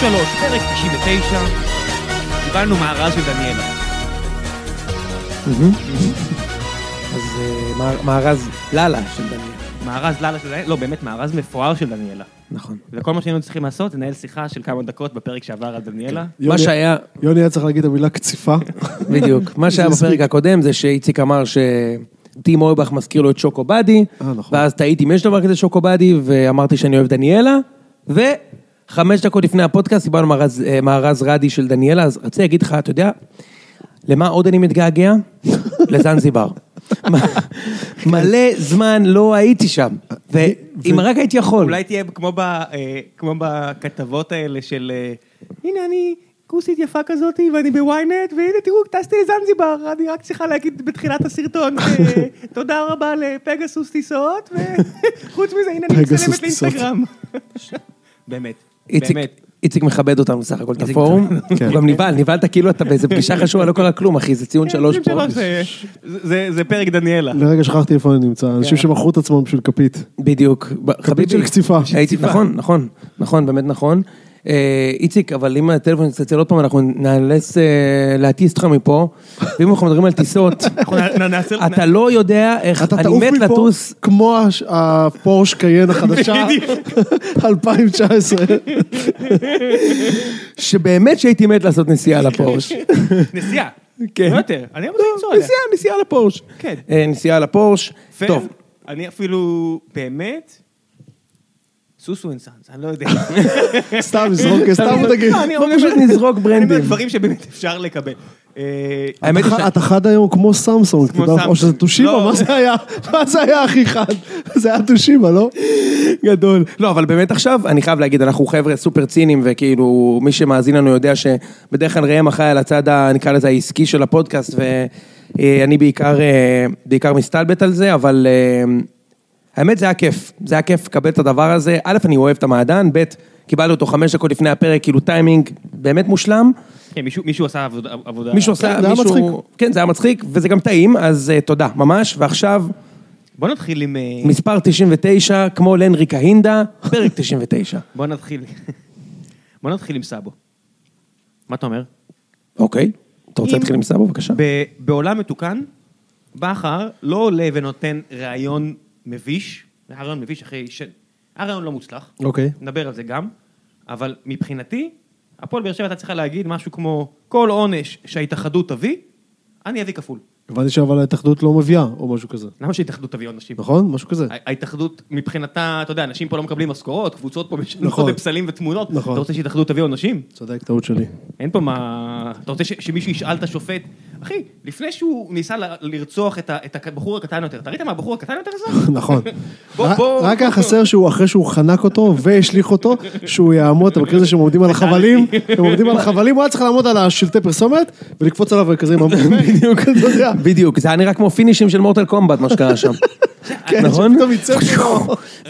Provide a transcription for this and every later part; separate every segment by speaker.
Speaker 1: 3, פרק 99, קיבלנו מארז של דניאלה.
Speaker 2: אז אה, מה- מארז לאללה של דניאל.
Speaker 1: מארז לאללה של דניאלה, לא, באמת מארז מפואר של דניאלה.
Speaker 2: נכון.
Speaker 1: וכל מה שהיינו צריכים לעשות, לנהל שיחה של כמה דקות בפרק שעבר על דניאלה.
Speaker 2: מה
Speaker 3: יוני-
Speaker 2: שהיה,
Speaker 3: יוני היה צריך להגיד את המילה קציפה.
Speaker 2: בדיוק, מה שהיה
Speaker 3: הספיק.
Speaker 2: בפרק הקודם זה שאיציק אמר שטים אויבך מזכיר לו את שוקובאדי,
Speaker 3: אה, נכון.
Speaker 2: ואז תהיתי אם יש דבר כזה שוקובאדי, ואמרתי שאני אוהב דניאלה, וחמש דקות לפני הפודקאסט דיברנו מארז- אה, מארז רדי של דניאלה, אז רציתי להגיד לך, אתה יודע, למה עוד אני מתגעגע? לזנזיבר. מלא זמן לא הייתי שם,
Speaker 3: אה,
Speaker 2: ואם רק הייתי יכול.
Speaker 1: אולי תהיה כמו, ב, אה, כמו בכתבות האלה של, אה, הנה אני כוסית יפה כזאת, ואני בוויינט, והנה תראו, טסתי לזנזיבר, אני רק צריכה להגיד בתחילת הסרטון, אה, תודה רבה לפגסוס טיסות, וחוץ מזה, הנה אני
Speaker 3: פגסוס
Speaker 1: מצלמת
Speaker 3: טיסות.
Speaker 1: לאינסטגרם. באמת,
Speaker 2: איציק,
Speaker 1: באמת.
Speaker 2: איציק מכבד אותנו סך הכל, את
Speaker 1: איציק
Speaker 2: הפורום.
Speaker 3: כן.
Speaker 2: הוא גם נבהל, נבהלת כאילו אתה באיזה פגישה חשובה, לא קרה כלום אחי, זה ציון נכון, שלוש לא. פה.
Speaker 1: כן, זה- זה- זה פרק דניאלה.
Speaker 3: לרגע שכחתי איפה אני נמצא,
Speaker 2: כן.
Speaker 3: אנשים שמכרו את עצמם בשביל כפית.
Speaker 2: בדיוק. ב- חביבי.
Speaker 3: של קציפה.
Speaker 2: הייתי, נכון, נכון, נכון, באמת נכון. אה, איציק, אבל אם הטלפון יצלצל עוד פעם, אנחנו נאלץ אה, להטיס אותך מפה, ואם אנחנו מדברים על טיסות,
Speaker 1: אנחנו נ- נ- נעשה...
Speaker 2: אתה לא יודע איך,
Speaker 3: אתה
Speaker 2: אני
Speaker 3: תעוף
Speaker 2: מת
Speaker 3: מפה
Speaker 2: לטוס
Speaker 3: כמו הש- הפורש קיין החדשה, 2019.
Speaker 2: שבאמת שהייתי מת לעשות נסיעה
Speaker 1: כן.
Speaker 2: לפורש.
Speaker 1: נסיעה.
Speaker 2: כן.
Speaker 1: לא יותר. אני לא רוצה לנסוע עליה.
Speaker 2: נסיעה, נסיעה לפורש.
Speaker 1: כן.
Speaker 2: אה, נסיעה לפורש.
Speaker 1: פייר,
Speaker 2: טוב,
Speaker 1: אני אפילו, באמת, סוסו אינסאנס, אני לא יודע.
Speaker 3: סתם זרוק, סתם תגיד.
Speaker 1: לא, אני
Speaker 2: בוא
Speaker 1: אומר-
Speaker 2: פשוט נזרוק
Speaker 1: אני אומר
Speaker 2: ברנדים.
Speaker 1: דברים שבאמת אפשר לקבל. אה,
Speaker 2: האמת היא ש-
Speaker 3: אתה- אתה חד היום כמו סמסונג,
Speaker 1: כמו
Speaker 3: אתה יודע, או
Speaker 1: סמסונג.
Speaker 3: שזה
Speaker 1: לא.
Speaker 3: תושיבה, מה זה היה? מה זה היה הכי חד? זה היה תושיבה, לא?
Speaker 2: גדול. לא, אבל באמת עכשיו, אני חייב להגיד, אנחנו חבר'ה סופר ציניים, וכאילו, מי שמאזין לנו יודע שבדרך כלל ראם אחראי על הצד, ה- נקרא לזה, העסקי של הפודקאסט, ואני בעיקר, אה, בעיקר מסתלבט על זה, אבל אה, האמת, זה היה כיף. זה היה כיף לקבל את הדבר הזה. א', אני אוהב את המעדן, ב', קיבלנו אותו חמש דקות לפני הפרק, כאילו טיימינג באמת מושלם.
Speaker 1: כן, מישהו- מישהו עשה עבודה- עבודה.
Speaker 2: מישהו עשה,
Speaker 3: כן, זה היה
Speaker 2: מישהו...
Speaker 3: מצחיק.
Speaker 2: כן, זה היה מצחיק, וזה גם טעים, אז אה, תודה, ממש. ועכשיו,
Speaker 1: בוא נתחיל עם... אה,
Speaker 2: מספר 99, כמו לנרי קהינדה, פרק 99.
Speaker 1: בוא נתחיל. בוא נתחיל עם סאבו. מה אתה אומר?
Speaker 2: אוקיי. אתה רוצה
Speaker 1: אם-
Speaker 2: להתחיל עם סבא בבקשה?
Speaker 1: ב- בעולם מתוקן, בכר לא עולה ונותן ראיון מביש, ראיון מביש אחרי ש... היה ראיון לא מוצלח.
Speaker 3: אוקיי.
Speaker 1: נדבר על זה גם, אבל מבחינתי, הפועל באר שבע הייתה צריכה להגיד משהו כמו, כל עונש שההתאחדות תביא, אני אביא כפול.
Speaker 3: הבנתי שאבל ההתאחדות לא מביאה, או משהו כזה.
Speaker 1: למה שההתאחדות תביא עונשים?
Speaker 3: נכון? משהו כזה.
Speaker 1: ההתאחדות מבחינתה, אתה יודע, אנשים פה לא מקבלים משכורות, קבוצות פה משנות
Speaker 3: נכון.
Speaker 1: בפסלים ותמונות.
Speaker 3: נכון.
Speaker 1: אתה רוצה שההתאחדות תביא עונשים?
Speaker 3: צודק, טעות שלי.
Speaker 1: אין פה מה... אתה רוצה ש... שמישהו ישאל את השופט, אחי, לפני שהוא ניסה ל... לרצוח את, ה... את הבחור הקטן יותר, אתה ראית מה הבחור הקטן יותר עשה?
Speaker 3: נכון.
Speaker 1: בוא,
Speaker 3: רק-
Speaker 1: בוא.
Speaker 3: רק היה חסר שהוא, אחרי שהוא חנק אותו והשליך אותו, שהוא יעמוד, אתה מכיר את זה שהם עומדים על החבלים? הם עומדים על החבלים, הוא היה צריך לעמוד על השלטי פרסומת ולקפוץ עליו כזה עם המון. בדיוק, אתה יודע.
Speaker 2: בדיוק, זה היה נראה כמו פינישים של מורטל קומבט מה שקרה שם.
Speaker 3: כן,
Speaker 2: נכון?
Speaker 3: שפתאום יצא שלו.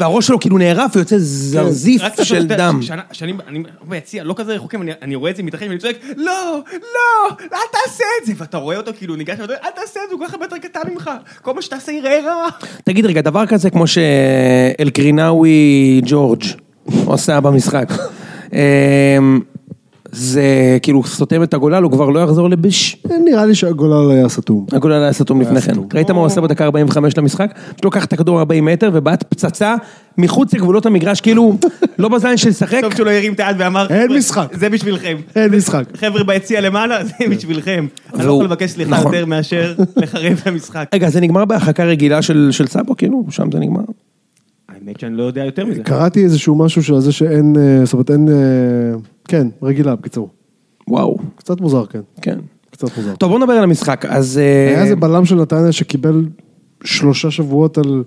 Speaker 2: והראש שלו כאילו נערף ויוצא זרזיף
Speaker 1: רק צריך
Speaker 2: של
Speaker 1: לדעת
Speaker 2: דם.
Speaker 1: ש- שאני- שאני אני ביציע, לא כזה רחוקים, אני- אני רואה את זה מתרחק ואני צועק, לא, לא, אל תעשה את זה. ואתה רואה אותו כאילו ניגש, ואתה אומר, אל תעשה את זה, הוא כל כך הרבה יותר קטן ממך. כל מה שתעשה ייראה רע.
Speaker 2: תגיד רגע, דבר כזה כמו שאלקרינאווי ג'ורג' עושה במשחק. אמ, זה כאילו סותם את הגולל, הוא כבר לא יחזור לביש.
Speaker 3: אה, נראה לי שהגולל היה סתום.
Speaker 2: הגולל היה סתום לפני כן.
Speaker 3: סתום.
Speaker 2: ראית מה הוא עשה בדקה 45 למשחק? פשוט לקח את הכדור 40 מטר ובעט פצצה מחוץ לגבולות המגרש, כאילו לא בזין של לשחק.
Speaker 1: טוב שהוא לא הרים את היד ואמר,
Speaker 3: אין
Speaker 1: "חבר'ה,
Speaker 3: משחק."
Speaker 1: זה בשבילכם.
Speaker 3: אין משחק.
Speaker 1: חבר'ה ביציע למעלה, זה בשבילכם. אני לא
Speaker 2: כן. והוא-
Speaker 1: יכול לבקש סליחה
Speaker 2: נכון.
Speaker 1: יותר מאשר לחרב את המשחק.
Speaker 2: רגע, זה נגמר בהרחקה רגילה של, של סאבו, כאילו, שם זה נגמר.
Speaker 1: האמת שאני לא יודע יותר מזה.
Speaker 2: כן.
Speaker 3: קראתי איזשהו משהו של זה שאין, אה, זאת אומרת אין, אה, כן, רגילה בקיצור.
Speaker 2: וואו,
Speaker 3: קצת מוזר, כן.
Speaker 2: כן.
Speaker 3: קצת מוזר.
Speaker 2: טוב, בוא נדבר על המשחק, אז... אה,
Speaker 3: היה איזה בלם של נתניה שקיבל שלושה שבועות על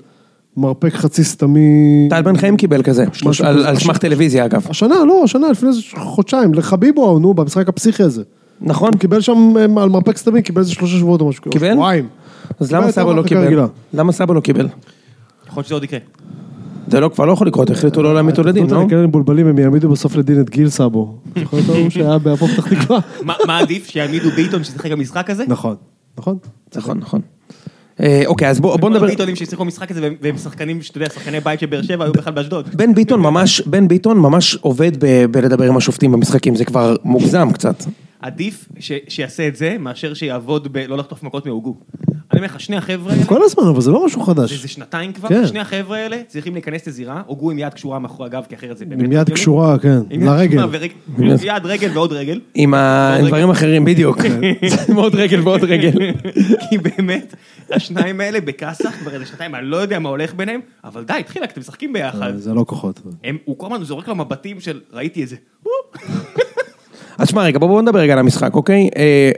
Speaker 3: מרפק חצי סתמי.
Speaker 2: טל בן חיים קיבל כזה, שלוש- על
Speaker 3: כזה.
Speaker 2: על סמך טלוויזיה אגב.
Speaker 3: השנה, לא, השנה, לפני איזה חודשיים, לחביבו, נו, במשחק הפסיכי הזה.
Speaker 2: נכון?
Speaker 3: הוא קיבל שם אה, על מרפק סתמי, קיבל איזה שלושה שבועות או משהו. או
Speaker 2: קיבל?
Speaker 3: שבועיים.
Speaker 2: אז למה
Speaker 3: קיבל
Speaker 2: סבא
Speaker 3: יותר
Speaker 2: לא
Speaker 3: מהרחקה
Speaker 2: קיבל?
Speaker 3: רגילה.
Speaker 2: למה סבא לא קיבל?
Speaker 1: יכול להיות שזה עוד יקרה.
Speaker 2: זה לא, כבר לא יכול לקרות, החליטו לא להעמיד אותו לדין, לא?
Speaker 3: ההתאחדות האלה מבולבלים, הם יעמידו בסוף לדין את גיל סאבו. זוכר את ההוא שהיה בהפועל פתח תקווה?
Speaker 1: מה- מה עדיף, שיעמידו ביטון שישחק במשחק הזה?
Speaker 3: נכון, נכון.
Speaker 2: נכון, נכון. אה, אוקיי, אז בוא בוא
Speaker 1: כל
Speaker 2: נדבר...
Speaker 1: הביטונים שהצליחו במשחק הזה, והם- והם שחקנים, שאתה יודע, שחקני בית של באר שבע היו בכלל באשדוד.
Speaker 2: בן ביטון ממש, בן ביטון ממש עובד ב- בלדבר עם השופטים במשחקים, זה כבר מוגזם קצת.
Speaker 1: עדיף ש- שיעשה את זה, מאשר שיעבוד בלא לחטוף מכות מהוגו. אני אומר לך, שני החבר'ה האלה,
Speaker 3: כל הזמן, אבל זה לא משהו חדש.
Speaker 1: זה שנתיים כבר,
Speaker 3: כן.
Speaker 1: שני החבר'ה האלה צריכים להיכנס לזירה, הוגו עם יד קשורה מאחורי הגב, כי אחרת זה באמת...
Speaker 3: עם
Speaker 1: לא
Speaker 3: יד
Speaker 1: הגיוני.
Speaker 3: קשורה, כן,
Speaker 1: עם יד
Speaker 3: לרגל.
Speaker 1: קשורה ורג- יד, רגל ועוד רגל.
Speaker 2: עם ה- עם
Speaker 1: רגל.
Speaker 2: דברים אחרים, בדיוק. עם עוד רגל ועוד רגל.
Speaker 1: כי באמת, השניים האלה בקאסח כבר איזה שנתיים, אני לא יודע מה הולך ביניהם, אבל די, התחילק, אתם משחקים ביחד.
Speaker 3: זה לא כוחות.
Speaker 1: הם- הוא כל הזמן זורק לו מבטים של, ראיתי את זה.
Speaker 2: אז שמע רגע, בוא- בוא נדבר רגע על המשחק, אוקיי? אה,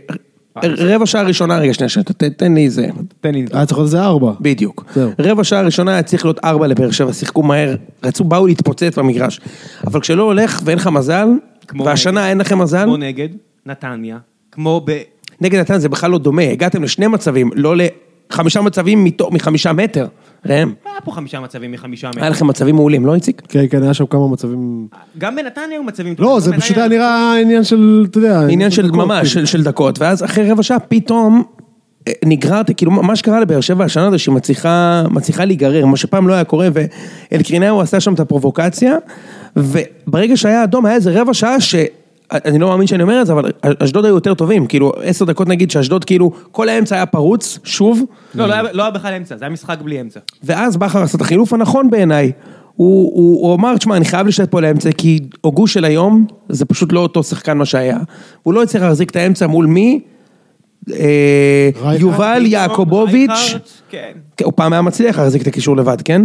Speaker 2: רבע שעה ראשונה, רגע, שנייה, שנייה, ת- תן לי איזה...
Speaker 1: תן לי...
Speaker 3: היה צריך להיות איזה ארבע.
Speaker 2: בדיוק.
Speaker 3: זהו.
Speaker 2: רבע שעה ראשונה היה צריך להיות ארבע לבאר שבע, שיחקו מהר, רצו, באו להתפוצץ במגרש. אבל כשלא הולך ואין לך מזל,
Speaker 1: כמו
Speaker 2: והשנה
Speaker 1: נגד.
Speaker 2: אין לכם מזל,
Speaker 1: כמו נגד, נתניה, כמו ב...
Speaker 2: נגד נתן זה בכלל לא דומה, הגעתם לשני מצבים, לא לחמישה מצבים מתו- מחמישה מטר, ראם.
Speaker 1: היה פה חמישה מצבים מחמישה מטר.
Speaker 2: היה לכם מצבים מעולים, לא איציק?
Speaker 3: כן, כן, היה שם כמה מצבים...
Speaker 1: גם בנתניה היו מצבים...
Speaker 3: לא, זה
Speaker 1: בנתניה
Speaker 3: פשוט היה נראה עניין של, אתה יודע...
Speaker 2: עניין של
Speaker 3: דקות,
Speaker 2: ממש,
Speaker 3: כאילו.
Speaker 2: של- של דקות, ואז אחרי רבע שעה פתאום אה, נגררתי, כאילו מה שקרה לבאר שבע השנה זה שהיא מצליחה, מצליחה להיגרר, מה שפעם לא היה קורה, ואלקרינאו עשה שם את הפרובוקציה, וברגע שהיה אדום היה איזה רבע שעה ש... אני לא מאמין שאני אומר את זה, אבל אשדוד היו יותר טובים, כאילו עשר דקות נגיד שאשדוד כאילו, כל האמצע היה פרוץ, שוב,
Speaker 1: לא, לא היה- לא היה בכלל אמצע, זה היה משחק בלי אמצע.
Speaker 2: ואז בכר עשה את החילוף הנכון בעיניי. הוא, הוא, הוא אמר, תשמע, אני חייב לשבת פה לאמצע, כי הוגו של היום, זה פשוט לא אותו שחקן מה שהיה. הוא לא הצליח להחזיק את האמצע מול מי? אה,
Speaker 3: רייכרד,
Speaker 2: יובל יעקובוביץ'.
Speaker 1: רייכרד, כן.
Speaker 2: כן, הוא פעם היה מצליח להחזיק את הקישור לבד, כן?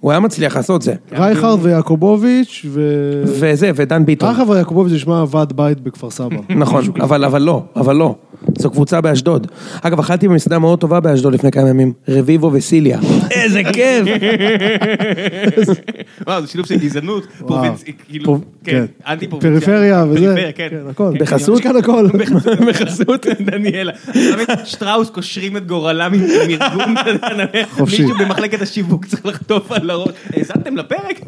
Speaker 2: הוא היה מצליח לעשות זה.
Speaker 3: רייכרד ויעקובוביץ' ו...
Speaker 2: וזה, ודן ביטון.
Speaker 3: רייכרד ויעקובוביץ' נשמע ועד בית בכפר סבא.
Speaker 2: נכון, אבל, אבל לא, אבל לא. זו קבוצה באשדוד. אגב, אכלתי במסעדה מאוד טובה באשדוד לפני כמה ימים, רביבו וסיליה. איזה כיף!
Speaker 1: וואו, זה שילוב של גזענות, פרובינצ... כאילו,
Speaker 3: פרוב-
Speaker 1: כן,
Speaker 3: כן.
Speaker 1: אנטי פרובינציאלי.
Speaker 3: פריפריה וזה.
Speaker 1: פריפריה, כן.
Speaker 3: כן, הכל.
Speaker 1: כן,
Speaker 2: בחסות?
Speaker 3: יש כאן הכל.
Speaker 1: בחסות דניאלה. באמת, שטראוס קושרים את גורלם עם עם ארגון, אתה יודע,
Speaker 3: חופשי.
Speaker 1: מישהו במחלקת השיווק צריך לחטוף על הראש. האזנתם לפרק?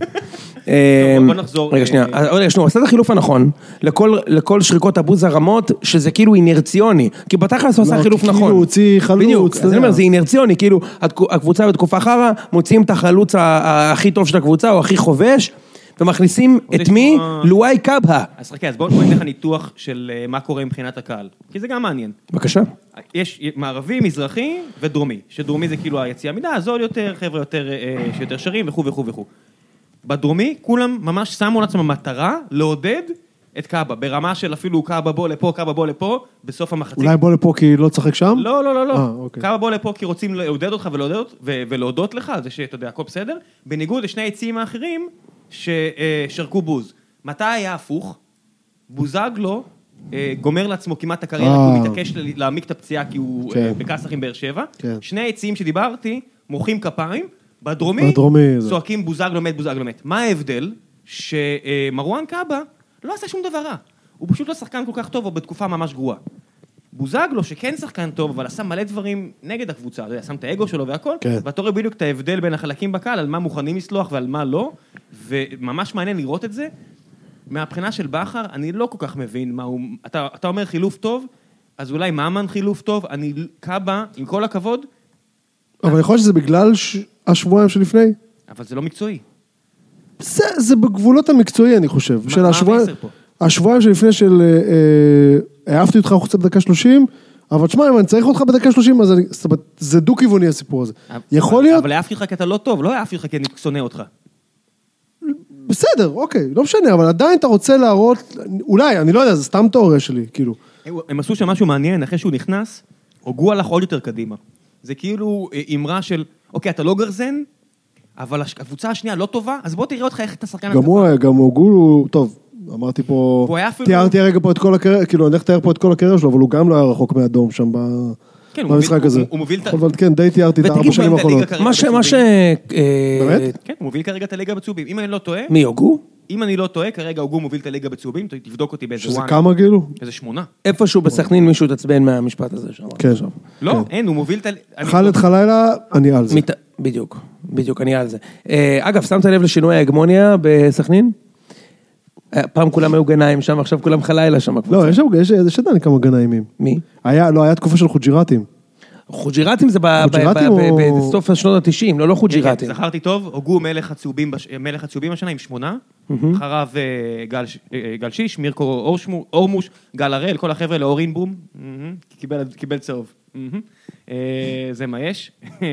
Speaker 2: אה,
Speaker 1: טוב, בוא נחזור,
Speaker 2: רגע,
Speaker 1: אה,
Speaker 2: שנייה. אה, רגע, שנייה, הוא עשה את החילוף הנכון לכל- לכל שריקות הבוז הרמות, שזה כאילו אינרציוני. כי בתכלס הוא עשה
Speaker 3: לא,
Speaker 2: חילוף
Speaker 3: כאילו
Speaker 2: נכון.
Speaker 3: הוא הוציא חלוץ,
Speaker 2: בדיוק,
Speaker 3: אתה
Speaker 2: אז אני אומר,
Speaker 3: יודע.
Speaker 2: זה אינרציוני, כאילו, התק- הקבוצה בתקופה חרא, מוציאים את החלוץ ה- ה- הכי טוב של הקבוצה, או הכי חובש, ומכניסים את
Speaker 1: לשמוע-
Speaker 2: מי? לואי קבהא.
Speaker 1: אז חכה, אז בואו נראה לך ניתוח של אה, מה קורה מבחינת הקהל. כי זה גם מעניין.
Speaker 2: בבקשה.
Speaker 1: יש מערבי, מזרחי ודרומי, שדרומי זה כאילו היציאה מידה, הזול יותר, חבר'ה יותר, אה, שיותר שרים וכו' וכו' וכו'. בדרומי כולם ממש שמו לעצמם מטרה לעודד את קאבה, ברמה של אפילו קאבה בוא לפה, קאבה בוא לפה, בסוף המחצית.
Speaker 3: אולי בוא לפה כי לא תשחק שם?
Speaker 1: לא, לא, לא,
Speaker 3: אה,
Speaker 1: לא.
Speaker 3: אוקיי.
Speaker 1: קאבה בוא לפה כי רוצים לעודד אותך ולעודד, אות- ו- ולהודות לך על זה שאתה יודע, הכל בסדר, בניגוד לשני היציעים האחרים ששרקו בוז. מתי היה הפוך? בוזגלו אה, גומר לעצמו כמעט את הקריירה, כי
Speaker 3: אה.
Speaker 1: הוא מתעקש ל- להעמיק את הפציעה כי הוא
Speaker 3: כן.
Speaker 1: אה, בכסח עם באר שבע.
Speaker 3: כן.
Speaker 1: שני היציעים שדיברתי, מוחאים כפיים, בדרומי
Speaker 3: בדרומי זה.
Speaker 1: צועקים בוזגלו מת, בוזגלו מת. מה ההבדל? שמרואן קאבה לא עשה שום דבר רע. הוא פשוט לא שחקן כל כך טוב, או בתקופה ממש גרועה. בוזגלו, שכן שחקן טוב, אבל עשה מלא דברים נגד הקבוצה, אתה יודע, שם את האגו שלו והכל,
Speaker 3: כן.
Speaker 1: ואתה רואה בדיוק את ההבדל בין החלקים בקהל, על מה מוכנים לסלוח ועל מה לא, וממש מעניין לראות את זה. מהבחינה של בכר, אני לא כל כך מבין מה הוא... אתה, אתה אומר חילוף טוב, אז אולי ממן חילוף טוב, אני... קאבה, עם כל הכבוד,
Speaker 3: אבל יכול להיות שזה בגלל ש- השבועיים שלפני?
Speaker 1: אבל זה לא מקצועי.
Speaker 3: זה, זה בגבולות המקצועי, אני חושב. של
Speaker 1: מה
Speaker 3: השבועיים,
Speaker 1: המסר פה?
Speaker 3: השבועיים שלפני של אה, אה, העפתי אותך החוצה בדקה 30, אבל תשמע, אם אני צריך אותך בדקה 30, אז אני, זאת אומרת, זה דו-כיווני הסיפור הזה. יכול להיות,
Speaker 1: אבל העפתי אותך כי אתה לא טוב, לא העפתי אותך כי אני שונא אותך.
Speaker 3: בסדר, אוקיי, לא משנה, אבל עדיין אתה רוצה להראות, אולי, אני לא יודע, זה סתם תיאוריה שלי, כאילו.
Speaker 1: הם עשו שם משהו מעניין, אחרי שהוא נכנס, הוגו הלך עוד יותר קדימה. זה כאילו אה, אמרה של, אוקיי, אתה לא גרזן, אבל הש- הקבוצה השנייה לא טובה, אז בוא תראה אותך איך אתה שחקן...
Speaker 3: גם הוא, היה- גם הוא גולו, טוב, אמרתי פה,
Speaker 1: הוא היה אפילו-
Speaker 3: תיארתי הרגע פה את כל הקריירה, כאילו, אני הולך לתאר פה את כל הקריירה שלו, אבל הוא גם לא היה רחוק מאדום שם ב...
Speaker 1: כן, הוא
Speaker 3: במשחק
Speaker 1: מוביל-
Speaker 3: הזה.
Speaker 1: הוא- הוא מוביל את ה-
Speaker 3: אבל כן, די תיארתי את
Speaker 2: ותגיד,
Speaker 3: הארבע שנים
Speaker 1: הוא מוביל את הליגה
Speaker 3: האחרונות.
Speaker 1: כרגע
Speaker 2: מה ש... מה ש...
Speaker 1: בצהובים.
Speaker 2: אה,
Speaker 3: באמת?
Speaker 1: כן, הוא מוביל כרגע את הליגה בצהובים. אם אני לא טועה,
Speaker 2: מי, הוגו?
Speaker 1: אם אני לא טועה, כרגע הוגו מוביל את הליגה בצהובים, ת- תבדוק אותי באיזה
Speaker 3: שזה
Speaker 1: וואן.
Speaker 3: כמה כאילו?
Speaker 1: איזה שמונה.
Speaker 2: איפשהו בסכנין מישהו התעצבן מהמשפט הזה שאמרת
Speaker 3: כן.
Speaker 2: עכשיו.
Speaker 1: לא, אין, הוא מוביל את ה... אני-
Speaker 3: חלד חלילה, אני על זה.
Speaker 2: מת... בדיוק, בדיוק, אני על זה. אה, אגב, שמת לב לשינוי ההגמוניה בסכנין? אה, פעם כולם היו גנאים שם, עכשיו כולם חלילה שם.
Speaker 3: לא, יש שם, יש יש עדיין כמה גנאים.
Speaker 2: מי?
Speaker 3: היה, לא, היה תקופה של חוג'ירתים.
Speaker 2: חוג'ירתים זה ב- ב-
Speaker 3: חוג'ירתים
Speaker 2: ב- ב-
Speaker 3: או-
Speaker 2: בסוף שנות ה-90,
Speaker 3: כן,
Speaker 2: לא לא חוג'ירתים.
Speaker 1: כן,
Speaker 3: נכון.
Speaker 1: זכרתי טוב, הוגו מלך הצהובים, בש... מלך הצהובים השנה עם שמונה, אחריו אה, גל, ש- אה, גל שיש, מירקו אורשמו- אורמוש, גל הראל, כל החבר'ה לאורין בום, מהמם, קיבל, קיבל צהוב. מהמם. אה, זה מה יש. אה,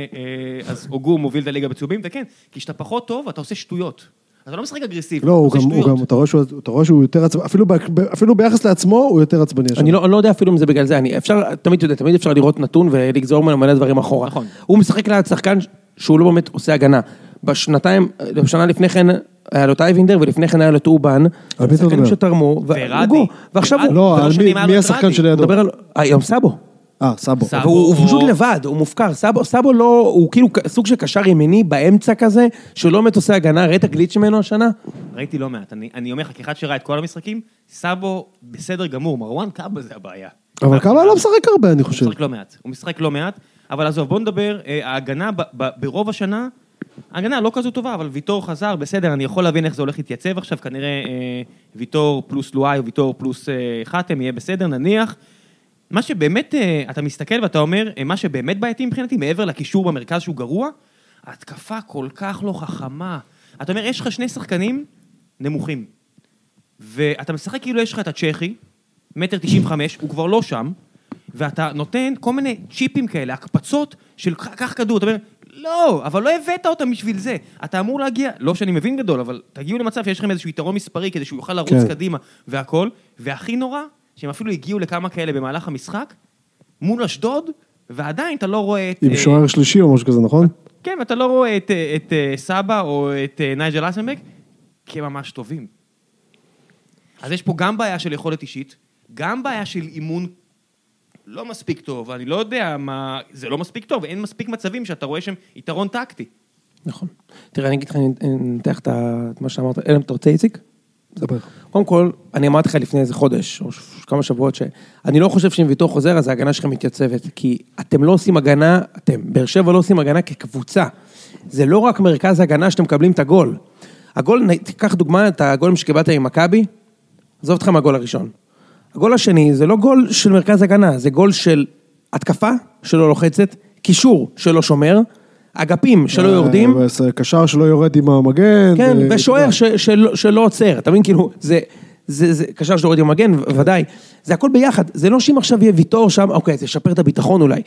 Speaker 1: אז הוגו מוביל את הליגה בצהובים, וכן, כי כשאתה פחות טוב, אתה עושה שטויות. אתה לא משחק אגרסיבי,
Speaker 3: לא, הוא
Speaker 1: אתה
Speaker 3: גם,
Speaker 1: עושה
Speaker 3: הוא
Speaker 1: שטויות.
Speaker 3: גם, אתה רואה שהוא, אתה רואה שהוא יותר עצבני, אפילו, ב- אפילו ביחס לעצמו הוא יותר עצבני עכשיו.
Speaker 2: אני לא, לא יודע אפילו אם זה בגלל זה, אני אפשר, תמיד, אתה יודע, תמיד אפשר לראות נתון ולגזור ממנו מלא דברים אחורה.
Speaker 1: נכון.
Speaker 2: הוא משחק ליד שחקן שהוא לא באמת עושה הגנה. בשנתיים, בשנה לפני כן היה לו את אייבינדר ולפני כן היה לו את אובן.
Speaker 3: על מי אתה
Speaker 2: שחקנים
Speaker 3: מדבר?
Speaker 2: שתרמו, ו-
Speaker 1: ורדי.
Speaker 2: הוגו. ועכשיו
Speaker 1: ורדי.
Speaker 2: הוא
Speaker 3: לא, על
Speaker 1: שלוש
Speaker 3: מי,
Speaker 1: שנים היה
Speaker 3: מי
Speaker 1: לו
Speaker 3: השחקן
Speaker 1: טראגי.
Speaker 3: שלידו?
Speaker 2: מדבר על... היום סאבו.
Speaker 3: אה, סאבו.
Speaker 1: סאבו.
Speaker 2: והוא הוא
Speaker 1: או-
Speaker 2: פשוט לבד, הוא מופקר. סאבו, סאבו לא, הוא כאילו כ- סוג של קשר ימיני באמצע כזה, שלא באמת עושה הגנה, ראית גליץ' ממנו השנה?
Speaker 1: ראיתי לא מעט, אני, אני אומר לך, כאחד שראה את כל המשחקים, סאבו בסדר גמור, מרואן קאבה זה הבעיה.
Speaker 3: אבל קאבה לא משחק הרבה, אני חושב.
Speaker 1: הוא משחק לא מעט, הוא משחק לא מעט, אבל עזוב, בוא נדבר, אה, ההגנה ב- ב- ברוב השנה, ההגנה לא כזו טובה, אבל ויטור חזר, בסדר, אני יכול להבין איך זה הולך להתייצב עכשיו, כנראה אה, ויטור פלוס לואי, ויטור פלוס אה, חתם, יהיה בסדר, נניח. מה שבאמת, אה, אתה מסתכל ואתה אומר, אה, מה שבאמת בעייתי מבחינתי, מעבר לקישור במרכז שהוא גרוע, ההתקפה כל כך לא חכמה. אתה אומר, יש לך שני שחקנים נמוכים, ואתה משחק כאילו יש לך את הצ'כי, מטר תשעים וחמש, הוא כבר לא שם, ואתה נותן כל מיני צ'יפים כאלה, הקפצות של "ק- קח כדור, אתה אומר, לא, אבל לא הבאת אותם בשביל זה. אתה אמור להגיע, לא שאני מבין גדול, אבל תגיעו למצב שיש לכם איזשהו יתרון מספרי כדי שהוא יוכל לרוץ
Speaker 3: כן.
Speaker 1: כן. קדימה והכל, והכי נורא, שהם אפילו הגיעו לכמה כאלה במהלך המשחק, מול אשדוד, ועדיין אתה לא רואה את...
Speaker 3: עם
Speaker 1: אה,
Speaker 3: שוער שלישי או משהו כזה, נכון?
Speaker 1: כן, ואתה לא רואה את, אה, את אה, סבא או את אה, נייג'ל אסנבק כממש טובים. אז יש פה גם בעיה של יכולת אישית, גם בעיה של אימון לא מספיק טוב, אני לא יודע מה... זה לא מספיק טוב, אין מספיק מצבים שאתה רואה שם יתרון טקטי.
Speaker 2: נכון. תראה, אני אגיד לך, אני אני אנתח את ה- את מה שאמרת. אלא אם אתה רוצה, איציק?
Speaker 3: דבר.
Speaker 2: קודם כל, אני אמרתי לך לפני איזה חודש, או ש- כמה שבועות, שאני לא חושב שאם ויטור חוזר, אז ההגנה שלכם מתייצבת. כי אתם לא עושים הגנה, אתם, באר שבע לא עושים הגנה כקבוצה. זה לא רק מרכז הגנה שאתם מקבלים את הגול. הגול, נ- תיקח דוגמה את הגולים שקיבלת עם מכבי, עזוב אותך מהגול הראשון. הגול השני זה לא גול של מרכז הגנה, זה גול של התקפה שלא לוחצת, קישור שלא שומר, אגפים שלא יורדים.
Speaker 3: אה, קשר שלא יורד עם המגן.
Speaker 2: כן,
Speaker 3: אה,
Speaker 2: ושוער ש- שלא- שלא עוצר, אתה מבין? כאילו, זה... זה, זה קשר שאתה יורד עם המגן, ו- ודאי. זה הכל ביחד. זה לא שאם עכשיו יהיה ויטור שם, אוקיי, זה ישפר את הביטחון אולי.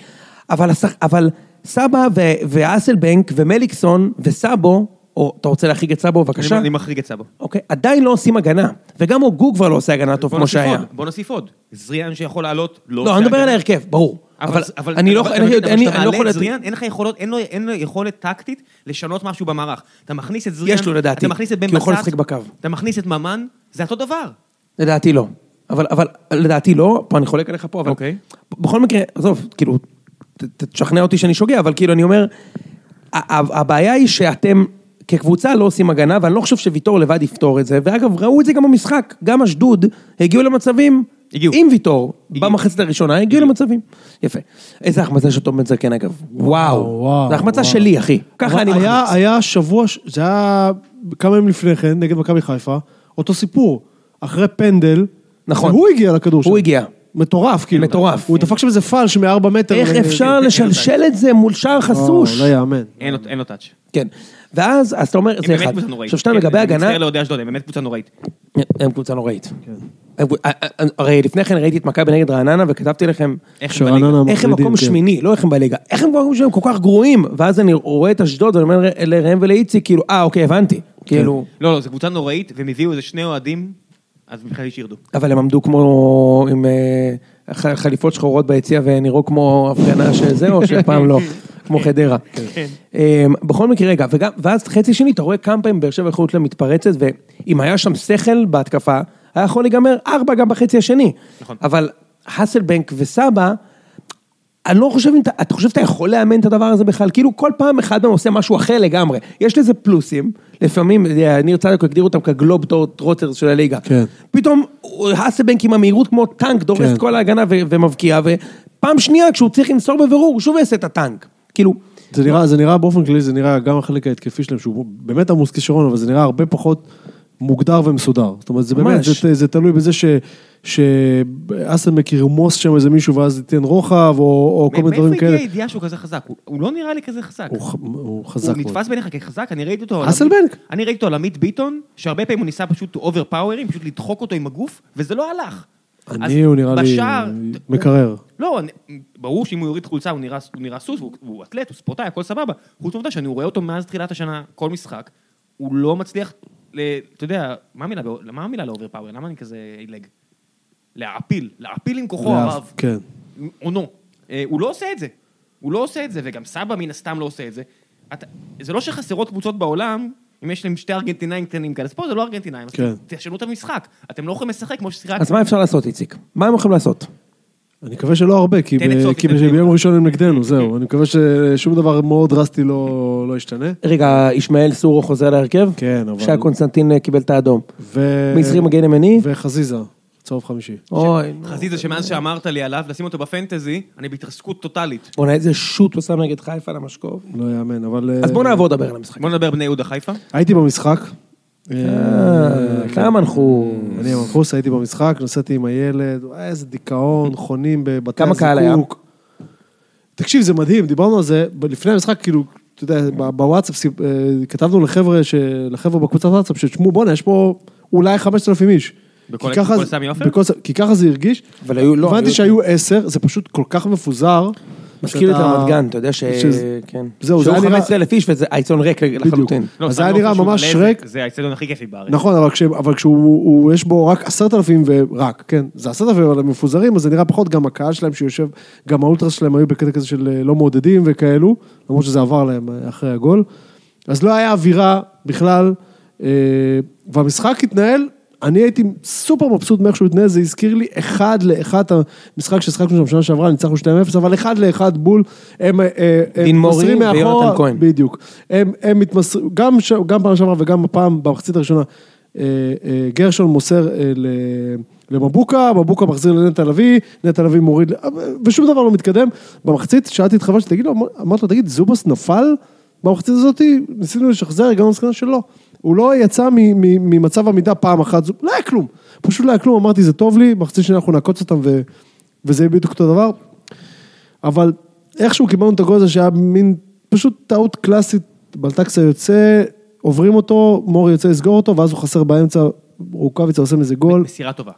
Speaker 2: אבל, השח- אבל סבא ו- ואסלבנק ומליקסון וסאבו, או אתה רוצה להחריג את סאבו בבקשה?
Speaker 1: אני, אני מחריג את סבא.
Speaker 2: אוקיי, עדיין לא עושים הגנה. וגם הוגו כבר לא עושה הגנה טוב
Speaker 1: בוא
Speaker 2: כמו
Speaker 1: נוסיף
Speaker 2: שהיה.
Speaker 1: עוד, בוא נוסיף עוד. זריאן שיכול לעלות, לא
Speaker 2: לא,
Speaker 1: עושה
Speaker 2: אני מדבר
Speaker 1: הגנה.
Speaker 2: על ההרכב, ברור. אבל אני לא
Speaker 1: אבל-
Speaker 2: אני-
Speaker 1: אבל
Speaker 2: אני-
Speaker 1: כשאתה
Speaker 2: אני לא
Speaker 1: מעלה
Speaker 2: יכול...
Speaker 1: את
Speaker 2: לת-
Speaker 1: זריאן, אין לך יכולות, אין לו- אין לו יכולת טקטית לשנות משהו במערך. אתה מכניס את זריאן,
Speaker 2: יש לו, לדעתי,
Speaker 1: אתה מכניס את בן
Speaker 2: כי הוא יכול
Speaker 1: בסט,
Speaker 2: לשחק בקו.
Speaker 1: אתה מכניס את ממן, זה אותו דבר.
Speaker 2: לדעתי לא. אבל, אבל לדעתי לא, פה אני חולק עליך פה, אבל...
Speaker 1: אוקיי.
Speaker 2: בכל מקרה, עזוב, כאילו, ת- ת- תשכנע אותי שאני שוגע, אבל כאילו, אני אומר, ה- ה- הבעיה היא שאתם כקבוצה לא עושים הגנה, ואני לא חושב שוויטור לבד יפתור את זה. ואגב, ראו את זה גם במשחק, גם אשדוד הגיעו למצבים,
Speaker 1: הגיעו.
Speaker 2: עם ויטור,
Speaker 1: הגיעו.
Speaker 2: במחצית הראשונה, הגיעו למצבים. יפה. איזה החמצה של תומר זקן, כן, אגב. וואו.
Speaker 3: וואו,
Speaker 2: זו החמצה
Speaker 3: וואו.
Speaker 2: שלי, אחי. ככה אני
Speaker 3: אבל היה-
Speaker 2: מחמיץ.
Speaker 3: היה שבוע, ש- זה היה כמה ימים לפני כן, נגד מכבי חיפה, אותו סיפור. אחרי פנדל,
Speaker 2: נכון.
Speaker 3: הוא הגיע לכדור
Speaker 2: הוא הגיע.
Speaker 3: מטורף, כאילו.
Speaker 2: מטורף.
Speaker 3: הוא דפק שם איזה פלש מארבע מטר.
Speaker 2: איך
Speaker 3: ל-
Speaker 2: אפשר
Speaker 1: אין לו
Speaker 2: לשלשל את זה מול שער
Speaker 3: וואו,
Speaker 2: חסוש?
Speaker 3: לא יאמן.
Speaker 1: אין לו- אין לו טאץ'.
Speaker 2: כן. ואז, אז אתה אומר,
Speaker 1: הם
Speaker 2: זה
Speaker 1: באמת
Speaker 2: אחד.
Speaker 1: קבוצה נוראית.
Speaker 2: עכשיו שתיים,
Speaker 1: כן,
Speaker 2: לגבי
Speaker 1: אני
Speaker 2: הגנה,
Speaker 1: מצטער לאוהדי אשדוד, הם באמת קבוצה נוראית.
Speaker 2: הם קבוצה נוראית. הם- הרי לפני כן ראיתי את מכבי נגד רעננה וכתבתי לכם,
Speaker 1: איך הם
Speaker 3: שרעננה
Speaker 1: בליגה?
Speaker 2: איך הם
Speaker 3: מפרידים,
Speaker 2: מקום
Speaker 3: כן.
Speaker 2: שמיני, לא איך הם בליגה, איך הם מקום שהם כל כך גרועים, ואז אני רואה את אשדוד ואני אומר לראם ולאיציק, כאילו, אה, אוקיי, הבנתי. כאילו,
Speaker 1: לא, לא, זו קבוצה נוראית, והם הביאו איזה שני אוהדים, אז מבחינתי שירדו.
Speaker 2: אבל הם עמדו כמו עם אה, ח- חליפות שחורות ביציע ונראו כמו הפגנה שזה, או שפעם לא, כמו חדרה. אה, בכל מקרה, רגע, וגם- ואז חצי שני, אתה רואה כמה פעמים באר שבע יכולה להיות למתפרצת, ואם היה שם שכל בהתקפה, היה יכול להיגמר ארבע גם בחצי השני.
Speaker 1: נכון.
Speaker 2: אבל האסלבנק וסבא, אני לא חושב אם אתה, אתה חושב שאתה יכול לאמן את הדבר הזה בכלל? כאילו כל פעם אחד מהם עושה משהו אחר לגמרי. יש לזה פלוסים, לפעמים, אה, ניר צדוק הגדיר אותם כגלוב טרוטרס של הליגה.
Speaker 3: כן.
Speaker 2: פתאום הוא- האסלבנק עם המהירות כמו טנק דורס
Speaker 3: כן.
Speaker 2: את כל ההגנה ו- ומבקיע, ופעם שנייה כשהוא צריך למסור בבירור, הוא שוב יעשה את הטנק. כאילו,
Speaker 3: זה נראה, זה נראה באופן כללי, זה נראה גם החלק ההתקפי שלהם, שהוא באמת עמוס כישרון, אבל זה נראה הרבה פחות מוגדר ומסודר. זאת אומרת, זה באמת,
Speaker 2: ממש.
Speaker 3: זה, זה תלוי בזה ש... שאסלמק ירמוס שם איזה מישהו ואז ייתן רוחב, או, או כל מיני
Speaker 1: מאיפה
Speaker 3: דברים
Speaker 1: הגיעה
Speaker 3: כאלה.
Speaker 1: הידיעה שהוא כזה חזק? הוא- הוא לא נראה לי כזה חזק.
Speaker 3: הוא, ח- הוא
Speaker 1: הוא
Speaker 3: חזק מאוד.
Speaker 1: נתפס בעיניך כחזק, אני ראיתי אותו... על
Speaker 3: אסלבנק.
Speaker 1: עמית- אני ראיתי אותו על עמית ביטון, שהרבה פעמים הוא ניסה פשוט אובר פאוורים, פשוט לדחוק אותו עם הגוף, וזה לא הלך. אז
Speaker 3: אני, הוא נראה לי
Speaker 1: בשער-
Speaker 3: מקרר.
Speaker 1: לא, אני- ברור שאם הוא יוריד חולצה הוא נראה, הוא נראה סוס, והוא, והוא אתלט, הוא ספורטאי, הכל סבבה. חוץ מהעובדה שאני רואה אותו מאז תחילת השנה, כל משחק, הוא לא מצליח, ל, אתה יודע, מה המילה, בא- מה המילה לאובר פאוור? למה אני כזה עילג? להעפיל, להעפיל עם כוחו
Speaker 3: להעפ-
Speaker 1: הרב.
Speaker 3: כן.
Speaker 1: עונו. אה, הוא לא עושה את זה. הוא לא עושה את זה, וגם סבא מן הסתם לא עושה את זה. אתה, זה לא שחסרות קבוצות בעולם, אם יש להם שתי ארגנטינאים קטנים כאלה, אז פה זה לא ארגנטינאים, אז
Speaker 3: כן.
Speaker 1: תשנו את המשחק. אתם לא יכולים לשחק כמו ששיחקתם.
Speaker 2: אז מה אפשר לעשות, איציק? מה הם יכולים לעשות?
Speaker 3: אני מקווה שלא הרבה, כי,
Speaker 1: תן
Speaker 3: ב...
Speaker 1: עצות כן.
Speaker 3: כי
Speaker 1: לפני
Speaker 3: ביום
Speaker 1: דיון.
Speaker 3: ראשון הם נגדנו, זהו. אני מקווה ששום דבר מאוד דרסטי לא, לא ישתנה.
Speaker 2: רגע, ישמעאל סורו חוזר להרכב?
Speaker 3: כן, אבל-
Speaker 2: שי קונסטנטין אה, קיבל את האדום.
Speaker 3: ו...
Speaker 2: מי צריך מגן ימני?
Speaker 3: וחזיזה, צהוב חמישי.
Speaker 2: אוי, נו.
Speaker 1: חזיזה שמאז שאמרת לי עליו, לשים אותו בפנטזי, אני בהתרסקות טוטאלית.
Speaker 2: בוא'נה, איזה שוט הוא שם נגד חיפה למשקוף.
Speaker 3: לא יאמן, אבל...
Speaker 2: אז בוא
Speaker 3: אה,
Speaker 2: נעבור לדבר על המשחק.
Speaker 1: בוא נדבר בני יהודה חיפה.
Speaker 3: הייתי במשחק.
Speaker 2: אה, כמה אנחנו...
Speaker 3: אני המנחוס, הייתי במשחק, נסעתי עם הילד, וואי, איזה דיכאון, חונים בבתי
Speaker 2: כמה
Speaker 3: הזיקוק.
Speaker 2: קהל היה?
Speaker 3: תקשיב, זה מדהים, דיברנו על זה, ב- לפני המשחק, כאילו, אתה יודע, ב- בוואטסאפ סיפ- אה, כתבנו לחבר'ה, ש- לחבר'ה בקבוצת וואטסאפ, שתשמעו, בואנה, יש פה אולי 5,000 איש.
Speaker 1: בכל-
Speaker 3: כי ככה
Speaker 1: בכל
Speaker 3: זה-
Speaker 1: סמי עופר?
Speaker 3: בכל ס- כי ככה זה הרגיש.
Speaker 2: אבל היו- לא,
Speaker 3: הבנתי
Speaker 2: היו-
Speaker 3: שהיו עשר, זה פשוט כל כך מפוזר.
Speaker 2: מזכיר לי את
Speaker 3: שאתה-
Speaker 2: רמת גן, אתה יודע ש...
Speaker 3: שזה-
Speaker 2: כן.
Speaker 3: זהו, זה
Speaker 2: שהיו
Speaker 3: היה נראה-
Speaker 2: 15,000 איש וזה אייצון ריק לחלוטין.
Speaker 3: לא, אז זה היה נראה ממש שרק.
Speaker 1: זה האצטדיון הכי כיפי בארץ.
Speaker 3: נכון, אבל, כש, אבל כשהוא, הוא, יש בו רק עשרת אלפים ורק, כן, זה עשרת אלפים, אבל הם מפוזרים, אז זה נראה פחות, גם הקהל שלהם שיושב, גם האולטרס שלהם היו בקטע כזה של אה, לא מעודדים וכאלו, למרות שזה עבר להם אה, אחרי הגול. אז לא היה אווירה בכלל, אה, והמשחק התנהל, אני הייתי סופר מבסוט מאיך שהוא התנהל, זה הזכיר לי אחד לאחד, את המשחק ששחקנו שם שנה שעברה, ניצחנו 2-0, אבל אחד לאחד בול, הם, אה, אה, הם
Speaker 2: דין מורי
Speaker 3: מוסרים מאחורה,
Speaker 2: ויונתן כהן.
Speaker 3: בדיוק. הם, הם מתמסרים, גם, ש... גם פעם שעברה וגם הפעם, במחצית הראשונה, אה, אה, גרשון מוסר אה, ל... למבוקה, מבוקה מחזיר לנטע לביא, נטע לביא מוריד, ל- ושום דבר לא מתקדם. במחצית, שאלתי את חבל שתגיד לו, אמר- אמרתי לו, תגיד, זובס נפל במחצית הזאת? ניסינו לשחזר, הגענו למסקנה שלא. הוא לא יצא מ- מ- ממצב עמידה פעם אחת, זו- לא היה כלום. פשוט לא היה כלום, אמרתי, זה טוב לי, מחצית שנייה אנחנו נעקוץ אותם ו... וזה יהיה בדיוק אותו דבר. אבל איכשהו קיבלנו את הגול הזה שהיה מין פשוט טעות קלאסית, בלטקסה יוצא, עוברים אותו, מורי יוצא לסגור אותו, ואז הוא חסר באמצע, רוקאביצה עושה מזה גול.
Speaker 1: מסירה טובה.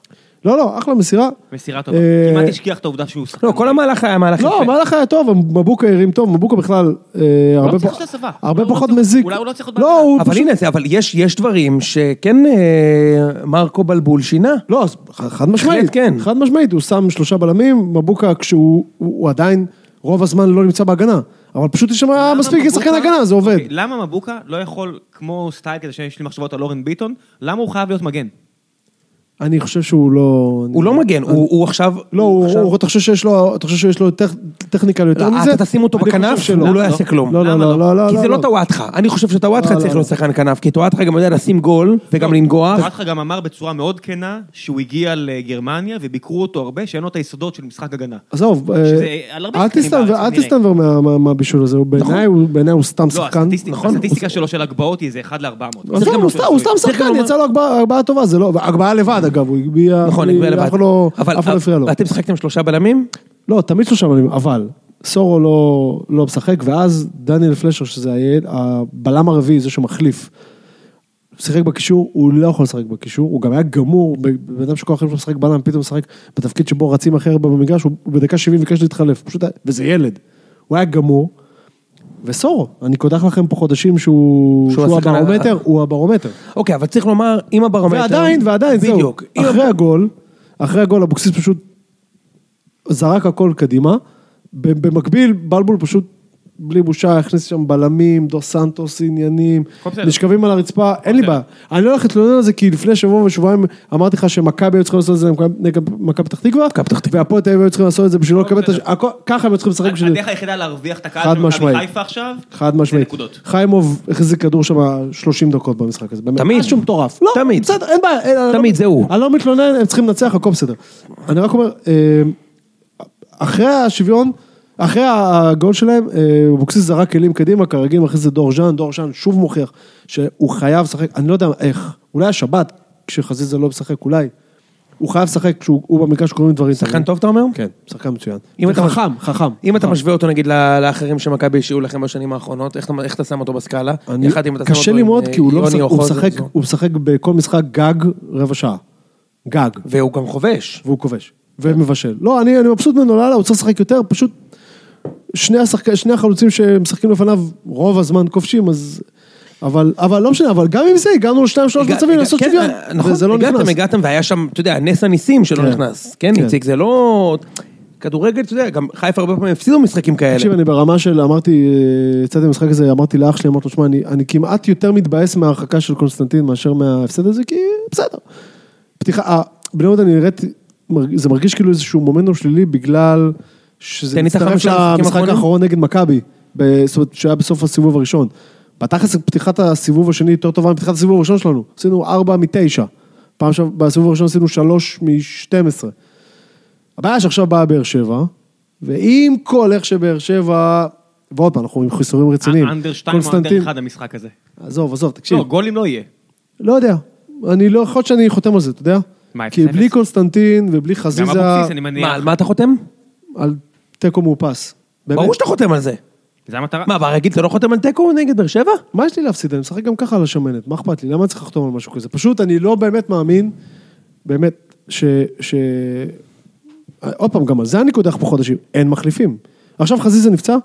Speaker 3: לא, לא, אחלה מסירה.
Speaker 1: מסירה טובה.
Speaker 3: אה,
Speaker 1: כמעט השכיח את העובדה שהוא שחקן.
Speaker 2: לא, כל המהלך היה מהלך
Speaker 3: לא,
Speaker 2: יפה.
Speaker 3: המהלך היה טוב, מבוקה הרים טוב, מבוקה בכלל, אה, הרבה
Speaker 1: לא, צריך
Speaker 3: פח-
Speaker 1: לעשות הסבה.
Speaker 3: הרבה
Speaker 1: הוא לא
Speaker 3: פחות
Speaker 1: צריך-
Speaker 3: מזיק.
Speaker 1: אולי הוא לא צריך להיות
Speaker 3: לא,
Speaker 1: בהגנה.
Speaker 3: הוא
Speaker 2: אבל
Speaker 3: פשוט...
Speaker 2: הנה זה, אבל יש יש דברים שכן אה, מרקו בלבול שינה.
Speaker 3: לא, אז ח- חד משמעית,
Speaker 2: בהחלט כן.
Speaker 3: חד משמעית, הוא שם שלושה בלמים, מבוקה כשהוא הוא- הוא עדיין רוב הזמן לא נמצא בהגנה, אבל פשוט יש שם
Speaker 1: למה
Speaker 3: אה, מספיק
Speaker 1: לא, מבוקה-
Speaker 3: שחקן הגנה, זה עובד.
Speaker 1: אוקיי, למה מבוקה לא יכול, כמו סטייל כזה שיש לי מחשבות על אורן ביטון, למה הוא חייב להיות מגן?
Speaker 3: אני חושב שהוא לא...
Speaker 2: הוא לא מגן, הוא הוא עכשיו...
Speaker 3: לא, הוא-
Speaker 2: עכשיו-
Speaker 3: הוא- אתה חושב שיש לו, אתה חושב שיש לו טכ- טכניקה יותר
Speaker 2: לא,
Speaker 3: מזה?
Speaker 2: אתה תשים אותו
Speaker 3: אני
Speaker 2: בכנף,
Speaker 3: חושב שלא.
Speaker 2: הוא לא יעשה כלום.
Speaker 3: לא, לא,
Speaker 1: למה
Speaker 3: לא, לא, לא.
Speaker 2: כי זה לא
Speaker 3: טעות.
Speaker 2: טוואטחה, אני חושב שטוואטחה
Speaker 3: לא,
Speaker 2: צריך
Speaker 3: לא,
Speaker 2: להיות שחקן כנף, כי טוואטחה גם יודע לשים גול וגם לנגוח.
Speaker 1: רתחה לא. גם אמר בצורה מאוד כנה שהוא הגיע לגרמניה וביקרו אותו הרבה, שאין לו את היסודות של משחק הגנה.
Speaker 3: עזוב, אה,
Speaker 1: שזה על הרבה
Speaker 3: אל
Speaker 1: שחקנים
Speaker 3: תסתנוור-
Speaker 1: בארץ,
Speaker 3: אל
Speaker 1: כנראה.
Speaker 3: תסתנוור מה- מה- מהבישול הזה, הוא
Speaker 2: נכון.
Speaker 3: בעיניי הוא- בעיניי הוא סתם
Speaker 1: לא,
Speaker 3: שחקן.
Speaker 1: הסטטיסטיק- הסטטיסטיקה שלו של הגבהות היא איזה 1 ל-400.
Speaker 2: לא,
Speaker 3: עזוב, הוא סתם- הוא סתם
Speaker 2: צריך
Speaker 3: שחקן,
Speaker 2: גם לומר-
Speaker 3: יצא לו הגבהה- הגבהה טובה, זה לא, הגבהה לבד אגב, הוא הגביה,
Speaker 2: נכון,
Speaker 3: בלי-
Speaker 2: נגמר לבד.
Speaker 3: אף אחד לא-
Speaker 2: אבל-
Speaker 3: אף אחד לא הפריע לו.
Speaker 2: אתם שחקתם שלושה בלמים?
Speaker 3: לא, תמיד שלושה בלמים, אבל סורו לא, לא משחק, ואז דניאל פלשר, שזה הילד, הבלם הרביעי, זה שמחליף, שיחק בקישור, הוא לא יכול לשחק בקישור, הוא גם היה גמור, ב- בן אדם שכל החיים שלו משחק בלם, פתאום משחק בתפקיד שבו רצים הכי הרבה במגרש, הוא הוא בדקה 70 ביקש להתחלף, פשוט, היה- וזה ילד, הוא היה גמור. וסורו, אני קודח לכם פה חודשים שהוא,
Speaker 2: שהוא
Speaker 3: שהוא, שהוא
Speaker 2: השחקן ה-
Speaker 3: הברומטר, הוא הברומטר.
Speaker 2: אוקיי, אבל צריך לומר, עם הברומטר...
Speaker 3: ועדיין, ועדיין, זהו.
Speaker 2: בדיוק. אם
Speaker 3: אחרי הגול, אחרי הגול אבוקסיס פשוט זרק הכל קדימה. ב- במקביל, בלבול פשוט, בלי בושה, הכניס שם בלמים, דו סנטוס עניינים,
Speaker 1: הכל בסדר.
Speaker 3: נשכבים על הרצפה, אין לי
Speaker 1: בסדר.
Speaker 3: בעיה. אני לא הולך להתלונן על זה, כי לפני שבוע ושבועיים אמרתי לך שמכבי היו צריכים לעשות את זה נגד מכבי פתח תקווה,
Speaker 2: מכבי פתח תקווה.
Speaker 3: והפועל תל אביב היו צריכים לעשות את זה בשביל לא לקבל את
Speaker 1: בסדר.
Speaker 3: הש... הכל- ככה הם היו צריכים לשחק בשביל...
Speaker 1: הדרך היחידה להרוויח את
Speaker 3: חד
Speaker 1: הקהל של מכבי
Speaker 3: משמעית.
Speaker 1: חיפה עכשיו,
Speaker 3: חד
Speaker 1: זה
Speaker 3: משמעית.
Speaker 1: נקודות.
Speaker 3: חיימוב החזיק כדור שם 30 דקות במשחק הזה. באמת,
Speaker 2: תמיד.
Speaker 3: משהו מטורף. לא,
Speaker 2: תמיד.
Speaker 3: בסדר, אין בעיה. אין- אני לא-
Speaker 2: תמיד, זה הוא.
Speaker 3: אני לא מתלונן, הם צריכים לנצח, הכל בסדר. אני רק אומר, אה, אחרי השוויון, אחרי הגול שלהם, אה, אבוקסיס זרק כלים קדימה, כרגיל מכניס את דור ז'אן, דור ז'אן שוב מוכיח שהוא חייב לשחק, אני לא יודע איך, אולי השבת, כשחזיזה לא משחק, אולי. הוא חייב לשחק כשהוא הוא במגרש קוראים דברים.
Speaker 2: שחקן
Speaker 3: טובים.
Speaker 2: טוב אתה אומר?
Speaker 3: כן, נכון. שחקן מצוין.
Speaker 2: אם אתה-
Speaker 3: חכם,
Speaker 1: אה,
Speaker 3: חכם.
Speaker 2: אם אתה
Speaker 3: חכם.
Speaker 2: משווה אותו נגיד ל- לאחרים שמכבי השאירו לכם בשנים האחרונות, איך אתה- איך אתה שם אותו בסקאלה?
Speaker 3: אני-
Speaker 2: יחד אם אתה שם
Speaker 3: קשה
Speaker 2: אותו
Speaker 3: לי
Speaker 2: עם,
Speaker 3: מאוד,
Speaker 2: אה,
Speaker 3: כי הוא לא
Speaker 2: יוני
Speaker 3: משחק,
Speaker 2: או
Speaker 3: הוא
Speaker 2: חוזז,
Speaker 3: משחק,
Speaker 2: לא?
Speaker 3: הוא משחק בכל משחק גג רבע שעה. גג,
Speaker 2: והוא גם חובש.
Speaker 3: והוא כובש, ומבשל. לא, אני אני מבסוט ממנו לאללה, הוא צריך לשחק יותר, פשוט שני, השחק... שני החלוצים שמשחקים לפניו רוב הזמן כובשים, אז... אבל, אבל לא משנה, אבל גם עם זה הגענו לשניים שלוש
Speaker 2: הגע-
Speaker 3: לא, מצבים
Speaker 2: הגע-
Speaker 3: לעשות
Speaker 2: כן,
Speaker 3: שוויון,
Speaker 2: אה, נכון,
Speaker 3: וזה לא
Speaker 2: הגעתם,
Speaker 3: נכנס.
Speaker 2: הגעתם והיה שם, אתה יודע, נס הניסים שלא
Speaker 3: כן.
Speaker 2: נכנס. כן,
Speaker 3: כן.
Speaker 2: איציק, זה לא... כדורגל, אתה יודע, גם חיפה הרבה פעמים הפסידו משחקים כאלה.
Speaker 3: תקשיב, אני ברמה של, אמרתי, אה, יצאתי במשחק הזה, אמרתי לאח שלי, אמרתי לו, שמע, אני, אני כמעט יותר מתבאס מההרחקה של קונסטנטין מאשר מההפסד הזה, כי בסדר. פתיחה, אה, בני יהודה נראית, מרג- זה מרגיש כאילו איזשהו מומנטום שלילי בגלל שזה
Speaker 2: כן, ניצחת
Speaker 3: מצטרף
Speaker 2: חמישה משחקים
Speaker 3: למשחק
Speaker 2: אחרונים?
Speaker 3: האחרון נגד מכבי, ב- זאת אומרת, שהיה בסוף הסיבוב הראשון. בתכלס פתיחת הסיבוב השני יותר טובה מפתיחת הסיבוב הראשון שלנו, עשינו ארבע מתשע. פעם שעבר, בסיבוב הראשון עשינו שלוש משתים עשרה. הבעיה שעכשיו באה באר שבע, ועם כל איך שבאר שבע, ועוד פעם, אנחנו עם חיסורים רציניים.
Speaker 1: אנדר 2 או אנדר 1 המשחק הזה.
Speaker 3: עזוב, עזוב, תקשיב.
Speaker 1: לא, גולים לא יהיה.
Speaker 3: לא יודע. אני לא, יכול להיות שאני חותם על זה, אתה יודע?
Speaker 1: מה, אפס
Speaker 3: כי בלי
Speaker 1: אפס?
Speaker 3: קונסטנטין ובלי חזיזה,
Speaker 1: גם אבוקסיס, אני מניח.
Speaker 2: מה, על מה אתה חותם?
Speaker 3: על תיקו מאופס. באמת.
Speaker 2: ברור שאתה חותם על זה.
Speaker 1: זה המטרה.
Speaker 2: מה, ברגיל אתה לא חותם על תיקו נגד באר שבע?
Speaker 3: מה יש לי להפסיד? אני משחק גם ככה על השמנת, מה אכפת לי? למה אני צריך לחתום על משהו כזה? פשוט אני לא באמת מאמין, באמת, ש... ש... עוד פעם, גם על זה אני קודח פה חודשים, אין מחליפים. עכשיו חזיזה נפצע,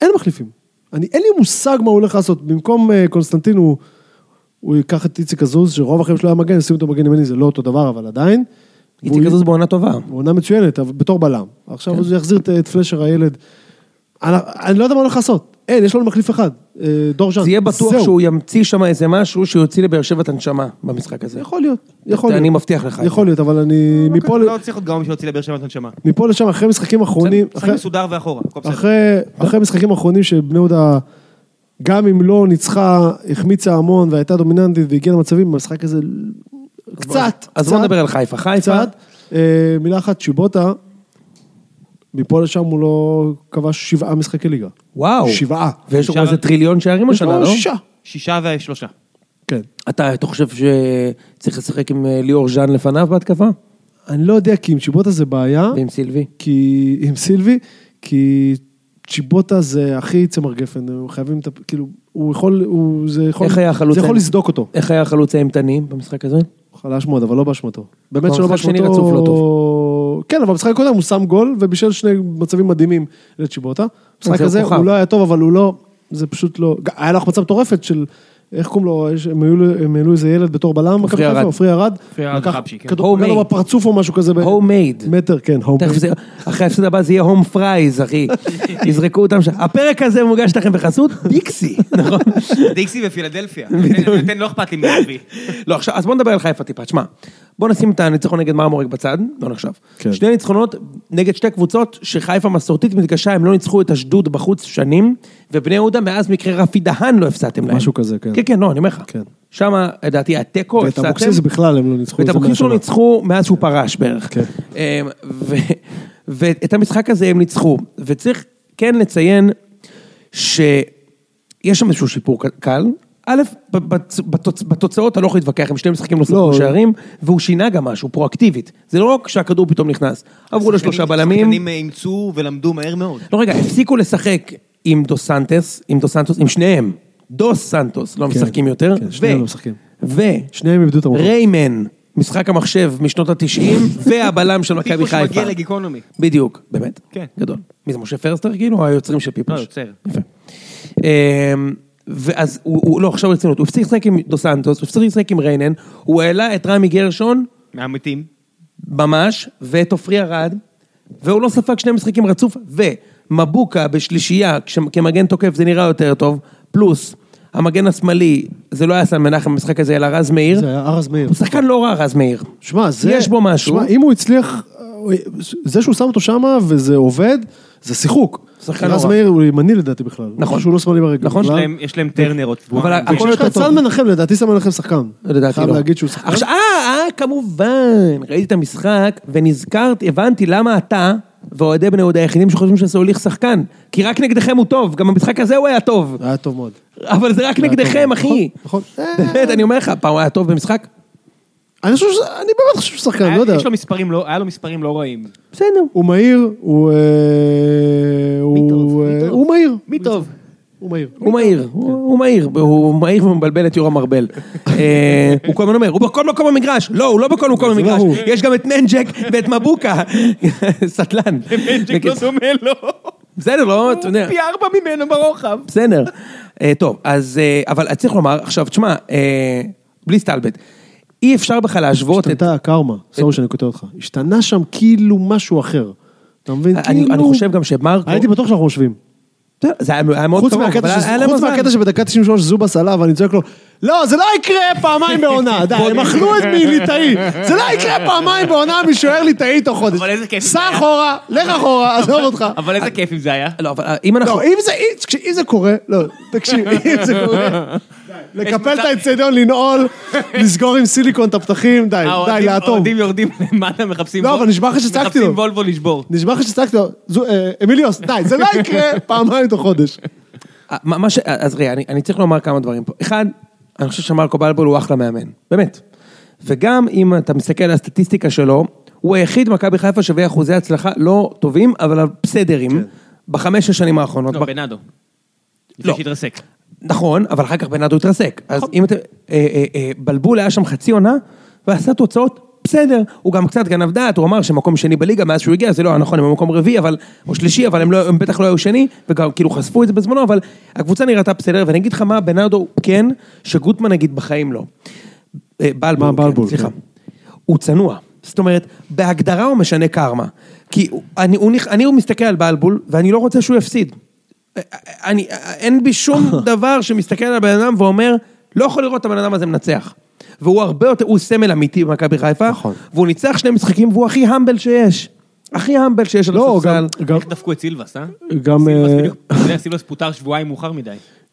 Speaker 3: אין מחליפים. אני, אין לי מושג מה הוא הולך לעשות. במקום אה, קונסטנטין הוא, הוא ייקח את איציק עזוז, שרוב החיים שלו היה מגן, ישים אותו מגן ימני, זה לא אותו דבר, אבל עדיין. והוא-
Speaker 2: איציק עזוז בעונה טובה.
Speaker 3: הוא עונה מצוינת, אבל בתור בלם. עכשיו
Speaker 2: כן.
Speaker 3: הוא יחזיר את- את פלשר הילד. אני, אני לא יודע מה הולך לעשות. אין, יש לנו מחליף אחד, אה, דור ז'אן.
Speaker 2: תהיה בטוח
Speaker 3: זהו.
Speaker 2: שהוא ימציא שם איזה משהו שיוציא לבאר שבע את הנשמה במשחק הזה.
Speaker 3: יכול להיות, יכול
Speaker 2: אני
Speaker 3: להיות.
Speaker 2: מבטיח לך את זה.
Speaker 3: יכול להיות, אבל אני
Speaker 1: לא
Speaker 3: מפה ל-
Speaker 1: לא צריך להיות גאון בשביל להוציא לבאר שבע את הנשמה.
Speaker 3: מפה לשם, אחרי משחקים אחרונים,
Speaker 1: משחק
Speaker 3: אחרי-
Speaker 1: מסודר ואחורה, הכל בסדר.
Speaker 3: אחרי- אחרי משחקים אחרונים שבני יהודה, גם אם לא ניצחה, החמיצה המון והייתה דומיננטית והגיעה למצבים, במשחק הזה קצת,
Speaker 2: אז בוא
Speaker 3: קצת,
Speaker 2: נדבר על חיפה. חיפה,
Speaker 3: קצת. אה, מילה אחת, צ'יבוטה, מפה לשם הוא לא כבש שבעה משחקי ליגה.
Speaker 2: וואו.
Speaker 3: שבעה.
Speaker 2: ויש לו כבר
Speaker 1: נשאר-
Speaker 2: איזה טריליון שערים
Speaker 3: יש לו
Speaker 2: השנה, לא?
Speaker 3: שישה.
Speaker 1: שישה ושלושה.
Speaker 3: כן.
Speaker 2: אתה אתה חושב שצריך לשחק עם אה, ליאור ז'אן לפניו בהתקפה?
Speaker 3: אני לא יודע, כי עם צ'יבוטה זה בעיה.
Speaker 2: ועם סילבי?
Speaker 3: כי, עם סילבי, כי צ'יבוטה זה הכי צמר גפן, הם חייבים, את ה- כאילו, הוא יכול, הוא, זה יכול,
Speaker 2: איך היה החלוץ?
Speaker 3: זה יכול
Speaker 2: האימ-
Speaker 3: לסדוק אותו.
Speaker 2: איך היה החלוץ האימתני במשחק הזה?
Speaker 3: חלש מאוד, אבל לא באשמתו. באמת
Speaker 2: אבל
Speaker 3: שלא
Speaker 2: המשחק השני
Speaker 3: באשמתו...
Speaker 2: רצוף לא
Speaker 3: כן, אבל במשחק הקודם הוא שם גול, ובישל שני מצבים מדהימים לצ'יבוטה. במשחק
Speaker 2: זה
Speaker 3: הזה
Speaker 2: כוכב.
Speaker 3: הוא לא היה טוב, אבל הוא לא... זה פשוט לא... היה לו החמצה מטורפת של... איך קוראים לו? יש- הם העלו- הם העלו איזה ילד בתור בלם. מכבי חיפה,
Speaker 2: ארד.
Speaker 3: עופרי ארד.
Speaker 1: עופרי ארד,
Speaker 3: לקח
Speaker 1: חבשי, כן.
Speaker 3: כדור, פגע לו
Speaker 2: Homemade.
Speaker 3: בפרצוף או משהו כזה. ב-
Speaker 2: Homemade.
Speaker 3: מטר, כן, הום
Speaker 2: תכף זה, אחרי ההפסד הבא זה יהיה הום פרייז, אחי. יזרקו אותם שם. הפרק הזה מוגש לכם בחסות דיקסי, נכון?
Speaker 1: דיקסי ופילדלפיה. נותן- נותן, לא אכפת לי מערבי.
Speaker 2: לא, עכשיו, אז בוא נדבר על חיפה טיפה. תשמע, בוא נשים את הניצחון נגד מרמורק בצד, לא נחשב.
Speaker 3: כן.
Speaker 2: שני ניצחונות נגד שתי קבוצות שחיפה מסורתית מתקשה, הם לא ניצחו את אשדוד בחוץ שנים, ובני יהודה מאז מקרה רפי דהן לא הפסדתם להם.
Speaker 3: משהו כזה, כן.
Speaker 2: כן, כן, לא, אני אומר לך.
Speaker 3: כן.
Speaker 2: שם, לדעתי, היה תיקו,
Speaker 3: ואת
Speaker 2: הפסדתם.
Speaker 3: אבוקסיס בכלל הם לא ניצחו.
Speaker 2: ואת
Speaker 3: זה
Speaker 2: אבוקסיס לא
Speaker 3: מהשנה.
Speaker 2: ניצחו מאז שהוא פרש בערך.
Speaker 3: כן.
Speaker 2: אמ, ו- ואת המשחק הזה הם ניצחו, וצריך כן לציין שיש שם איזשהו שיפור ק- קל. א', ב- בצ- בתוצ- בתוצאות אתה לא יכול להתווכח עם שני משחקים נוספים
Speaker 3: לא.
Speaker 2: שערים, והוא שינה גם משהו, פרואקטיבית. זה לא רק שהכדור פתאום נכנס. עברו לשלושה בלמים.
Speaker 1: שחקנים אימצו ולמדו מהר מאוד.
Speaker 2: לא רגע, הפסיקו לשחק עם דו סנטס, עם דו סנטוס, עם שניהם. דו סנטוס לא משחקים יותר.
Speaker 3: כן,
Speaker 2: ו-
Speaker 3: שניהם לא משחקים.
Speaker 2: ו...
Speaker 3: שניהם איבדו את המוחים.
Speaker 2: ריימן, משחק המחשב משנות התשעים, והבלם של מכבי
Speaker 1: פיפוש
Speaker 2: חיפה.
Speaker 1: מגיע לגיקונומי.
Speaker 2: בדיוק, באמת?
Speaker 1: כן.
Speaker 2: גדול. מי זה, משה פרסטר כאילו, או היוצרים של פיפוש?
Speaker 1: לא, יוצר.
Speaker 2: יפה. אמ, ואז הוא, הוא, לא, עכשיו רצינות, הוא הפסיק לשחק עם דו סנטוס, הוא הפסיק לשחק עם ריינן, הוא העלה את רמי גרשון,
Speaker 1: מהמתים.
Speaker 2: ממש, ואת עופרי ארד, והוא לא ספג שני משחקים רצוף, ומבוקה בשלישייה, כש- כמגן תוקף זה נראה יותר טוב, פלוס המגן השמאלי, זה לא היה סן מנחם במשחק הזה, אלא רז מאיר.
Speaker 3: זה היה ארז מאיר.
Speaker 2: הוא שחקן לא רע, רז מאיר.
Speaker 3: שמע, זה...
Speaker 2: יש בו משהו.
Speaker 3: שמע, אם הוא הצליח... זה שהוא שם אותו שמה וזה עובד, זה שיחוק.
Speaker 2: שחקן
Speaker 3: רז
Speaker 2: נורא.
Speaker 3: מאיר הוא ימני לדעתי בכלל.
Speaker 2: נכון.
Speaker 3: שהוא לא שמאלי ברגע.
Speaker 2: נכון,
Speaker 1: יש
Speaker 3: בכלל.
Speaker 1: להם- יש להם טרנר עוד
Speaker 2: אבל
Speaker 1: שבועיים.
Speaker 2: הכל-
Speaker 1: ויש-
Speaker 3: יש לך את
Speaker 2: יותר
Speaker 3: סן
Speaker 2: טוב.
Speaker 3: מנחם, לדעתי סן מנחם שחקן.
Speaker 2: לדעתי לא.
Speaker 3: חייב להגיד שהוא שחקן.
Speaker 2: עכשיו, אה, אה, כמובן, ראיתי את המשחק, ונזכרתי, הבנתי למה אתה ואוהדי בני יהודה היחידים שחושבים שסוליך שחקן. כי רק נגדכם הוא טוב, גם במשחק הזה הוא היה טוב.
Speaker 3: היה טוב מאוד.
Speaker 2: אבל זה רק
Speaker 3: היה טוב
Speaker 2: נגדכם,
Speaker 3: מאוד.
Speaker 2: אחי.
Speaker 3: נכון, נכון.
Speaker 2: באמת, אני אומר לך, פעם הוא היה טוב במשחק?
Speaker 3: אני חושב ש... אני באמת חושב שהוא שחקן,
Speaker 2: אה,
Speaker 1: היה-
Speaker 3: לא יודע.
Speaker 1: יש לו מספרים לא, היה לו מספרים לא רעים.
Speaker 2: בסדר.
Speaker 3: הוא מהיר, הוא... אה,
Speaker 1: מי טוב,
Speaker 3: הוא,
Speaker 1: מי
Speaker 3: אה,
Speaker 1: טוב.
Speaker 3: הוא מהיר.
Speaker 1: מי טוב?
Speaker 3: הוא מהיר.
Speaker 2: הוא מהיר, הוא הוא מהיר, הוא מהיר ומבלבל את יורם ארבל. אה, הוא כל הזמן אומר, הוא בכל מקום במגרש. לא, הוא לא בכל מקום
Speaker 3: זה לא
Speaker 2: במגרש.
Speaker 3: הוא.
Speaker 2: יש גם את ננג'ק ואת מבוקה. סטלן.
Speaker 1: מנג'ק לא דומה לו.
Speaker 2: בסדר, לא, אתה יודע.
Speaker 1: פי ארבע ממנו ברוחב.
Speaker 2: בסדר. אה, טוב, אז, אה, אבל צריך לומר, עכשיו, תשמע, אה, בלי סטלבט, אי אפשר בכלל להשוות את...
Speaker 3: השתנתה הקרמה, סורי שאני קוטע אותך. השתנה שם כאילו משהו אחר. אתה מבין?
Speaker 2: אני-
Speaker 3: כאילו...
Speaker 2: אני חושב גם
Speaker 1: אוקיי.
Speaker 2: שמרקו...
Speaker 3: הייתי בטוח שאנחנו משווים.
Speaker 2: בסדר, זה היה היה מאוד
Speaker 3: חוץ
Speaker 2: קרוב,
Speaker 3: מהקטע
Speaker 2: אבל
Speaker 3: ש-
Speaker 2: היה להם
Speaker 3: חוץ
Speaker 2: מזל.
Speaker 3: מהקטע שבדקה 93 זובס עלה ואני צועק לו, לא, זה לא יקרה פעמיים בעונה, די, הם אכלו את מי ליטאי, זה לא יקרה פעמיים בעונה משוער ליטאי תוך חודש.
Speaker 1: אבל איזה כיף זה
Speaker 3: סע
Speaker 1: היה.
Speaker 3: אחורה, לך אחורה, עזוב אותך.
Speaker 1: אבל איזה כיף אם זה היה.
Speaker 2: לא, אבל אה, אם אנחנו...
Speaker 3: לא, אם זה, אם- תקשיב, אם זה קורה, לא, תקשיב, אם זה קורה, לקפל את האצטדיון, לנעול, לסגור עם סיליקון את הפתחים,
Speaker 1: אה,
Speaker 3: די, די,
Speaker 1: האוהדים-
Speaker 3: לאטום.
Speaker 1: האוהדים יורדים למטה, מחפשים...
Speaker 3: לא,
Speaker 1: וול-
Speaker 3: אבל נשבע לך שצעקתי לו.
Speaker 1: מחפשים וולבו לשבור.
Speaker 3: נשבע לך שצעקתי לו, זו- אה, אמיליוס, די, זה לא יקרה פעמיים תוך חודש.
Speaker 2: אה, מה מה ש... אז ראה, אני, אני צריך לומר כמה דברים פה. אחד, אני חושב שמרקו בלבול הוא אחלה מאמן, באמת. וגם אם אתה מסתכל על הסטטיסטיקה שלו, הוא היחיד במכבי חיפה שווה אחוזי הצלחה לא טובים, אבל בסדרים, בחמש השנים האחרונות.
Speaker 1: לא,
Speaker 2: ב-
Speaker 1: בנאדו. לפני
Speaker 2: לא.
Speaker 1: שהתרסק.
Speaker 2: נכון, אבל אחר כך בנאדו התרסק. אז אם אתם... אה, אה, אה, בלבול היה שם חצי עונה, ועשה תוצאות בסדר. הוא גם קצת גנב דעת, הוא אמר שמקום שני בליגה מאז שהוא הגיע, זה לא היה נכון, הם היו מקום רביעי, אבל... או שלישי, אבל הם, לא, הם בטח לא היו שני, וגם כאילו חשפו את זה בזמנו, אבל הקבוצה נראתה בסדר, ואני אגיד לך מה בנאדו כן, שגוטמן נגיד בחיים לא. אה, בלבול, כן,
Speaker 3: מה, בלבול,
Speaker 2: סליחה.
Speaker 3: כן.
Speaker 2: הוא צנוע. זאת אומרת, בהגדרה הוא משנה קרמה. כי הוא- אני, הוא, נכ- אני הוא מסתכל על בלבול, ואני לא רוצה שהוא יפסיד. אה, אה, אני, אה, אין בי שום דבר שמסתכל על הבן אדם ואומר, לא יכול לראות את הבן אדם הזה מנצח. והוא הרבה יותר, הוא סמל אמיתי במכבי חיפה,
Speaker 3: נכון.
Speaker 2: והוא ניצח שני משחקים והוא הכי המבל שיש. הכי המבל שיש על
Speaker 3: לא,
Speaker 2: הספסל.
Speaker 3: גם- גם...
Speaker 1: איך דפקו את סילבס, אה?
Speaker 3: גם...
Speaker 1: סילבס
Speaker 3: אה,
Speaker 1: בדיוק- לא, אתה יודע, סילבס פוטר שבועיים מאוחר מדי.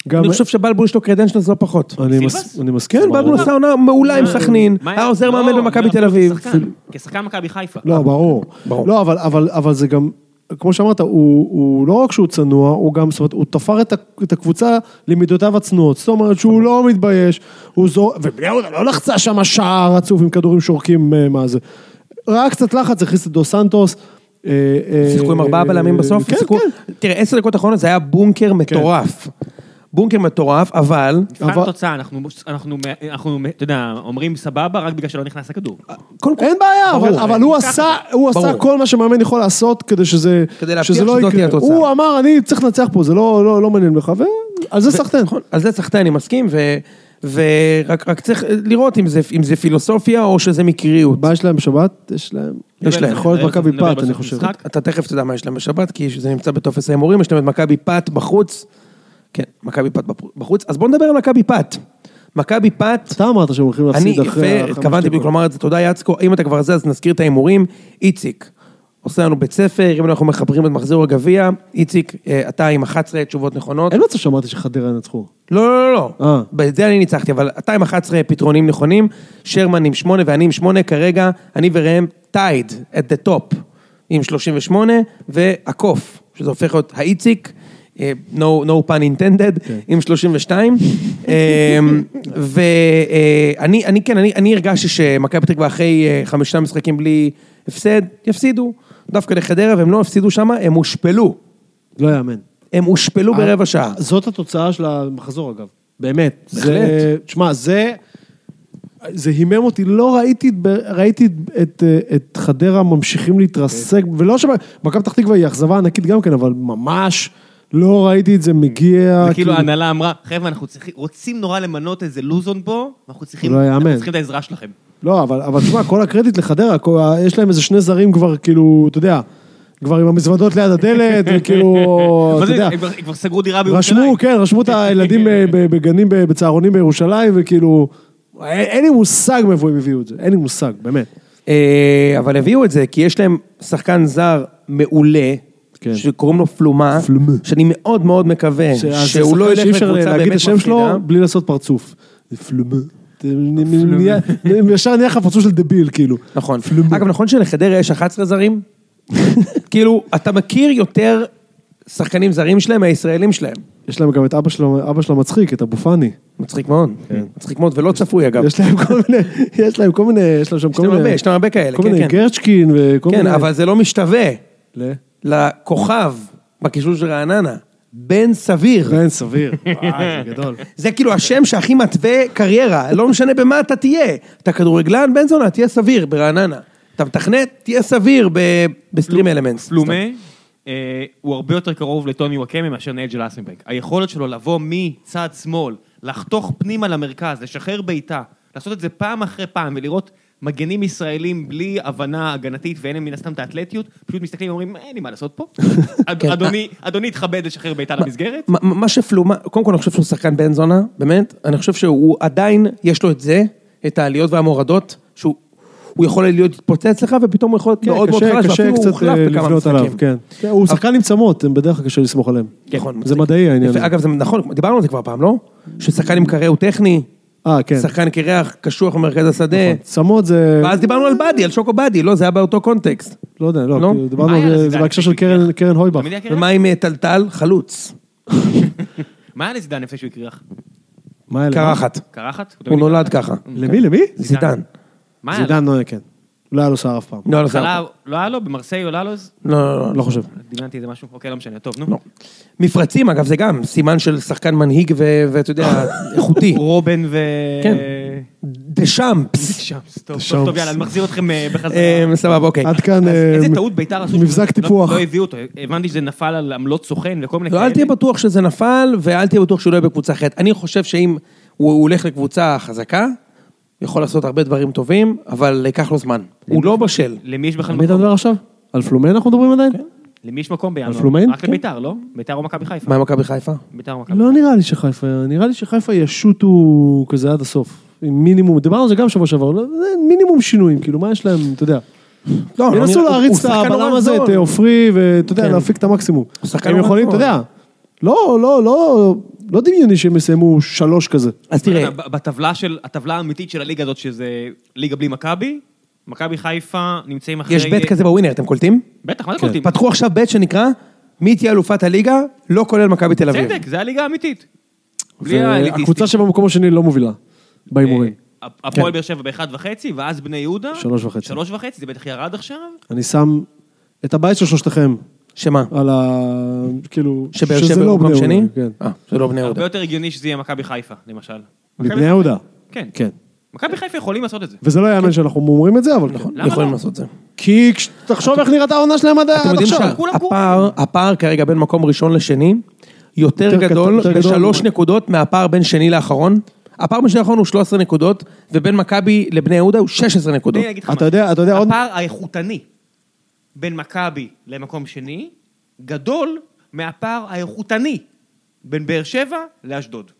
Speaker 3: גם...
Speaker 2: אני חושב שבלבול יש לו קרדנשלס לא פחות.
Speaker 3: אני
Speaker 1: סילבס?
Speaker 3: מס- אני
Speaker 2: כן,
Speaker 3: מסכים.
Speaker 2: בלבול
Speaker 3: ברור.
Speaker 2: עשה עונה מעולה עם
Speaker 1: מה-
Speaker 2: סכנין,
Speaker 1: מה-
Speaker 2: היה עוזר
Speaker 1: לא,
Speaker 2: מאמן
Speaker 1: אני
Speaker 2: במכבי
Speaker 1: אומר
Speaker 2: תל אביב.
Speaker 1: כשחקן, כשחקן מכבי חיפה.
Speaker 3: לא, ברור.
Speaker 2: ברור.
Speaker 3: לא, אבל- אבל אבל זה גם, כמו שאמרת, הוא הוא לא רק שהוא צנוע, הוא גם, זאת אומרת, הוא תפר את ה- את הקבוצה למידותיו הצנועות. זאת אומרת שהוא לא מתבייש, הוא זו... ובני יהודה לא לחצה שם שער עצוב עם כדורים שורקים, אה, מה זה. רק קצת לחץ, הכניס את דו סנטוס. אה, אה,
Speaker 2: שיחקו עם ארבעה
Speaker 3: אה,
Speaker 2: בלמים בסוף,
Speaker 3: כן,
Speaker 2: שיחקו-
Speaker 3: כן.
Speaker 2: תראה, עשר דקות אחרונות זה היה בונקר מטורף. בונקר מטורף, אבל...
Speaker 1: מבחן
Speaker 3: לא, אבל-
Speaker 1: תוצאה, אנחנו, אנחנו, אנחנו, אתה יודע, אומרים סבבה רק בגלל שלא נכנס הכדור.
Speaker 2: קודם כל,
Speaker 3: אין בעיה, אבל,
Speaker 2: ברור.
Speaker 3: אבל הוא עשה, הוא עשה
Speaker 2: ברור.
Speaker 3: כל מה שמאמן יכול לעשות כדי שזה,
Speaker 2: כדי להבטיח
Speaker 3: שזה לא
Speaker 2: שזאת
Speaker 3: יקרה.
Speaker 2: תהיה התוצאה.
Speaker 3: הוא אמר, אני צריך לנצח פה, זה לא, לא, לא מעניין לך, ועל זה סחטיין.
Speaker 2: נכון, על זה סחטיין, אני מסכים, ו- ורק רק צריך לראות אם זה- אם זה פילוסופיה או שזה מקריות.
Speaker 3: מה יש להם בשבת? יש להם...
Speaker 2: יש להם.
Speaker 3: יכול להיות
Speaker 1: נדבר-
Speaker 3: מכבי
Speaker 1: נדבר
Speaker 3: פת,
Speaker 1: בסוף
Speaker 3: אני חושב.
Speaker 1: המשחק.
Speaker 2: אתה תכף תדע מה יש להם בשבת, כי זה נמצא בטופס ההימורים, יש להם את מכבי פת בחוץ. כן, מכבי פת בחוץ. אז בואו נדבר על מכבי פת. מכבי פת...
Speaker 3: אתה אמרת שהם הולכים
Speaker 2: אני
Speaker 3: להפסיד אחרי...
Speaker 2: יפה,
Speaker 3: החמש
Speaker 2: התכוונתי בדיוק
Speaker 3: דקות.
Speaker 2: לומר את זה, תודה יצקו, אם אתה כבר זה אז נזכיר את ההימורים, איציק. עושה לנו בית ספר, אם אנחנו מחברים את מחזור הגביע, איציק, אה, אתה עם 11 תשובות נכונות.
Speaker 3: אין מצב שאמרתי שחדרה ינצחו.
Speaker 2: לא, לא, לא,
Speaker 3: אה.
Speaker 2: לא. את זה אני ניצחתי, אבל אתה עם 11 פתרונים נכונים, שרמן עם 8 ואני עם 8, כרגע אני וראם טייד, את the top, עם 38, והקוף, שזה הופך להיות האיציק, אה, no, no pun intended, עם 32. ואני, אני, כן, אני, אני הרגשתי שמכבי פתח תקווה אחרי אה, חמישה משחקים בלי הפסד, יפסידו, דווקא לחדרה, והם לא הפסידו שם, הם הושפלו.
Speaker 3: לא יאמן.
Speaker 2: הם
Speaker 3: אה,
Speaker 2: הושפלו ברבע שעה.
Speaker 3: זאת התוצאה של המחזור, אגב. באמת.
Speaker 2: בהחלט.
Speaker 3: זה- תשמע, זה... זה הימם אותי, לא ראיתי, את ב- ראיתי את- את, אה, את חדרה ממשיכים
Speaker 1: כן.
Speaker 3: להתרסק, ולא ש... מכבי פתח תקווה היא אכזבה ענקית גם כן, אבל ממש לא ראיתי את זה מגיע.
Speaker 1: זה כאילו ההנהלה אמרה, חבר'ה, אנחנו צריכים- רוצים נורא למנות איזה לוזון פה, ואנחנו צריכים
Speaker 3: לא יאמן.
Speaker 1: אנחנו צריכים את העזרה שלכם.
Speaker 3: לא, אבל, אבל תשמע, כל הקרדיט לחדרה, כל, ה- יש להם איזה שני זרים כבר, כאילו, אתה יודע, כבר עם המזוודות ליד הדלת, וכאילו,
Speaker 1: מה
Speaker 3: לא, אתה
Speaker 1: זה,
Speaker 3: יודע,
Speaker 1: הם כבר- הם כבר סגרו דירה בירושלים.
Speaker 3: רשמו, כן, רשמו את הילדים אה, ב- בגנים, ב- בצהרונים בירושלים, וכאילו, אין, אין לי מושג מאיפה הם הביאו את זה, אין לי מושג, באמת.
Speaker 2: אה, אבל הביאו את זה, כי יש להם שחקן זר מעולה,
Speaker 3: כן.
Speaker 2: שקוראים לו פלומה,
Speaker 3: פלומה.
Speaker 2: שאני מאוד מאוד מקווה
Speaker 3: ש- אז זה
Speaker 2: שהוא לא ילך
Speaker 3: שחקן שאי אפשר
Speaker 2: לקבוצה באמת
Speaker 3: להגיד את השם שלו
Speaker 2: מפחידה.
Speaker 3: בלי לעשות פרצוף. זה פלומה. זה נהיה- נהיה- ישר נהיה לך פרצוף של דביל, כאילו.
Speaker 2: נכון. אגב, נכון שלחדרה יש 11 זרים? כאילו, אתה מכיר יותר שחקנים זרים שלהם מהישראלים שלהם.
Speaker 3: יש להם גם את אבא שלו, אבא שלו מצחיק, את אבו פאני.
Speaker 2: מצחיק מאוד.
Speaker 3: כן.
Speaker 2: מצחיק מאוד, ולא צפוי אגב.
Speaker 3: יש להם כל מיני, יש להם כל מיני, יש להם שם כל
Speaker 2: להם
Speaker 3: מיני,
Speaker 2: הרבה, יש להם הרבה כאלה,
Speaker 3: כל
Speaker 2: כן,
Speaker 3: מיני
Speaker 2: כן.
Speaker 3: גרצ'קין וכל מיני.
Speaker 2: כן, אבל זה לא משתווה
Speaker 3: ל-
Speaker 2: לכוכב בקישור של רעננה, בן סביר.
Speaker 3: בן סביר, וואי, זה גדול.
Speaker 2: זה כאילו השם שהכי מתווה קריירה, לא משנה במה אתה תהיה. אתה כדורגלן, בן זונה, תהיה סביר ברעננה. אתה מתכנת, תהיה סביר ב- בסטרים אלמנטס.
Speaker 1: פלומה, אה, הוא הרבה יותר קרוב לטוני וואקמה מאשר נייג'ל אסנבנק. היכולת שלו לבוא מצד שמאל, לחתוך פנימה למרכז, לשחרר בעיטה, לעשות את זה פעם אחרי פעם ולראות מגנים ישראלים בלי הבנה הגנתית ואין להם מן הסתם את האתלטיות, פשוט מסתכלים ואומרים, "אה, אין לי מה לעשות פה. אד-
Speaker 2: כן.
Speaker 1: אדוני, אדוני התכבד לשחרר בעיטה למסגרת.
Speaker 2: מה- מה שפלומה, קודם כל אני חושב שהוא שחקן בן זונה, באמת, אני חושב שהוא עדיין, יש לו את זה, את העליות והמורדות, שהוא הוא יכול להיות התפוצץ לך, ופתאום הוא יכול להיות
Speaker 3: כן,
Speaker 2: מאוד מאוד
Speaker 3: קשה-
Speaker 2: חלש,
Speaker 3: קשה
Speaker 2: ואפילו הוא
Speaker 3: קצת,
Speaker 2: הוחלף
Speaker 3: אה,
Speaker 2: בכמה
Speaker 3: לבנות עליו,
Speaker 2: משחקים.
Speaker 3: כן. כן, הוא שחקן עם צמות, הם בדרך כלל קשה לסמוך עליהם.
Speaker 2: נכון,
Speaker 3: זה
Speaker 2: מצחיק.
Speaker 3: מדעי העניין
Speaker 2: יפה,
Speaker 3: הזה.
Speaker 2: אגב, זה נכון, דיברנו על זה כבר פעם, לא? ששחקן עם קרע הוא טכני,
Speaker 3: אה, כן. נכון.
Speaker 2: שחקן קרח קשוח במרכז השדה,
Speaker 3: צמות זה,
Speaker 2: ואז דיברנו על באדי, על שוקו באדי, לא, זה היה באותו קונטקסט.
Speaker 3: לא יודע,
Speaker 2: לא?
Speaker 3: לא, כאילו, דיברנו
Speaker 1: מה היה
Speaker 3: על
Speaker 1: לזה?
Speaker 3: זה, זה בהקשר של קרן- קרן
Speaker 1: אתה
Speaker 3: הויבך.
Speaker 1: מבין, יקיר?
Speaker 2: ומה עם אה, טלטל? חלוץ.
Speaker 1: מה היה לזידן לפני שהוא הקריח?
Speaker 3: מה היה להם?
Speaker 2: קרחת.
Speaker 1: קרחת?
Speaker 2: הוא נולד ככה.
Speaker 3: למי, למי?
Speaker 2: זידן.
Speaker 1: מה היה לו?
Speaker 3: לא- זידן נויה, כן. לא היה לו שער אף פעם.
Speaker 2: לא, לא,
Speaker 1: בהתחלה לא היה לו? במרסיי או ללוז?
Speaker 2: לא, לא, לא.
Speaker 3: לא חושב.
Speaker 1: דמיינתי איזה משהו? אוקיי, לא משנה, טוב, נו.
Speaker 2: לא. מפרצים, אגב, זה גם סימן של שחקן מנהיג ו- ואתה יודע, איכותי.
Speaker 1: רובן ו...
Speaker 2: כן. דה שמפס.
Speaker 1: שם, טוב,
Speaker 3: שם.
Speaker 1: טוב, טוב, יאללה, אני מחזיר אתכם אה, בחזרה.
Speaker 2: אה, סבבה, אוקיי.
Speaker 3: עד כאן... אה,
Speaker 1: איזה טעות ביתר עשו.
Speaker 3: מבזק
Speaker 1: שלא-
Speaker 3: טיפוח.
Speaker 1: לא הביאו אותו, הבנתי שזה נפל על עמלות סוכן וכל מיני
Speaker 2: לא, אל תהיה בטוח שזה נפל, ואל תהיה בטוח שהוא לא יהיה בקבוצה אחרת. אני חושב שאם הוא הוא הולך לקבוצה חזקה, יכול לעשות הרבה דברים טובים, אבל ייקח לו זמן. הוא לא בשל.
Speaker 1: למי יש בכלל
Speaker 3: על מי אתה
Speaker 1: מקום?
Speaker 3: מדבר עכשיו? על פלומן אנחנו מדברים עדיין?
Speaker 1: כן. למי יש מקום בינואר?
Speaker 3: פלומיין?
Speaker 1: רק
Speaker 3: כן.
Speaker 1: לביתר, לא? ביתר או מכבי חיפה?
Speaker 2: מה עם מכבי חיפה?
Speaker 1: ביתר או מכבי.
Speaker 3: לא נראה לי שחיפה, נראה לי שחיפה ישוטו כזה עד הסוף. עם מינימום, דיברנו על זה גם שבוע שעבר, לא- זה מינימום שינויים, כאילו מה יש להם, אתה יודע.
Speaker 2: לא, לא
Speaker 3: ינסו
Speaker 2: נראה- הוא
Speaker 3: להריץ את
Speaker 2: שחקן
Speaker 3: הבלם
Speaker 2: נורא
Speaker 3: הזה,
Speaker 2: זול.
Speaker 3: את עופרי, ואתה
Speaker 2: כן.
Speaker 3: יודע, להפיק את המקסימום.
Speaker 2: הוא שחקן
Speaker 3: הם
Speaker 2: נורא
Speaker 3: יכולים, אתה
Speaker 2: זול.
Speaker 3: יודע, לא, לא, לא, לא דמיוני שהם יסיימו שלוש כזה.
Speaker 2: אז תראה,
Speaker 1: ב- בטבלה של, לא, הטבלה האמיתית של הליגה הזאת, שזה ליגה בלי מכבי, מכבי חיפה נמצאים אחרי...
Speaker 2: יש בית כזה בווינר, אתם קולטים?
Speaker 1: בטח,
Speaker 3: כן.
Speaker 1: מה זה קולטים?
Speaker 2: פתחו עכשיו בית שנקרא, מי תהיה אלופת הליגה, לא כולל מכבי תל אביב.
Speaker 1: צדק, זה הליגה האמיתית. בלי האליטיסטים.
Speaker 3: והקבוצה שבמקום השני לא מובילה, בהימורים.
Speaker 1: אה, הפועל
Speaker 2: כן.
Speaker 1: באר שבע באחד וחצי, ואז בני יהודה.
Speaker 3: שלוש וחצי.
Speaker 1: שלוש וחצי, זה בטח ירד עכשיו.
Speaker 3: אני שם את הבית של שלושתכם
Speaker 2: שמה?
Speaker 3: על ה... כאילו,
Speaker 2: שבאר
Speaker 3: שזה
Speaker 2: שבע
Speaker 3: לא
Speaker 2: הוא
Speaker 3: בני
Speaker 2: פעם
Speaker 3: יהודה,
Speaker 2: שני?
Speaker 3: כן.
Speaker 2: אה, שלא בני
Speaker 1: הרבה
Speaker 2: יהודה.
Speaker 1: יותר הגיוני שזה יהיה מכבי חיפה, למשל.
Speaker 3: מבני יהודה.
Speaker 1: כן.
Speaker 3: כן.
Speaker 1: מכבי חיפה יכולים לעשות את זה.
Speaker 3: וזה לא
Speaker 2: כן.
Speaker 3: יאמן שאנחנו אומרים את זה, אבל נכון.
Speaker 1: למה
Speaker 2: יכולים
Speaker 1: לא?
Speaker 2: לעשות את זה.
Speaker 3: כי כש- תחשוב איך נראית העונה שלהם עד
Speaker 2: אוקיי. אתם
Speaker 3: עד
Speaker 2: יודעים
Speaker 3: עכשיו.
Speaker 1: כולם גרועים.
Speaker 2: שהפער, הפער כרגע בין מקום ראשון לשני, יותר
Speaker 3: יותר
Speaker 2: גדול
Speaker 3: קטן, יותר גדול.
Speaker 2: בשלוש נקודות מהפער בין שני לאחרון. הפער בין שני לאחרון הוא 13 נקודות, ובין מכבי לבני יהודה הוא 16
Speaker 1: תן
Speaker 2: נקודות.
Speaker 1: לי להגיד לך
Speaker 3: אתה
Speaker 1: משהו.
Speaker 3: יודע- אתה יודע עוד-
Speaker 1: הפער האיכותני בין מכבי למקום שני, גדול מהפער האיכותני בין באר שבע לאשדוד.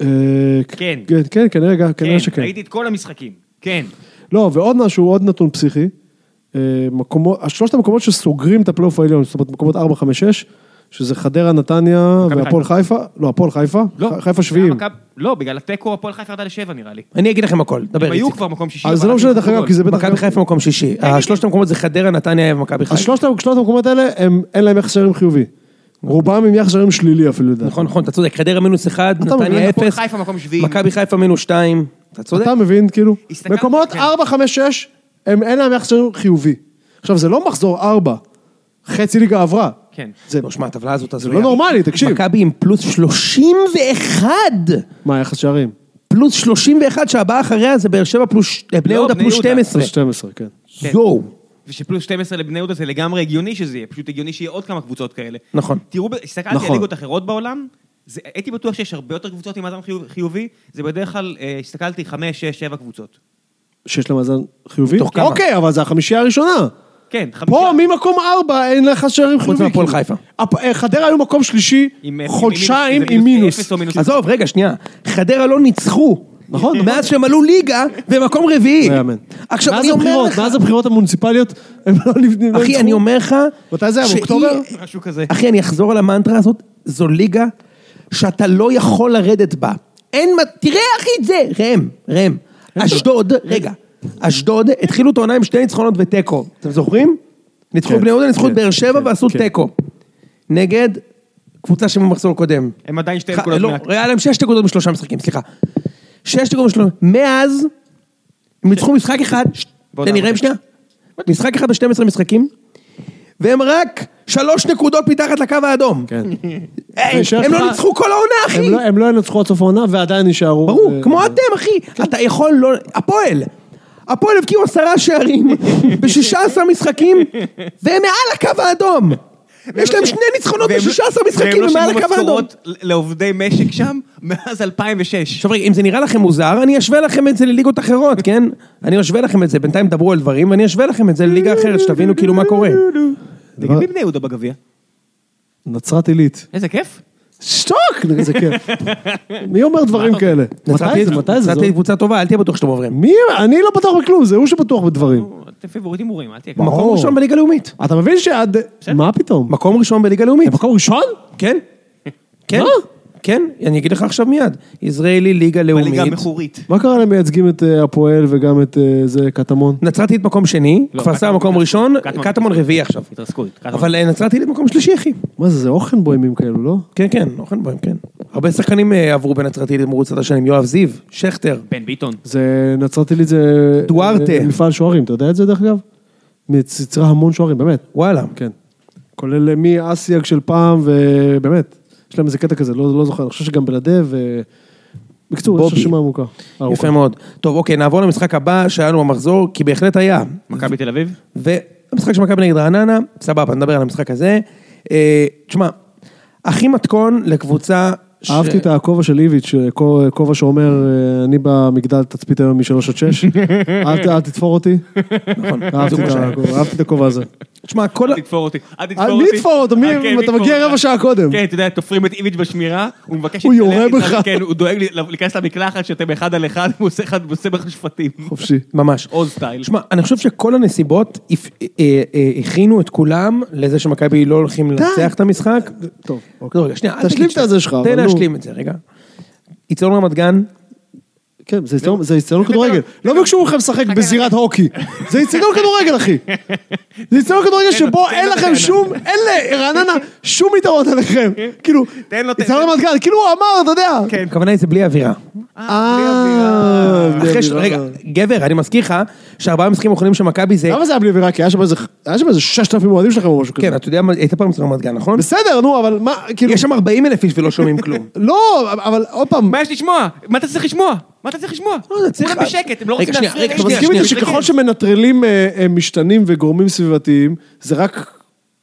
Speaker 3: כן, אה,
Speaker 1: כן.
Speaker 3: כן, כן, כנראה גם- כנראה שכן.
Speaker 1: ראיתי את כל המשחקים. כן.
Speaker 3: לא, ועוד משהו, עוד נתון פסיכי. אה, מקומות, שלושת המקומות שסוגרים את הפלייאוף העליון, זאת אומרת מקומות 4, 5, 6, שזה חדרה, נתניה
Speaker 1: מכבי
Speaker 3: והפועל חיפה. לא, הפועל חיפה. ח- חיפה שביעים.
Speaker 1: מכבי- לא, בגלל התיקו הפועל חיפה ירדה לשבע נראה לי.
Speaker 2: אני אגיד לכם הכל, דבר
Speaker 1: הם היו
Speaker 2: איציק.
Speaker 1: כבר מקום שישי.
Speaker 3: אז זה
Speaker 1: אבל
Speaker 3: לא
Speaker 1: אז
Speaker 3: משנה
Speaker 1: הם
Speaker 3: דרך אגב,
Speaker 1: גול.
Speaker 3: כי זה בטח...
Speaker 2: מכבי חיפה מקום שישי. השלושת המקומות זה חדרה, נתניה ומכבי
Speaker 3: אז
Speaker 2: חיפה.
Speaker 3: שלושת שלושת המקומות האלה, הם- אין להם יחס שערים חיובי.
Speaker 1: אוקיי.
Speaker 3: רובם עם יחס שערים שלילי אפילו, לדעתי.
Speaker 2: נכון, נכון, אתה צודק. חדרה מינוס 1, נתניה
Speaker 1: הפועל
Speaker 2: 0,
Speaker 1: חיפה מקום שביעי.
Speaker 2: מכבי חיפה מינוס 2. אתה צודק.
Speaker 3: אתה מבין, כאילו,
Speaker 1: הסתכלתי,
Speaker 3: מקומות
Speaker 1: כן.
Speaker 3: 4, 5, 6, הם אין להם יחס שערים חיובי. עכשיו, זה לא מחזור 4, חצי ליגה עברה.
Speaker 1: כן.
Speaker 3: זה...
Speaker 2: לא, שמע, הטבלה הזאת הזויה.
Speaker 3: לא נורמלי, תקשיב.
Speaker 2: מכבי עם פלוס 31!
Speaker 3: מה, יחס שערים?
Speaker 2: פלוס 31 שהבאה אחריה זה באר שבע פלוס, אה, בני
Speaker 1: לא,
Speaker 2: יהודה
Speaker 1: בני
Speaker 2: פלוס
Speaker 1: יהודה.
Speaker 2: 12.
Speaker 3: 12, כן.
Speaker 1: כן.
Speaker 2: יואו.
Speaker 1: ושפלוס 12 לבני יהודה זה לגמרי הגיוני שזה יהיה, פשוט הגיוני שיהיה עוד כמה קבוצות כאלה.
Speaker 2: נכון.
Speaker 1: תראו, ב- הסתכלתי
Speaker 3: נכון.
Speaker 1: על ליגות אחרות בעולם, זה, הייתי בטוח שיש הרבה יותר קבוצות עם מאזן חיוב- חיובי, זה בדרך כלל, אה, הסתכלתי 5, 6, 7 קבוצות.
Speaker 3: שיש לה מאזן חיובי?
Speaker 2: מתוך כמה?
Speaker 3: אוקיי, אבל זה החמישייה הראשונה.
Speaker 1: כן, חמישה.
Speaker 3: פה, ממקום 4, אין לך שערים חיובי.
Speaker 2: מהפועל
Speaker 3: כאילו.
Speaker 2: חיפה.
Speaker 3: הפ- אה, חדרה היו מקום שלישי,
Speaker 1: עם, אה,
Speaker 3: חודשיים
Speaker 1: עם מינוס,
Speaker 3: עם
Speaker 1: זה
Speaker 3: מינוס.
Speaker 1: אפס או מינוס.
Speaker 2: עזוב, רגע, שנייה. חדרה לא ניצחו.
Speaker 3: נכון, נכון.
Speaker 2: מאז שהם עלו ליגה, במקום רביעי.
Speaker 3: לא יאמן.
Speaker 2: עכשיו,
Speaker 3: מאז
Speaker 2: אני אומר
Speaker 3: הבחירות,
Speaker 2: לך,
Speaker 3: מאז הבחירות המוניציפליות, הם לא נבנים.
Speaker 2: אחי, אני אומר לך...
Speaker 3: מתי זה היה,
Speaker 2: שהיא-
Speaker 3: באוקטובר?
Speaker 1: משהו כזה.
Speaker 2: אחי, אני אחזור על המנטרה הזאת, זו ליגה שאתה לא יכול לרדת בה. אין מה... תראה, אחי, את זה! ראם, ראם. אשדוד, רגע. אשדוד, התחילו את העונה עם שתי ניצחונות ותיקו. אתם זוכרים? ניצחו
Speaker 3: כן,
Speaker 2: את בני יהודה, ניצחו את
Speaker 3: כן,
Speaker 2: באר שבע
Speaker 3: כן,
Speaker 2: ועשו
Speaker 3: כן.
Speaker 2: תיקו. נגד קבוצה שבמחזור הקודם.
Speaker 1: הם עדיין שתי
Speaker 2: ח-
Speaker 1: נקודות
Speaker 2: לא,
Speaker 1: מהק-
Speaker 2: היה להם שש נקודות משלושה משחקים, סליחה. שש נקודות משלושה, מאז הם
Speaker 1: כן.
Speaker 2: ניצחו משחק אחד, ש-
Speaker 1: ועוד
Speaker 2: תן לי
Speaker 1: ארבע.
Speaker 2: ראם שנייה, משחק אחד ב-12 משחקים, והם רק שלוש נקודות מתחת לקו האדום.
Speaker 3: כן.
Speaker 2: היי,
Speaker 3: יישאר
Speaker 2: הם
Speaker 3: לך-
Speaker 2: לא ניצחו כל העונה,
Speaker 3: הם
Speaker 2: אחי!
Speaker 3: לא- הם לא ינצחו עד סוף העונה ועדיין יישארו.
Speaker 2: ברור,
Speaker 3: אה,
Speaker 2: כמו אתם,
Speaker 1: כן.
Speaker 2: אחי. אתה יכול לא... הפועל! הפועל הבקיעו עשרה שערים ב-16 משחקים, והם מעל הקו האדום! יש להם שני ניצחונות
Speaker 1: והם לא-
Speaker 2: ב-16
Speaker 1: והם
Speaker 2: משחקים
Speaker 1: לא
Speaker 2: ומעל
Speaker 1: שילמו
Speaker 2: הקו האדום.
Speaker 1: משכורות ל- לעובדי משק שם מאז 2006.
Speaker 2: עכשיו רגע, אם זה נראה לכם מוזר, אני אשווה לכם את זה לליגות אחרות, כן? אני אשווה לכם את זה, בינתיים דברו על דברים, ואני אשווה לכם את זה לליגה אחרת, שתבינו כאילו מה קורה.
Speaker 1: נגד מי בני יהודה בגביע?
Speaker 3: נצרת עילית.
Speaker 1: איזה כיף.
Speaker 3: שתוק! נגיד, זה כיף. מי אומר
Speaker 2: נכון.
Speaker 3: דברים כאלה? מתי זה? מתי זה? לא-
Speaker 2: נצרתי קבוצה טובה, אל תהיה בטוח שאתם עוברים.
Speaker 3: מי? אני לא בטוח בכלום, זה הוא שבטוח בדברים.
Speaker 1: אתם פיבוריט הימורים, אל תהיה ככה.
Speaker 2: מקום ראשון בליגה לאומית.
Speaker 3: אתה מבין שעד... מה פתאום?
Speaker 2: מקום ראשון בליגה לאומית.
Speaker 3: אה, מקום ראשון?
Speaker 2: כן. כן.
Speaker 3: מה?
Speaker 2: כן, אני אגיד לך עכשיו מיד. ישראלי ליגה לאומית.
Speaker 1: בליגה המכורית.
Speaker 3: מה קרה להם מייצגים את אה, הפועל וגם את אה, זה קטמון?
Speaker 2: נצרת עילית מקום שני,
Speaker 1: לא,
Speaker 2: כפר סבא
Speaker 1: קטמון
Speaker 2: מקום
Speaker 1: התרסקות.
Speaker 2: ראשון,
Speaker 1: קטמון
Speaker 2: קטמון רביעי עכשיו.
Speaker 1: התרסקות. קטמון.
Speaker 2: אבל אה, נצרת עילית מקום שלישי, אחי.
Speaker 3: מה זה, זה אוכן בוימים כאלו, לא?
Speaker 2: כן, כן, אוכן בוים, כן. הרבה שחקנים אה, עברו בנצרת עילית במרוצת השנים, יואב זיו, שכטר.
Speaker 1: בן ביטון.
Speaker 3: זה נצרת עילית זה...
Speaker 2: דוארטה.
Speaker 3: אה, מפעל שוערים, אתה יודע את זה דרך אגב? מייצרה המון שוערים, באמת.
Speaker 2: וואלה.
Speaker 3: כן. כולל אה, מאסיאג של פעם, ובאמת, יש להם איזה קטע כזה, לא, לא זוכר, אני חושב שגם בלעדיו, ו... בקיצור, יש
Speaker 2: בובי.
Speaker 3: רשימה עמוקה. ארוכה.
Speaker 2: יפה מאוד. טוב, אוקיי, נעבור למשחק הבא שהיה לנו במחזור, כי בהחלט היה.
Speaker 1: מכבי תל אביב?
Speaker 2: והמשחק של מכבי נגד רעננה, סבבה, נדבר על המשחק הזה. אה, תשמע, הכי מתכון לקבוצה... ש-
Speaker 3: אהבתי את הכובע של איביץ', אה, כו- כובע שאומר, אה, אני במגדל תצפית היום משלוש עד שש, אל ת- אל תתפור אותי.
Speaker 2: נכון,
Speaker 3: אהבתי את הכובע- אהבתי את הכובע הזה.
Speaker 2: תשמע, כל... ה-
Speaker 1: אל תתפור אותי. אל תתפור
Speaker 3: אה,
Speaker 1: אותי.
Speaker 3: מי יתפור אותו? מי-
Speaker 1: אה, כן,
Speaker 3: אתה
Speaker 1: יתפור
Speaker 3: מגיע
Speaker 1: אותך?
Speaker 3: רבע שעה קודם.
Speaker 1: כן, אתה יודע, תופרים את איביץ' בשמירה, הוא מבקש...
Speaker 3: הוא
Speaker 1: להתקלח
Speaker 3: יורה
Speaker 1: איתך,
Speaker 3: בך.
Speaker 1: כן, הוא דואג לי- להיכנס למקלחת שאתם אחד על אחד, הוא עושה אחד, הוא עושה בך שפטים.
Speaker 3: חופשי.
Speaker 2: ממש.
Speaker 1: עוז סטייל.
Speaker 2: שמע, אני חושב שכל הנסיבות הפ- אה, אה, הכינו את כולם לזה שמכבי לא הולכים לנצח את המשחק.
Speaker 3: טוב, אוקיי.
Speaker 2: רגע, שנייה, אל
Speaker 3: תשלים
Speaker 2: תגיד
Speaker 3: את הזה שלך,
Speaker 2: תן
Speaker 3: אבל נו.
Speaker 2: להשלים את זה, רגע. יצאון רמת גן,
Speaker 3: כן, זה יצטדיון- זה יצטדיון כדורגל. לא ביקשו לכם לשחק בזירת הוקי. זה יצטדיון כדורגל, אחי. זה יצטדיון כדורגל שבו
Speaker 1: תן
Speaker 3: אין
Speaker 1: לו, תן
Speaker 3: לכם
Speaker 1: לו.
Speaker 3: שום, אין לרעננה שום יתרון עליכם. כאילו,
Speaker 1: כן. תן לו, תן-
Speaker 3: יצטדיון רמת גן, כאילו הוא אמר, אתה יודע.
Speaker 1: כן.
Speaker 2: הכוונה היא זה בלי אווירה.
Speaker 1: בלי
Speaker 3: אה,
Speaker 1: אווירה.
Speaker 3: בלי
Speaker 2: אחרי ש...
Speaker 3: אווירה.
Speaker 2: רגע, גבר, אני מזכיר לך שארבעה משחקים האחרונים של מכבי זה...
Speaker 3: למה זה היה בלי אווירה? כי היה שם איזה- היה שם איזה 6,000 אוהדים שלכם או משהו כזה.
Speaker 2: כן, אתה יודע מה, הייתה פעם אצל רמת גן, נכון?
Speaker 3: בסדר, נו, אבל מה, כאילו,
Speaker 2: יש שם 40 אלף איש ולא שומעים כלום.
Speaker 3: לא, אבל עוד פעם,
Speaker 1: מה יש לשמוע? מה אתה צריך לשמוע? מה אתה צריך לשמוע?
Speaker 2: לא, אתה צריך-
Speaker 1: כולם בשקט, הם לא
Speaker 2: רגע,
Speaker 1: רוצים
Speaker 2: שנייה,
Speaker 1: להפריע.
Speaker 2: רגע,
Speaker 1: לאיש.
Speaker 3: אתה מסכים
Speaker 2: שנייה,
Speaker 3: איתי שככל שמנטרלים אה, אה, משתנים וגורמים סביבתיים, זה רק,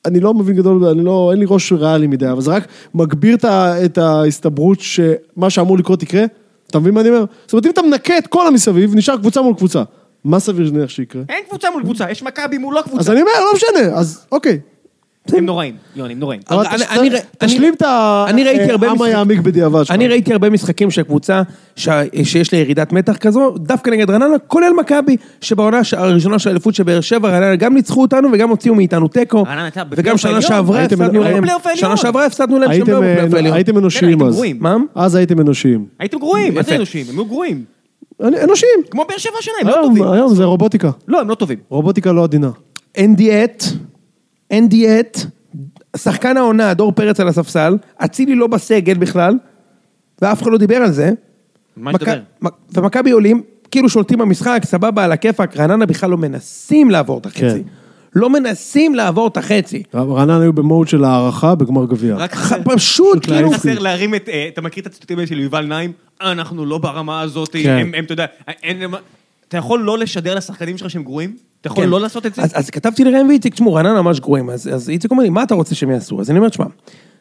Speaker 3: אני לא מבין גדול, אני לא, אין לי ראש ריאלי מדי, אבל זה רק מגביר את ה- את ההסתברות שמה שאמור לקרות יקרה. אתה מבין מה אני אומר? זאת אומרת, אם אתה מנקה את כל המסביב, נשאר קבוצה מול קבוצה. מה סביר שנניח שיקרה?
Speaker 1: אין קבוצה מול קבוצה, יש מכבי מול לא
Speaker 3: אז
Speaker 1: קבוצה.
Speaker 3: אני אומר, לא משנה, אז אוקיי.
Speaker 1: הם נוראים, יוני, הם נוראים.
Speaker 3: אבל
Speaker 2: אני-
Speaker 3: תש-
Speaker 2: אני ר-
Speaker 3: תשלים
Speaker 2: אני-
Speaker 3: את ה...
Speaker 2: אני ראיתי
Speaker 3: אה,
Speaker 2: הרבה
Speaker 3: "עמה
Speaker 2: משחק-
Speaker 3: יעמיק בדיעבד שלך.
Speaker 2: אני ראיתי הרבה משחקים של קבוצה שה- שיש לה ירידת מתח כזו, דווקא נגד רעננה, כולל מכבי, שבעונה ש- הראשונה של האליפות של באר שבע, רעננה גם ניצחו אותנו וגם הוציאו מאיתנו תקו,
Speaker 1: רעננה הייתה
Speaker 2: וגם
Speaker 1: בפלייאוף
Speaker 2: שנה
Speaker 1: העליון. לא,
Speaker 2: שעברה
Speaker 3: הייתם-
Speaker 2: הפסדנו
Speaker 3: הייתם
Speaker 2: להם,
Speaker 1: בפלייאוף העליון.
Speaker 2: שנה שעברה הפסדנו להם שהם לא
Speaker 3: הייתם,
Speaker 2: היו בפלייאוף
Speaker 3: אה,
Speaker 2: העליון.
Speaker 3: הייתם אנושיים
Speaker 1: כן, הייתם
Speaker 3: אז.
Speaker 1: גרועים.
Speaker 2: מה?
Speaker 3: אז הייתם אנושיים.
Speaker 1: הייתם גרועים, מה זה
Speaker 2: יפה.
Speaker 1: אנושים? הם היו גרועים.
Speaker 3: אני- אנושיים.
Speaker 1: כמו באר שבע השנה, הם לא טובים.
Speaker 3: היום, היום זה רובוטיקה.
Speaker 1: לא, הם לא טובים.
Speaker 3: רובוטיקה לא עדינה.
Speaker 2: אין דיאט, אין דיאט, שחקן העונה, דור פרץ על הספסל, אצילי לא בסגל בכלל, ואף אחד לא דיבר על זה.
Speaker 1: מה אתה
Speaker 2: מכ-
Speaker 1: מדבר?
Speaker 2: מ- ומכבי עולים, כאילו שולטים במשחק, סבבה, על הכיפאק, רעננה בכלל לא מנסים לעבור את
Speaker 3: כן.
Speaker 2: החצי. לא מנסים לעבור את החצי.
Speaker 3: רעננה היו במוד של הערכה בגמר גביע.
Speaker 1: רק
Speaker 2: ח-
Speaker 1: חסר-
Speaker 2: פשוט, כאילו...
Speaker 1: רק חסר להרים את, אה, אתה מכיר את הציטוטים האלה של יובל נעים? אנחנו לא ברמה הזאת,
Speaker 3: כן.
Speaker 1: הם, הם, אתה יודע, אין להם... אתה יכול לא לשדר לשחקנים שלך שהם גרועים? אתה יכול
Speaker 2: כן.
Speaker 1: לא לעשות את זה?
Speaker 2: אז, אז כתבתי לראם ואיציק, תשמעו, רעננה ממש גרועים, אז, אז איציק אומר לי, מה אתה רוצה שהם יעשו? אז אני אומר, תשמע,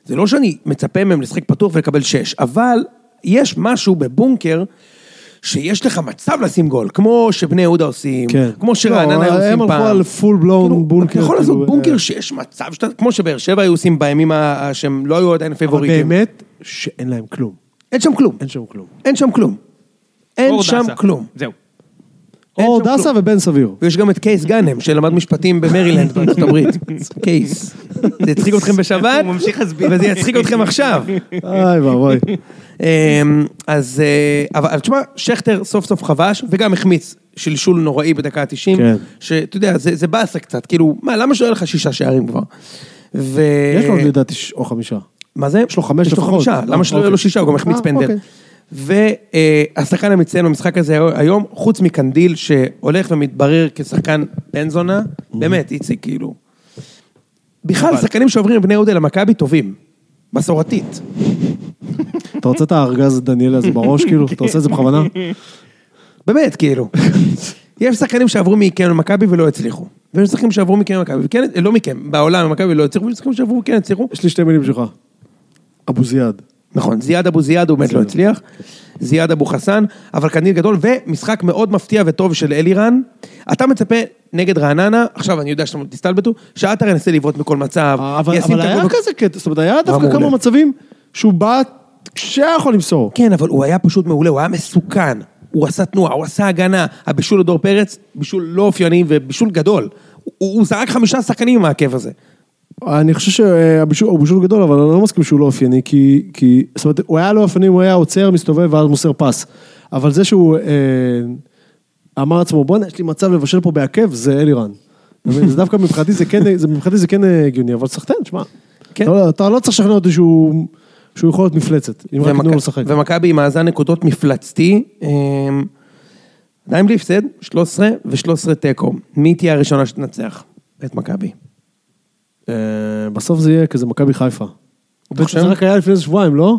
Speaker 2: זה לא שאני מצפה מהם לשחק פתוח ולקבל שש, אבל יש משהו בבונקר, שיש לך מצב לשים גול, כמו שבני יהודה עושים,
Speaker 3: כן.
Speaker 2: כמו
Speaker 3: לא,
Speaker 2: שרעננה היו
Speaker 3: הם
Speaker 2: עושים
Speaker 3: הלכו
Speaker 2: פעם.
Speaker 3: על full blown בונקר,
Speaker 2: אתה יכול
Speaker 3: כאילו,
Speaker 2: לעשות בונקר
Speaker 3: אה.
Speaker 2: שיש מצב, שאתה, כמו שבאר שבע היו עושים בימים ה- ה- שהם לא היו עדיין
Speaker 3: אבל
Speaker 2: פייבוריטים.
Speaker 3: באמת שאין להם כלום.
Speaker 2: אין שם כלום,
Speaker 3: אין שם כלום.
Speaker 2: אין שם כלום. אין
Speaker 1: אור
Speaker 2: שם
Speaker 1: דסה.
Speaker 2: כלום.
Speaker 1: זהו.
Speaker 2: אין
Speaker 3: או
Speaker 2: שם כלום.
Speaker 3: דסה ובן סביר.
Speaker 2: ויש גם את קייס גאנם, שלמד משפטים במרילנד בארצות הברית. קייס. זה יצחיק אתכם בשבת,
Speaker 1: הוא ממשיך להסביר.
Speaker 2: וזה יצחיק אתכם עכשיו.
Speaker 3: איי ואבוי.
Speaker 2: אמ, אז, אה, אבל אבל תשמע, שכטר סוף סוף חבש, וגם החמיץ שלשול נוראי בדקה ה-90,
Speaker 3: כן.
Speaker 2: שאתה יודע, זה זה באסה קצת, כאילו, מה, למה שלא היה לך שישה שערים כבר? ו...
Speaker 3: אה. יש לו לדעתי ש- או חמישה.
Speaker 2: מה זה?
Speaker 3: יש לו חמש
Speaker 2: יש לו
Speaker 3: לפחות.
Speaker 2: חמישה, למה שלא יהיו לו
Speaker 3: אוקיי.
Speaker 2: שישה? הוא גם החמיץ
Speaker 3: אה,
Speaker 2: פנדל.
Speaker 3: אוקיי.
Speaker 2: והשחקן המצטיין במשחק הזה היום, חוץ מקנדיל, שהולך ומתברר כשחקן בן זונה,
Speaker 3: Mhm.
Speaker 2: באמת, איציק, כאילו. בכלל, שחקנים שעוברים עם בני יהודה למכבי טובים. מסורתית.
Speaker 3: אתה רוצה את הארגז דניאל הזה בראש, כאילו? אתה עושה את זה בכוונה?
Speaker 2: באמת, כאילו. יש שחקנים שעברו מכם למכבי ולא הצליחו. ויש שחקנים שעברו מכם למכבי, וכן, לא מכם, בעולם למכבי ולא הצליחו, ויש שחקנים שעברו וכן הצליחו.
Speaker 3: יש לי שתי מילים בשבילך. אבו זיאד.
Speaker 2: נכון, זיאד אבו זיאד הוא באמת לא הצליח, זיאד אבו חסן, אבל קנדיל גדול, ומשחק מאוד מפתיע וטוב של אלירן. אתה מצפה נגד רעננה, עכשיו אני יודע שאתם תסתלבטו, שעטר ינסה לבעוט מכל מצב,
Speaker 3: אה, אבל
Speaker 2: ישים
Speaker 3: אבל
Speaker 2: את
Speaker 3: היה
Speaker 2: הכדור-
Speaker 3: כזה קטע, זאת אומרת, היה דווקא
Speaker 2: מעולה.
Speaker 3: כמה מצבים שהוא בעט כשהיה יכול למסור.
Speaker 2: כן, אבל הוא היה פשוט מעולה, הוא היה מסוכן. הוא עשה תנועה, הוא עשה הגנה. הבישול לדור פרץ, בישול לא אופייני ובישול גדול. הוא, הוא זרק חמישה שחקנים עם העקב הזה.
Speaker 3: אני חושב שהבישול הוא בישול גדול, אבל אני לא מסכים שהוא לא אופייני, כי, כי... זאת אומרת, הוא היה לא אופייני, הוא היה עוצר, מסתובב ואז מוסר פס. אבל זה שהוא אה, אמר לעצמו, בואנה, יש לי מצב לבשל פה בעקב, זה אלירן. אתה מבין? זה דווקא מבחינתי זה כן, זה, מבחינתי זה כן אה, הגיוני, אבל סחטיין, שמע.
Speaker 2: כן.
Speaker 3: אתה, לא- אתה לא צריך לשכנע אותי שהוא, שהוא יכול להיות מפלצת, אם רק
Speaker 2: ומכ-
Speaker 3: תנו לו לשחק.
Speaker 2: ומכבי עם מאזן נקודות מפלצתי. אמ, עדיין בלי הפסד, 13 ו-13 תיקו. מי תהיה הראשונה שתנצח? את מכבי.
Speaker 3: אה, בסוף זה יהיה כזה מכבי חיפה.
Speaker 2: חושב?
Speaker 3: זה רק היה לפני איזה שבועיים, לא?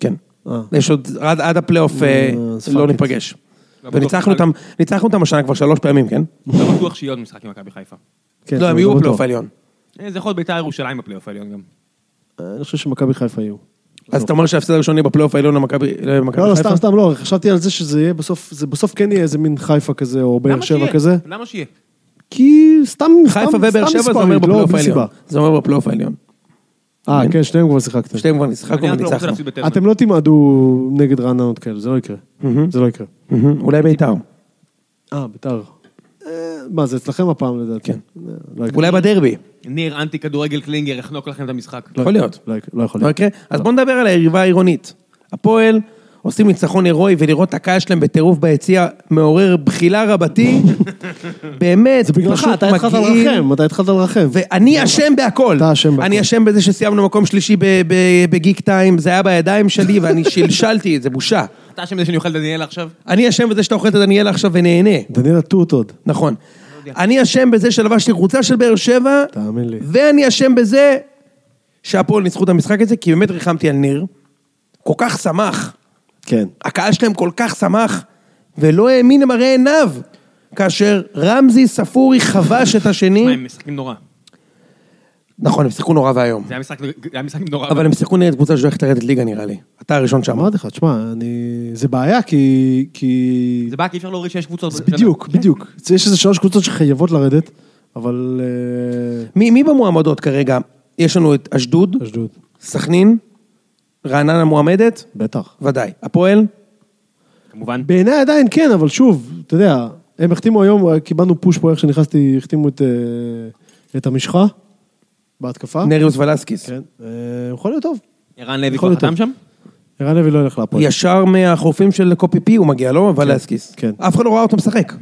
Speaker 2: כן.
Speaker 3: אה.
Speaker 2: יש עוד, עד, עד הפלייאוף אה,
Speaker 3: אה, אז
Speaker 2: לא
Speaker 3: fuck it.
Speaker 2: ניפגש.
Speaker 1: לא
Speaker 2: וניצחנו
Speaker 1: בטוח.
Speaker 2: אותם, ניצחנו אותם השנה כבר שלוש פעמים, כן?
Speaker 1: לא בטוח שיהיה עוד משחק עם מכבי חיפה.
Speaker 3: כן,
Speaker 2: לא, הם
Speaker 3: אני
Speaker 2: יהיו
Speaker 3: לא
Speaker 2: בפלייאוף
Speaker 3: בטוח.
Speaker 2: העליון.
Speaker 1: אה, זה יכול להיות בית"ר ירושלים בפלייאוף העליון גם.
Speaker 3: אה, אני חושב שמכבי חיפה יהיו.
Speaker 2: אז אתה אומר שההפסד הראשון יהיה בפלייאוף העליון למכבי אה, למכבי חיפה?
Speaker 3: לא, לא, סתם, סתם, לא, חשבתי על זה שזה יהיה בסוף, זה בסוף כן יהיה איזה מין חיפה כזה, או באר
Speaker 1: למה
Speaker 3: שבע
Speaker 1: שיהיה?
Speaker 3: כזה.
Speaker 1: למה שיהיה?
Speaker 3: כי סתם, סתם,
Speaker 2: חיפה ובאר
Speaker 3: סתם
Speaker 2: שבע זה אומר
Speaker 3: מספרית, לא,
Speaker 2: בפלייאוף
Speaker 3: בלי
Speaker 2: העליון.
Speaker 3: סיבה.
Speaker 2: זה אומר בפלייאוף העליון.
Speaker 3: אה, כן, שניהם כבר שיחקתם.
Speaker 2: שתיהם כבר
Speaker 1: אני
Speaker 2: נשחקנו
Speaker 1: רק לא רוצה
Speaker 2: וניצחנו.
Speaker 1: להפסיד בטרנר.
Speaker 3: אתם לא תמעדו נגד רעננות כאלה, זה לא יקרה. זה לא יקרה.
Speaker 2: מהמם, אולי בית"ר.
Speaker 3: אה, ביתר. אה, מה, זה אצלכם הפעם לדעתי.
Speaker 2: כן.
Speaker 3: אה, לא יקרה.
Speaker 2: אולי בדרבי.
Speaker 1: ניר אנטי כדורגל קלינגר יחנוק לכם את המשחק.
Speaker 2: יכול להיות.
Speaker 3: לא יקרה, לא יכול
Speaker 2: לא
Speaker 3: להיות.
Speaker 2: יקרה? אז בואו נדבר על היריבה העירונית. הפועל עושים ניצחון הירואי ולראות את הקהל שלהם בטירוף ביציע מעורר בחילה רבתי. באמת,
Speaker 3: זה בגללך,
Speaker 2: פשוט
Speaker 3: אתה התחלת על
Speaker 2: מגעיל.
Speaker 3: רחם, אתה התחלת על רחם.
Speaker 2: ואני אשם בהכל.
Speaker 3: אתה אשם בהכל.
Speaker 2: אני אשם בזה שסיימנו מקום שלישי ב- ב- בגיק טיים, זה היה בידיים שלי ואני שלשלתי את זה, בושה.
Speaker 1: אתה אשם בזה שאני אוכל דניאל עכשיו?
Speaker 2: אני אשם בזה שאתה אוכל את הדניאלה עכשיו ונהנה.
Speaker 3: דניאל הטוט עוד.
Speaker 2: נכון.
Speaker 3: לא
Speaker 2: אני אשם בזה שלבשתי חולצה של באר שבע,
Speaker 3: תאמין לי.
Speaker 2: ואני אשם בזה שהפועל ניצחו את המשחק הזה, כי באמת ריחמתי על ניר. כל כך שמח,
Speaker 3: כן.
Speaker 2: הקהל שלהם כל כך שמח, ולא האמין למראה עיניו, כאשר רמזי ספורי חבש את
Speaker 1: מה,
Speaker 2: השני.
Speaker 1: הם משחקים נורא.
Speaker 2: נכון, הם שיחקו נורא ואיום.
Speaker 1: זה היה משחק- זה היה משחק נורא.
Speaker 2: אבל הם שיחקו נגד קבוצה שהולכת לרדת ליגה נראה לי. אתה הראשון שם.
Speaker 3: אמרתי לך, תשמע, אני... זה בעיה, כי... כי...
Speaker 1: זה בעיה, כי אי אפשר להוריד שיש קבוצות.
Speaker 3: אז
Speaker 1: בשנה.
Speaker 3: בדיוק,
Speaker 1: כן.
Speaker 3: בדיוק. אז יש איזה שלוש קבוצות שחייבות לרדת, אבל... אה,
Speaker 2: מי מי במועמדות כרגע? יש לנו את אשדוד,
Speaker 3: אשדוד,
Speaker 2: סכנין, רעננה מועמדת,
Speaker 3: בטח.
Speaker 2: ודאי. הפועל?
Speaker 1: כמובן.
Speaker 3: בעיניי עדיין כן, אבל שוב, אתה יודע, הם החתימו היום, קיבלנו פוש פה איך שנכנסתי, החתימו את, אה, את המשחה
Speaker 1: אה?
Speaker 3: בהתקפה.
Speaker 2: נריוס ולסקיס.
Speaker 3: כן, אה, יכול להיות טוב.
Speaker 1: ערן לוי
Speaker 3: יכול
Speaker 1: כבר
Speaker 3: להיות
Speaker 1: חתם
Speaker 3: טוב.
Speaker 1: שם?
Speaker 3: ערן לוי לא ילך להפועל.
Speaker 2: ישר מהחופים של קופי פי הוא מגיע, לא? ולסקיס.
Speaker 3: כן.
Speaker 2: אף אחד לא ראה אותו משחק.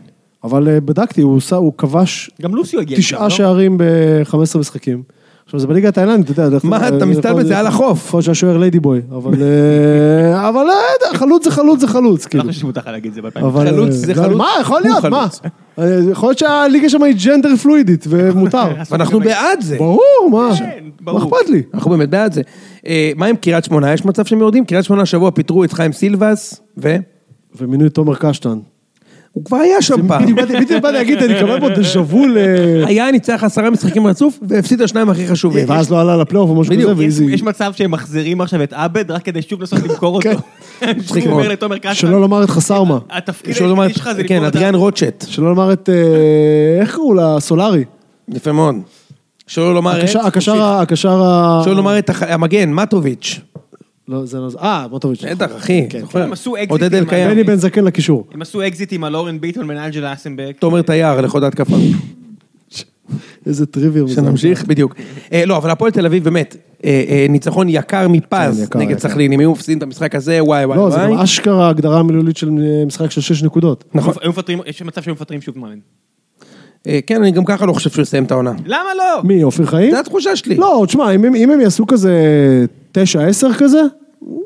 Speaker 3: אבל אה, בדקתי, הוא עושה- הוא כבש
Speaker 1: גם לוסיו הגיע.
Speaker 3: תשעה
Speaker 2: נכון?
Speaker 1: לשם, לא?
Speaker 3: שערים ב-15 משחקים. עכשיו זה בליגה התאילנדית, אתה יודע.
Speaker 2: מה, אתה
Speaker 3: יכול-
Speaker 2: מסתלבט? זה על החוף.
Speaker 3: יכול להיות שהשוער ליידי בוי, אבל... אה, אבל לא יודע, חלוץ זה חלוץ זה חלוץ,
Speaker 1: לא
Speaker 3: כאילו.
Speaker 1: חושב שמותר להגיד זה ב-2000.
Speaker 3: אבל...
Speaker 2: חלוץ זה
Speaker 3: לא,
Speaker 2: חלוץ,
Speaker 3: מה, יכול
Speaker 2: הוא
Speaker 3: להיות, מה?
Speaker 2: חלוץ.
Speaker 3: אה, יכול להיות שהליגה שם היא ג'נדר פלואידית, ומותר.
Speaker 2: ואנחנו בעד זה.
Speaker 3: ברור, מה?
Speaker 1: כן,
Speaker 3: מה
Speaker 1: ברור.
Speaker 3: אכפת לי?
Speaker 2: אנחנו באמת בעד זה. אה, מה עם קריית שמונה? יש מצב שהם יורדים? קריית שמונה השבוע פיטרו את חיים סילבס, ו...
Speaker 3: ומינוי תומר קשטן.
Speaker 2: הוא כבר היה שם פעם.
Speaker 3: בדיוק באתי- בדיוק באתי להגיד, אני מקבל פה דז'ה וו ל...
Speaker 2: היה ניצח עשרה משחקים רצוף, והפסיד השניים הכי חשובים.
Speaker 3: ואז לא עלה לפלייאוף או משהו
Speaker 2: בדיוק,
Speaker 3: כזה,
Speaker 1: יש-
Speaker 3: ואיזי...
Speaker 1: יש מצב שהם מחזירים עכשיו את עבד רק כדי שוב לנסות למכור אותו.
Speaker 2: מצחיק
Speaker 1: הוא
Speaker 2: מאוד.
Speaker 1: אומר לתומר קשטן,
Speaker 3: כן. שלא לומר את חסרמה.
Speaker 2: אה,
Speaker 1: התפקיד
Speaker 2: יש עוד לומר-
Speaker 1: היחידי שלך זה
Speaker 2: כן,
Speaker 1: למכור
Speaker 2: אדריאן
Speaker 1: אותה.
Speaker 2: רוטשט.
Speaker 3: שלא לומר את... אה, איך קראו לה? סולארי.
Speaker 2: יפה מאוד. שלא לומר את...
Speaker 3: הקשר- הקשר ה... הקשר ה...
Speaker 2: שלא לומר את הח- המגן, מטוביץ'.
Speaker 3: לא, זה לא זה. אה, מוטוביץ'.
Speaker 2: בטח, אחי.
Speaker 3: כן,
Speaker 2: זוכר?
Speaker 1: הם עשו אקזיטים,
Speaker 2: עודד אלקיים.
Speaker 3: בני בן זקן לקישור.
Speaker 1: הם עשו אקזיטים על אורן ביטון ונאנג'לה אסנבק.
Speaker 2: תומר תייר לחוד ההתקפה.
Speaker 3: איזה טריוויה. מוזר.
Speaker 2: שנמשיך, בדיוק. אה, לא, אבל הפועל תל אביב באמת, אה, אה, ניצחון יקר מפז
Speaker 3: כן, יקר,
Speaker 2: נגד
Speaker 3: יקר.
Speaker 2: סכלין, אם היו מפסידים את המשחק הזה, וואי וואי
Speaker 3: לא, זה גם
Speaker 2: וואי.
Speaker 3: אשכרה הגדרה מילולית של אה, משחק של שש נקודות.
Speaker 2: נכון.
Speaker 1: היו מפטרים- יש מצב שהם מפטרים שוב מאמן.
Speaker 2: אה, כן, אני גם ככה לא חושב שהוא יסיים את העונה.
Speaker 1: למה לא?
Speaker 3: מי, אופיר חיים?
Speaker 2: זו התחושה שלי.
Speaker 3: לא, תשמע, אם הם- אם הם יעשו כזה תשע, עשר כזה, בוא,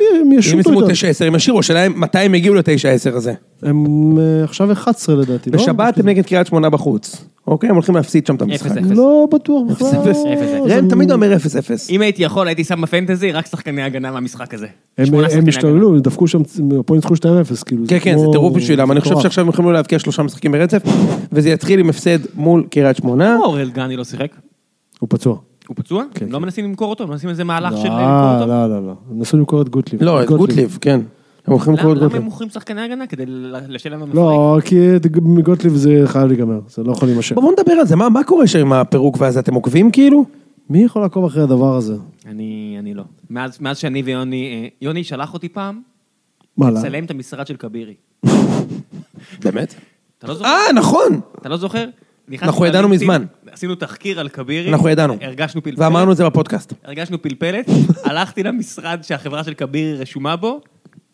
Speaker 3: מי- מי
Speaker 2: אם
Speaker 3: ישוב
Speaker 2: ישימו
Speaker 3: אותו יותר.
Speaker 2: 9-10 הם ישאירו, השאלה היא מתי הם הגיעו ל-9-10 הזה.
Speaker 3: הם אה, עכשיו 11 לדעתי, לא?
Speaker 2: בשבת הם נגד קריית שמונה בחוץ. אוקיי? הם הולכים להפסיד שם את המשחק.
Speaker 1: אפס, אפס.
Speaker 3: לא בטוח בכלל.
Speaker 1: אפס, אפס.
Speaker 2: ראם תמיד אומר 0-0.
Speaker 1: אם הייתי יכול, הייתי שם בפנטזי רק שחקני הגנה מהמשחק הזה.
Speaker 3: הם- אה,
Speaker 1: שמונה שחקני
Speaker 3: הם השתוללו, הם דפקו שם, פה ניצחו 2-0, כאילו.
Speaker 2: כן, כן, זה
Speaker 3: כמו-
Speaker 2: טירוף בשבילם.
Speaker 3: זה
Speaker 2: אני חושב
Speaker 3: מטורף.
Speaker 2: שעכשיו הם יכולים להבקיע שלושה משחקים ברצף, וזה יתחיל עם הפסד מול קריית שמונה.
Speaker 1: הגנה. למה אורל גני לא שיחק?
Speaker 3: הוא פצוע.
Speaker 1: הוא פצוע?
Speaker 3: כן.
Speaker 1: לא מנסים למכור אותו? מנסים איזה מהלך של למכור
Speaker 3: לא,
Speaker 1: אותו?
Speaker 3: לא, לא, לא. הם ניסו למכור את גוטליב.
Speaker 2: לא, את גוטליב, כן. הם הולכים לקרוא
Speaker 1: למה
Speaker 2: את
Speaker 1: למה הם
Speaker 2: גוטליב.
Speaker 1: מוכרים שחקני הגנה? כדי ל- לשלם למפרק?
Speaker 3: לא, כי את ג- מגוטליב זה חייב להיגמר, זה לא יכול להימשך.
Speaker 2: בוא בוא נדבר על זה, מה מה קורה שם עם הפירוק ואז אתם עוקבים כאילו?
Speaker 3: מי יכול לעקוב אחרי הדבר הזה?
Speaker 1: אני אני לא. מאז מאז שאני ויוני... אה, יוני שלח אותי פעם,
Speaker 3: מה, לא?
Speaker 1: לצלם את המשרד של כבירי.
Speaker 2: באמת?
Speaker 1: אתה לא זוכר?
Speaker 2: אה, נכון!
Speaker 1: אתה לא זוכר? נכנסנו
Speaker 2: אנחנו ידענו
Speaker 1: ללינקדאין,
Speaker 2: מזמן.
Speaker 1: עשינו תחקיר על כבירי.
Speaker 2: אנחנו ידענו.
Speaker 1: הרגשנו פלפלת.
Speaker 2: ואמרנו את זה בפודקאסט.
Speaker 1: הרגשנו פלפלת, הלכתי למשרד שהחברה של כבירי רשומה בו,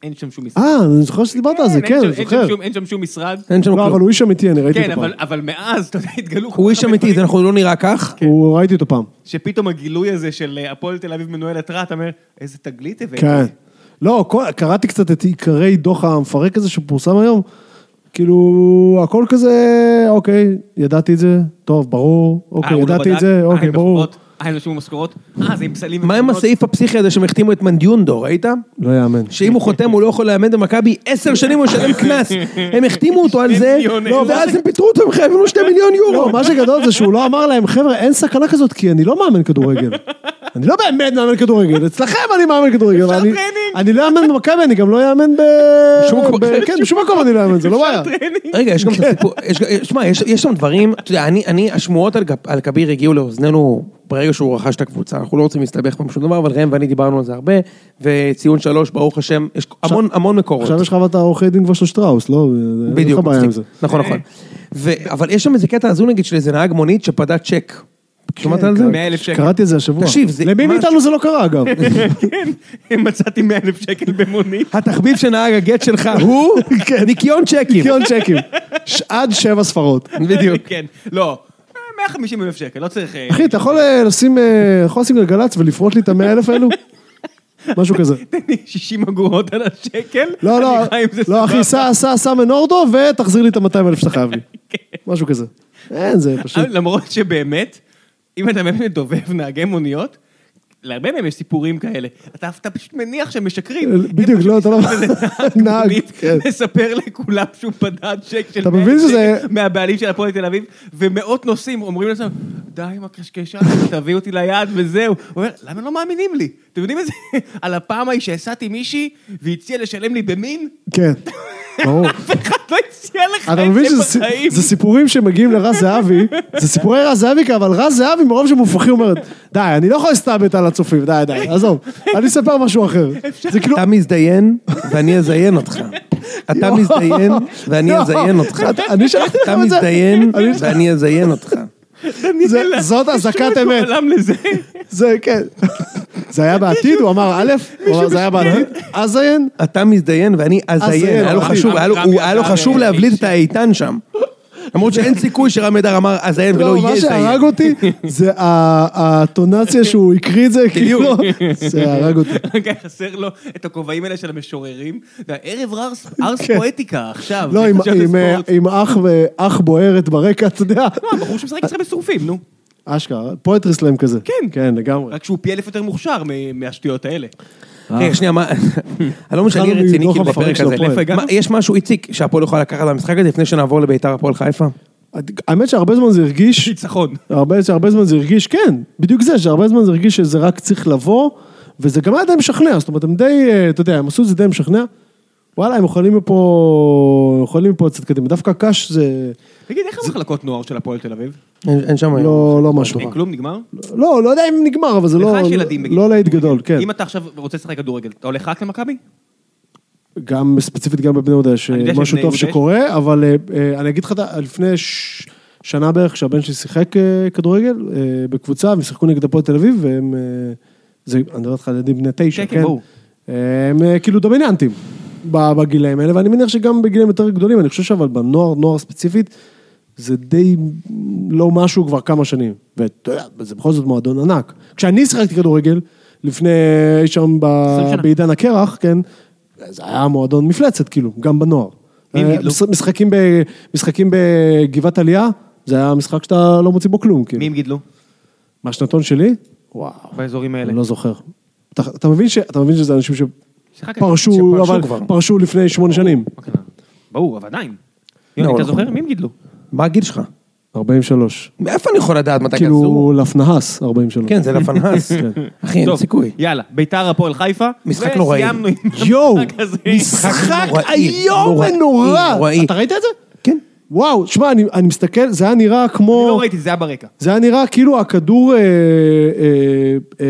Speaker 1: אין שם שום משרד.
Speaker 3: אה, אני זוכר שדיברת על זה,
Speaker 1: אין
Speaker 3: כן,
Speaker 1: שם-
Speaker 3: אני
Speaker 1: אין
Speaker 3: זוכר.
Speaker 1: שם שום- אין שם שום משרד.
Speaker 2: אין שם
Speaker 3: לא, אבל
Speaker 2: כלום.
Speaker 3: הוא איש אמיתי, אני ראיתי
Speaker 1: כן,
Speaker 3: אותו פעם.
Speaker 1: אבל- אבל מאז, אתה יודע, התגלו... כל
Speaker 2: הוא
Speaker 1: כך
Speaker 2: איש
Speaker 1: הרבה
Speaker 2: אמיתי,
Speaker 1: דברים
Speaker 2: זה אנחנו לא נראה כך.
Speaker 1: כן.
Speaker 3: הוא ראיתי אותו פעם.
Speaker 1: שפתאום הגילוי הזה של אה, הפועל תל אביב מנוהלת רע, אתה אומר, איזה תגלית הבאת.
Speaker 3: כן. לא, כל- קראתי קצת את עיקרי דוח המפרק הזה שפורסם היום. כאילו, הכל כזה, אוקיי, ידעתי את זה, טוב, ברור,
Speaker 1: אה,
Speaker 3: אוקיי,
Speaker 1: הוא לא
Speaker 3: ידעתי
Speaker 1: בדק?
Speaker 3: את זה,
Speaker 1: אה,
Speaker 3: אוקיי,
Speaker 1: אין
Speaker 3: ברור.
Speaker 1: משכורות? אה, אין לו שום משכורות? אה, זה עם פסלים
Speaker 2: מה עם
Speaker 1: ותמונות?
Speaker 2: הסעיף הפסיכי הזה שהם החתימו את מנדיונדו, ראית?
Speaker 3: לא יאמן.
Speaker 2: שאם הוא חותם הוא לא יכול לאמן במכבי, עשר שנים הוא ישלם קנס. הם החתימו אותו על
Speaker 1: שני
Speaker 2: זה,
Speaker 1: מיליון,
Speaker 2: לא,
Speaker 1: אה,
Speaker 2: ואז הם פיטרו אותו, הם חייבים לו שני מיליון יורו.
Speaker 3: לא, מה שגדול זה שהוא לא אמר להם, חבר'ה, אין סכנה כזאת, כי אני לא מאמן כדורגל. אני לא באמת מאמן כדורגל, אצלכם אני מאמן כדורגל. אני-
Speaker 1: טרנינג.
Speaker 3: אני לא אאמן במכבי, אני גם לא אאמן ב...
Speaker 2: בשום מקום
Speaker 3: ב-
Speaker 2: אחר.
Speaker 3: כן, בשום מקום אני לא אאמן, זה לא בעיה.
Speaker 2: רגע, יש גם
Speaker 3: כן.
Speaker 2: את הסיפור, יש גם- שמע, יש יש שם דברים, אתה יודע, אני- אני, השמועות על גב- על כביר הגיעו לאוזנינו ברגע שהוא רכש את הקבוצה, אנחנו לא רוצים להסתבך פה בשום דבר, אבל ראם ואני דיברנו על זה הרבה, וציון שלוש, ברוך השם, יש המון המון מקורות.
Speaker 3: עכשיו יש לך אבל את העורכי דין כבר של שטראוס, לא? אין לך
Speaker 2: בדיוק,
Speaker 3: בעיה עם זה.
Speaker 2: מצחיק. נכון, נכון. ו- אבל יש שם איזה קטע הזוי נגיד של איזה נהג מונית שפדה צ'ק. שמעת
Speaker 3: כן,
Speaker 2: על זה?
Speaker 1: 100,000 שקל.
Speaker 3: קראתי את זה השבוע.
Speaker 2: תקשיב, זה
Speaker 3: למי
Speaker 2: ממש-
Speaker 3: מאיתנו זה לא קרה, אגב?
Speaker 1: כן, מצאתי 100 אלף שקל במונית.
Speaker 2: התחביב של נהג הגט שלך הוא
Speaker 3: כן.
Speaker 2: ניקיון צ'קים.
Speaker 3: מיליון צ'קים. ש- עד שבע ספרות.
Speaker 2: בדיוק.
Speaker 3: כאילו-
Speaker 1: כן, לא. אה, 150 אלף שקל, לא צריך... אה,
Speaker 3: אחי, אתה יכול אה, לשים אה, יכול לשים גלגלצ ולפרוט לי את המאה אלף האלו? משהו כזה.
Speaker 1: תן לי 60 אגורות על השקל.
Speaker 3: לא, לא,
Speaker 1: אני חי עם זה
Speaker 3: לא, אחי,
Speaker 1: סבבה.
Speaker 3: סע, סע, סע מנורדו, ותחזיר לי את ה-200 אלף שאתה חייב לי.
Speaker 1: כן.
Speaker 3: משהו כזה. אין, זה פשוט...
Speaker 1: אבל למרות שבאמת, אם אתה באמת מדובב נהגי מוניות, להרבה מהם יש סיפורים כאלה. אתה, אתה פשוט מניח שהם משקרים.
Speaker 3: אל- בדיוק, לא, אתה לא- נהג,
Speaker 1: נהג,
Speaker 3: כן.
Speaker 1: מספר לכולם שהוא פדד צ'ק של
Speaker 3: אתה מבין
Speaker 1: 100,000
Speaker 3: שזה-
Speaker 1: שקל מהבעלים של הפועל תל אביב, ומאות נוסעים אומרים לעצמם, די עם הקשקשה, הזאת, תביא אותי ליעד וזהו. הוא אומר, למה לא מאמינים לי? אתם יודעים את זה? על הפעם ההיא שהסעתי מישהי והציע לשלם לי במין?
Speaker 3: כן, ברור.
Speaker 1: אף אחד לא הציע לך
Speaker 3: אתה
Speaker 1: את
Speaker 3: מבין
Speaker 1: זה
Speaker 3: שזה סי-
Speaker 1: בחיים.
Speaker 3: זה סיפורים שמגיעים לרז זהבי, זה סיפורי רז זהבי, אבל רז זהבי מרוב שהם מופרכים אומרת, די, אני לא יכול להסתלבט על הצופים, די, די, עזוב, אני אספר משהו אחר. זה כאילו...
Speaker 2: אתה מזדיין ואני אזיין אותך. אתה
Speaker 3: יואו.
Speaker 2: מזדיין ואני
Speaker 3: יואו.
Speaker 2: אזיין אותך.
Speaker 3: לא. אתה- אני שלחתי
Speaker 2: אתה
Speaker 3: לכם את זה.
Speaker 2: מזדיין ואני אזיין אותך.
Speaker 3: זה- זאת אזעקת
Speaker 1: מישהו
Speaker 3: אמת.
Speaker 1: עלם לזה.
Speaker 3: זה, כן. זה היה בעתיד, הוא אמר א', הוא אמר, זה היה בעתיד, אזיין,
Speaker 2: אתה מזדיין ואני
Speaker 3: אזיין,
Speaker 2: אזיין. היה לו
Speaker 3: אוקיי.
Speaker 2: חשוב, היה לו-
Speaker 1: רמי
Speaker 2: הוא- היה לו
Speaker 1: אדר,
Speaker 2: חשוב
Speaker 1: אה,
Speaker 2: להבליט את האיתן שם. למרות שאין סיכוי שרם אדר אמר אזיין ולא
Speaker 3: לא,
Speaker 2: יהיה
Speaker 3: מה
Speaker 2: אזיין.
Speaker 3: שהרג אותי זה ה- הטונציה שהוא הקריא את זה, כאילו, זה הרג אותי.
Speaker 1: רק חסר לו את הכובעים האלה של המשוררים. אתה יודע, ערב ארס- ארס
Speaker 3: כן.
Speaker 1: פואטיקה עכשיו.
Speaker 3: לא, עם-
Speaker 1: חדשות
Speaker 3: עם, אה,
Speaker 1: הספורט.
Speaker 3: עם אח ואח בוערת ברקע, אתה יודע.
Speaker 1: לא, הבחור שמשחק אצלך בשרופים, נו.
Speaker 3: אשכרה, פואטרי סלאם כזה.
Speaker 1: כן.
Speaker 3: כן, לגמרי.
Speaker 1: רק שהוא פי אלף יותר מוכשר מ- מהשטויות האלה.
Speaker 2: רגע, שנייה, מה... אני לא משנה, אני
Speaker 3: התחלנו
Speaker 2: רציני
Speaker 3: מדוח
Speaker 2: כאילו
Speaker 3: המפרק
Speaker 2: בפרק
Speaker 3: של
Speaker 2: הזה.
Speaker 3: הפועל.
Speaker 1: לאיפה הגענו?
Speaker 2: מה, יש משהו, איציק, שהפועל יכולה לקחת במשחק הזה לפני שנעבור לביתר הפועל חיפה?
Speaker 3: האמת שהרבה זמן זה הרגיש,
Speaker 1: ניצחון.
Speaker 3: הרבה, שהרבה זמן זה הרגיש, כן, בדיוק זה, שהרבה זמן זה הרגיש שזה רק צריך לבוא, וזה גם היה די משכנע, זאת אומרת, הם די, אה, אתה יודע, הם עשו את זה די משכנע. וואלה, הם יכולים מפה, יכולים מפה לצאת קדימה. דווקא קאש זה
Speaker 1: תגיד, איך המחלקות נוער של הפועל תל אביב?
Speaker 2: אין אין שם...
Speaker 3: לא, לא משהו.
Speaker 1: אה, אין כלום, נגמר?
Speaker 3: לא, לא יודע אם נגמר, אבל זה
Speaker 1: לך
Speaker 3: לא,
Speaker 1: יש ילדים בגיל.
Speaker 3: לא להיט גדול, כן.
Speaker 1: אם אתה עכשיו רוצה לשחק כדורגל, אתה הולך רק למכבי?
Speaker 3: גם ספציפית גם בבני יהודה יש
Speaker 1: אני יודע
Speaker 3: משהו
Speaker 1: שבבני
Speaker 3: טוב
Speaker 1: יהודה יש.
Speaker 3: שקורה, אבל אה, אה, אני אגיד לך, אתה- לפני ש- שנה בערך שהבן שלי שיחק אה, כדורגל אה, בקבוצה, והם שיחקו נגד הפועל תל אביב, והם, אה, זה, אני מדבר איתך על ילדים בני תשע,
Speaker 1: כן, כן,
Speaker 3: כן?
Speaker 1: ברור.
Speaker 3: אה, הם אה, כאילו דומיננטים ב- בגילאים האלה, ואני מניח שגם בגילאים יותר גדולים, אני חושב שאבל בנוער, נוער ספציפית, זה די לא משהו כבר כמה שנים. ואתה יודע, זה בכל זאת מועדון ענק. כשאני שיחקתי כדורגל, לפני, אי שם ב...
Speaker 4: שנה.
Speaker 3: בעידן הקרח, כן, זה היה מועדון מפלצת, כאילו, גם בנוער.
Speaker 1: מי הם
Speaker 3: אה,
Speaker 1: גידלו?
Speaker 3: מש- משחקים, ב... משחקים בגבעת עלייה, זה היה משחק שאתה לא מוציא בו כלום, כאילו.
Speaker 1: מי הם גידלו?
Speaker 3: מהשנתון שלי? וואו.
Speaker 1: באזורים האלה.
Speaker 3: אני לא זוכר. אתה, אתה, מבין ש, אתה מבין שזה אנשים
Speaker 1: שיחק-
Speaker 3: שפרשו, אוקיי.
Speaker 2: שפרשו
Speaker 3: אבל
Speaker 2: כבר.
Speaker 3: פרשו לפני שמונה שנים.
Speaker 1: מה קרה? ברור, אבל עדיין.
Speaker 2: לא,
Speaker 1: יוני, אתה
Speaker 2: לא.
Speaker 1: זוכר? מי הם גידלו?
Speaker 2: מה הגיל שלך?
Speaker 3: 43.
Speaker 2: מאיפה אני יכול לדעת מתי גזרו?
Speaker 3: כאילו, לפנהס, 43.
Speaker 2: כן, זה לפנהס. אחי, אין
Speaker 1: טוב,
Speaker 2: סיכוי.
Speaker 1: יאללה, ביתר הפועל חיפה.
Speaker 2: משחק נוראי.
Speaker 1: וסיימנו עם
Speaker 3: לא יואו,
Speaker 1: המשחק הזה.
Speaker 3: משחק
Speaker 2: נוראי,
Speaker 3: איום
Speaker 2: נוראי,
Speaker 3: ונורא.
Speaker 2: נוראי.
Speaker 3: אתה ראית את זה?
Speaker 2: כן.
Speaker 3: וואו, שמע, אני, אני מסתכל, זה היה נראה
Speaker 1: אני לא
Speaker 3: כמו...
Speaker 1: ראיתי, זה היה ברקע.
Speaker 3: זה היה נראה כאילו הכדור אה, אה, אה,